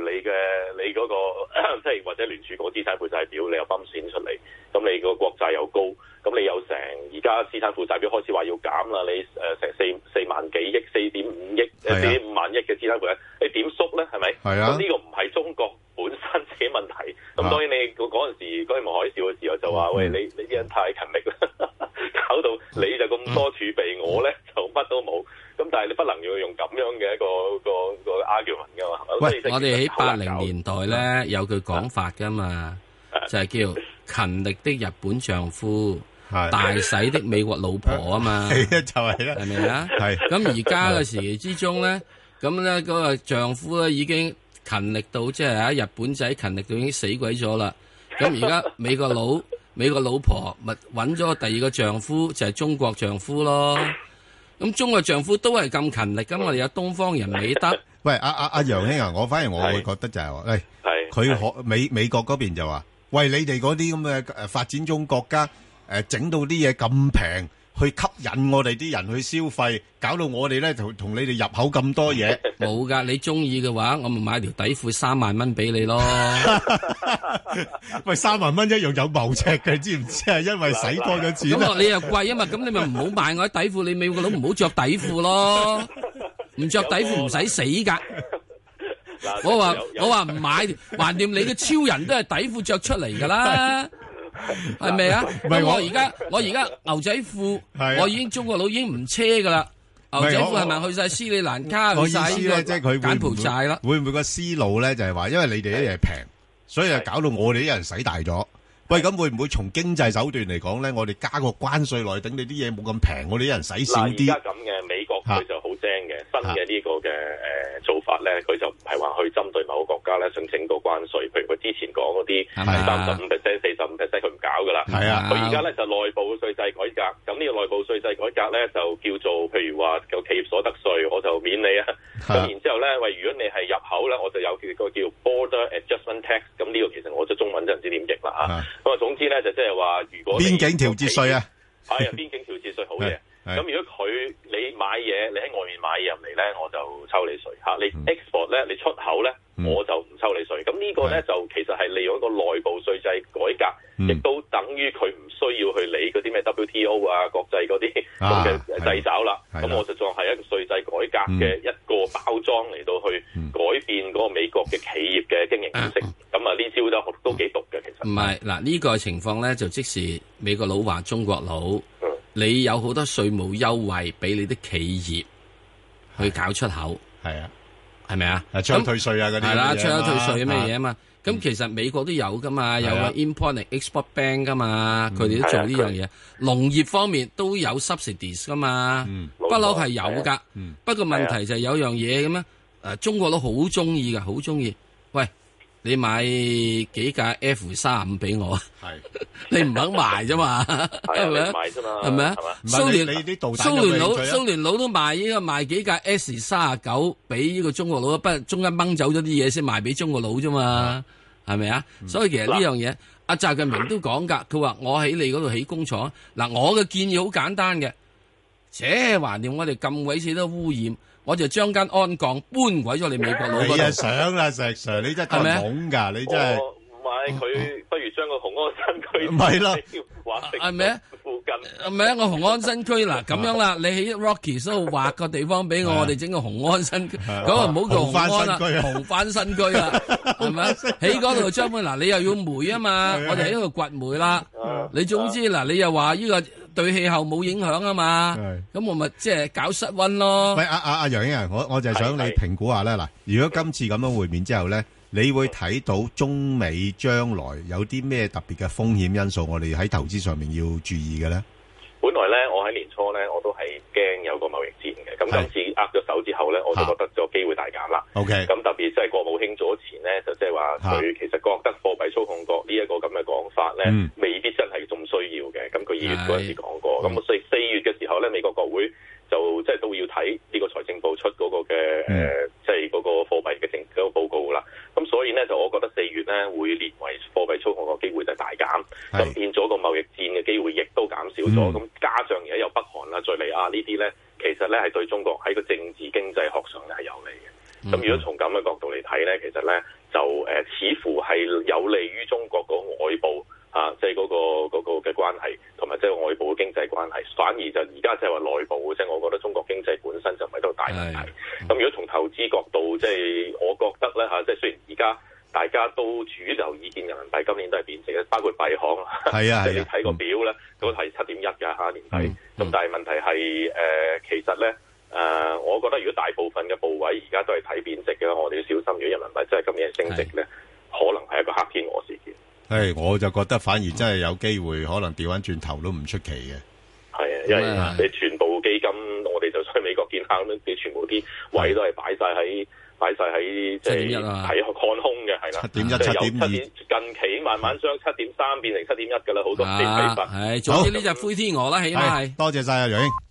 Speaker 15: 你嘅你嗰、個 即係或者聯儲局資產負債表，你又泵錢出嚟，咁你個國債又高，咁你有成而家資產負債表開始話要減啦，你誒、呃成四四萬幾億、四點五億、
Speaker 7: 係啊
Speaker 15: 四點五萬億嘅資產負債，你點縮咧？係咪？
Speaker 7: 係啊
Speaker 15: 咁呢個唔係中國本身自己問題，
Speaker 7: 啊嗯
Speaker 15: 咁當然你嗰嗰陣時嗰陣海嘯嘅時候就話：喂，你你啲人太勤力啦。 搞到你就咁多儲備，我咧就乜都冇。咁但係你不能要用咁樣嘅一個個個 argument 噶嘛，係咪？所以即係
Speaker 8: 我哋
Speaker 15: 其
Speaker 8: 喺
Speaker 15: 實好
Speaker 46: 好
Speaker 8: 八
Speaker 46: 難
Speaker 8: 零年代咧有句講法噶嘛，就係叫勤力的日本丈夫，大使的美國老婆啊嘛，
Speaker 7: 係啊， 就係啦，
Speaker 8: 係咪啊？
Speaker 7: 係
Speaker 8: 咁而家嘅時期之中咧，咁咧嗰個丈夫啊咧已經勤力到即係啊日本仔勤力到已經死鬼咗啦。咁而家美國佬美國老婆咪揾咗第二個丈夫就係、中國丈夫咯。咁中國丈夫都係咁勤力，咁我哋有東方人美德。
Speaker 7: 喂，阿阿阿楊兄啊，我反而我會覺得就係話，喂，佢可美美國嗰邊就話，喂，你哋嗰啲咁嘅诶發展中國家诶整到啲嘢咁平，去吸引我哋啲人去消費，搞到我哋咧同同你哋入口咁多嘢，
Speaker 8: 冇噶，你中意嘅話，我咪買條底褲三萬蚊俾你咯。
Speaker 7: 喂，三萬蚊一樣有謀尺嘅，知唔知啊？因為使多咗 錢
Speaker 8: 咁
Speaker 7: 啊
Speaker 8: 我你又貴啊嘛，咁你咪唔好買我啲底褲，你美國佬唔好着底褲咯，唔着底褲唔使死噶。我話我話唔買，橫掂你嘅超人都係底褲着出嚟噶 啦。係咪啊？
Speaker 7: 唔係
Speaker 8: 咁
Speaker 7: 我
Speaker 8: 我而家我而家牛仔褲
Speaker 7: 係啊，
Speaker 8: 我已經中國佬已經唔車噶啦。牛仔
Speaker 7: 唔係我
Speaker 8: 褲係咪去晒斯里蘭卡？
Speaker 7: 我
Speaker 8: 去
Speaker 7: 意
Speaker 8: 晒
Speaker 7: 思
Speaker 8: 呢
Speaker 7: 咧，
Speaker 8: 個
Speaker 7: 即係佢
Speaker 8: 柬埔寨
Speaker 7: 寨啦，會唔會個思路咧就係話，因為你哋啲嘢平，所以就搞到我哋啲人使大咗。喂，咁會唔會從經濟手段嚟講咧，我哋加個關税內頂，你啲嘢冇咁平，我哋啲人使少
Speaker 15: 嗱，而
Speaker 7: 啲
Speaker 15: 家，咁嘅美國佢就好精嘅，新嘅呢個嘅誒做法咧，佢就唔係話去針對某個國家咧，想整個關稅，譬如佢之前講嗰啲
Speaker 8: 係嘛
Speaker 15: 三十五 percent、四十五 percent，佢唔搞噶啦。
Speaker 8: 係啊
Speaker 15: 佢而家咧就內部嘅稅制改革，咁呢個內部稅制改革咧就叫做譬如話個企業所得稅，我就免你啊。咁然之後咧，喂，如果你係入口咧，我就有叫個叫 border adjustment tax，咁呢個其實我都中文真係唔知點譯啦啊。咁啊，總之咧就即係話，如果你
Speaker 7: 邊境調節税啊，
Speaker 15: 係啊，邊境調節稅好嘢。
Speaker 7: 係
Speaker 15: 咁如果佢你買嘢，你喺外面買嘢入嚟咧，我就抽你税嚇。你
Speaker 23: 嗯
Speaker 15: export 咧，你出口咧，我就唔抽你税。咁呢個咧就其實係利用一個內部税制改
Speaker 23: 嗯
Speaker 15: 革，亦都等於佢唔需要去理嗰啲咩 WTO 啊、國際嗰啲
Speaker 23: 啊
Speaker 15: 咁嘅掣肘啦。
Speaker 23: 係啦嗯
Speaker 15: 咁我就當係一個税制改革嘅一個包裝嚟到去改變嗰個美國嘅企業嘅經營模式。
Speaker 23: 嗯
Speaker 15: 咁啊，呢招都都幾毒嘅其實。
Speaker 8: 唔係嗱，呢、個情況咧就即時美國佬話中國佬，你有好多稅務優惠俾你啲企業去搞出口，
Speaker 7: 係啊，
Speaker 8: 係咪啊？
Speaker 7: 啊槍退税啊嗰啲
Speaker 8: 係啦，
Speaker 7: 咁嘅嘢
Speaker 8: 槍退税咩
Speaker 7: 啊
Speaker 8: 嘢啊嘛？咁其實美國都有噶嘛，有
Speaker 7: 係
Speaker 8: 個
Speaker 7: 啊嗯
Speaker 8: import and export bank 噶嘛，佢哋都做呢樣嘢。農業方面都有 subsidies 噶嘛，
Speaker 7: 嗯
Speaker 8: 不嬲係有
Speaker 32: 係
Speaker 8: 噶
Speaker 32: 啊。
Speaker 8: 不過問題就係有樣嘢咁啊，誒中國佬好中意噶，好中意。喂，你買幾架 F 三五俾我啊？ 你唔肯賣啫嘛，係咪
Speaker 15: 你唔賣啫嘛
Speaker 8: 係咪啊
Speaker 15: 係嘛？唔係
Speaker 8: 蘇聯
Speaker 15: 你你啲導彈
Speaker 8: 蘇聯佬
Speaker 15: 有咩興趣啊
Speaker 8: 蘇聯佬都賣呢個賣幾架 S 三啊九俾呢個中國佬，不過中間掹走咗啲嘢先賣俾中國佬啫嘛，係咪啊？所以其實呢樣嘢，阿習近平都講㗎，佢話我喺你嗰度起工廠，嗱我嘅建議好簡單嘅，切橫掂我哋咁鬼死多污染，我就將間鞍鋼搬鬼咗你美國佬嗰
Speaker 7: 你啊
Speaker 8: 度。
Speaker 7: 想啦，石 Sir，你真係
Speaker 8: 係咪
Speaker 7: 咁懵㗎，你真係嗯
Speaker 15: 我唔係佢，不如將個紅安新區
Speaker 7: 唔係啦，
Speaker 15: 話
Speaker 8: 係咪啊
Speaker 15: 附近
Speaker 8: 係咪啊？我紅安新區嗱咁樣啦，你喺 Rocky 嗰度劃個地方俾我，我哋整個紅安新區，咁啊唔好叫
Speaker 7: 紅番
Speaker 8: 紅安啦，
Speaker 7: 新區啊
Speaker 8: 紅番新區啦，係咪啊？喺嗰度將本嗱，你又要煤啊嘛，我哋喺度掘煤啦。你總之嗱，你又話呢個對氣候冇影響啊嘛，咁我咪即係搞室温咯。
Speaker 7: 喂，阿阿阿楊英啊，我我就係想你評估下咧。嗱，如果今次咁樣會面之後咧，你會睇到中美將來有啲咩特別嘅風險因素，我哋喺投資上面要注意嘅咧？
Speaker 15: 本來咧，我喺年初咧，我都係驚有個貿易戰嘅。咁今次握咗手之後咧，我就覺得個機會大減啦。
Speaker 7: OK
Speaker 15: 咁特別即係國務卿早前咧，就即係話佢其實覺得貨幣操控國呢一個咁嘅講法咧，
Speaker 47: 嗯
Speaker 15: 未必真係仲需要嘅。咁佢二月嗰陣時講過，咁所以四月嘅時候咧，美國國會就即係都要睇呢個財政部出嗰個嘅誒，即係嗰個貨幣嘅政嗰個報告啦。咁所以咧，就我覺得四月咧會列為貨幣操控個機會就大減，咁變咗個貿易戰嘅機會亦都減少
Speaker 48: 嗯
Speaker 15: 咗。咁加上而家有北韓啦、敍利亞呢啲咧，其實咧係對中國喺個政治經濟學上咧係有利嘅。咁如果從咁嘅角度嚟睇咧，其實咧就誒、呃似乎係有利於中國個外部啊，即係嗰個嗰個嘅關係，同埋即係外部嘅經濟關係。反而就而家即係話內部，即係我覺得中國經濟本身就唔係度大問題。咁如果從投資角度，即係我覺得咧嚇，即係雖然而家。大家都主流意見，人民幣今年都係貶值嘅，包括幣行啦。
Speaker 7: 係啊係啊
Speaker 15: 即係你睇個表咧，都係七點一㗎下年底。咁、但係問題係誒、呃其實咧誒、我覺得如果大部分嘅部位而家都係睇貶值嘅，我哋要小心。如果人民幣真係今年係升值咧，可能係一個黑天鵝事件。
Speaker 7: 誒，我就覺得反而真係有機會，可能調翻轉頭都唔出奇嘅。
Speaker 15: 係啊，因為你全部基金，我哋就喺美國見下咁樣，你全部啲位都係擺晒喺擺晒喺即係
Speaker 7: 7.1啊
Speaker 15: 睇看空嘅，係啦，
Speaker 7: 7.1
Speaker 15: 即係
Speaker 7: 7.2
Speaker 15: 由七點近期慢慢將七點三變成七點一㗎啦，好多四比
Speaker 8: 啊，
Speaker 15: 八。
Speaker 8: 係，總之呢只灰天鵝啦，起碼係。
Speaker 7: 多謝晒啊，楊英。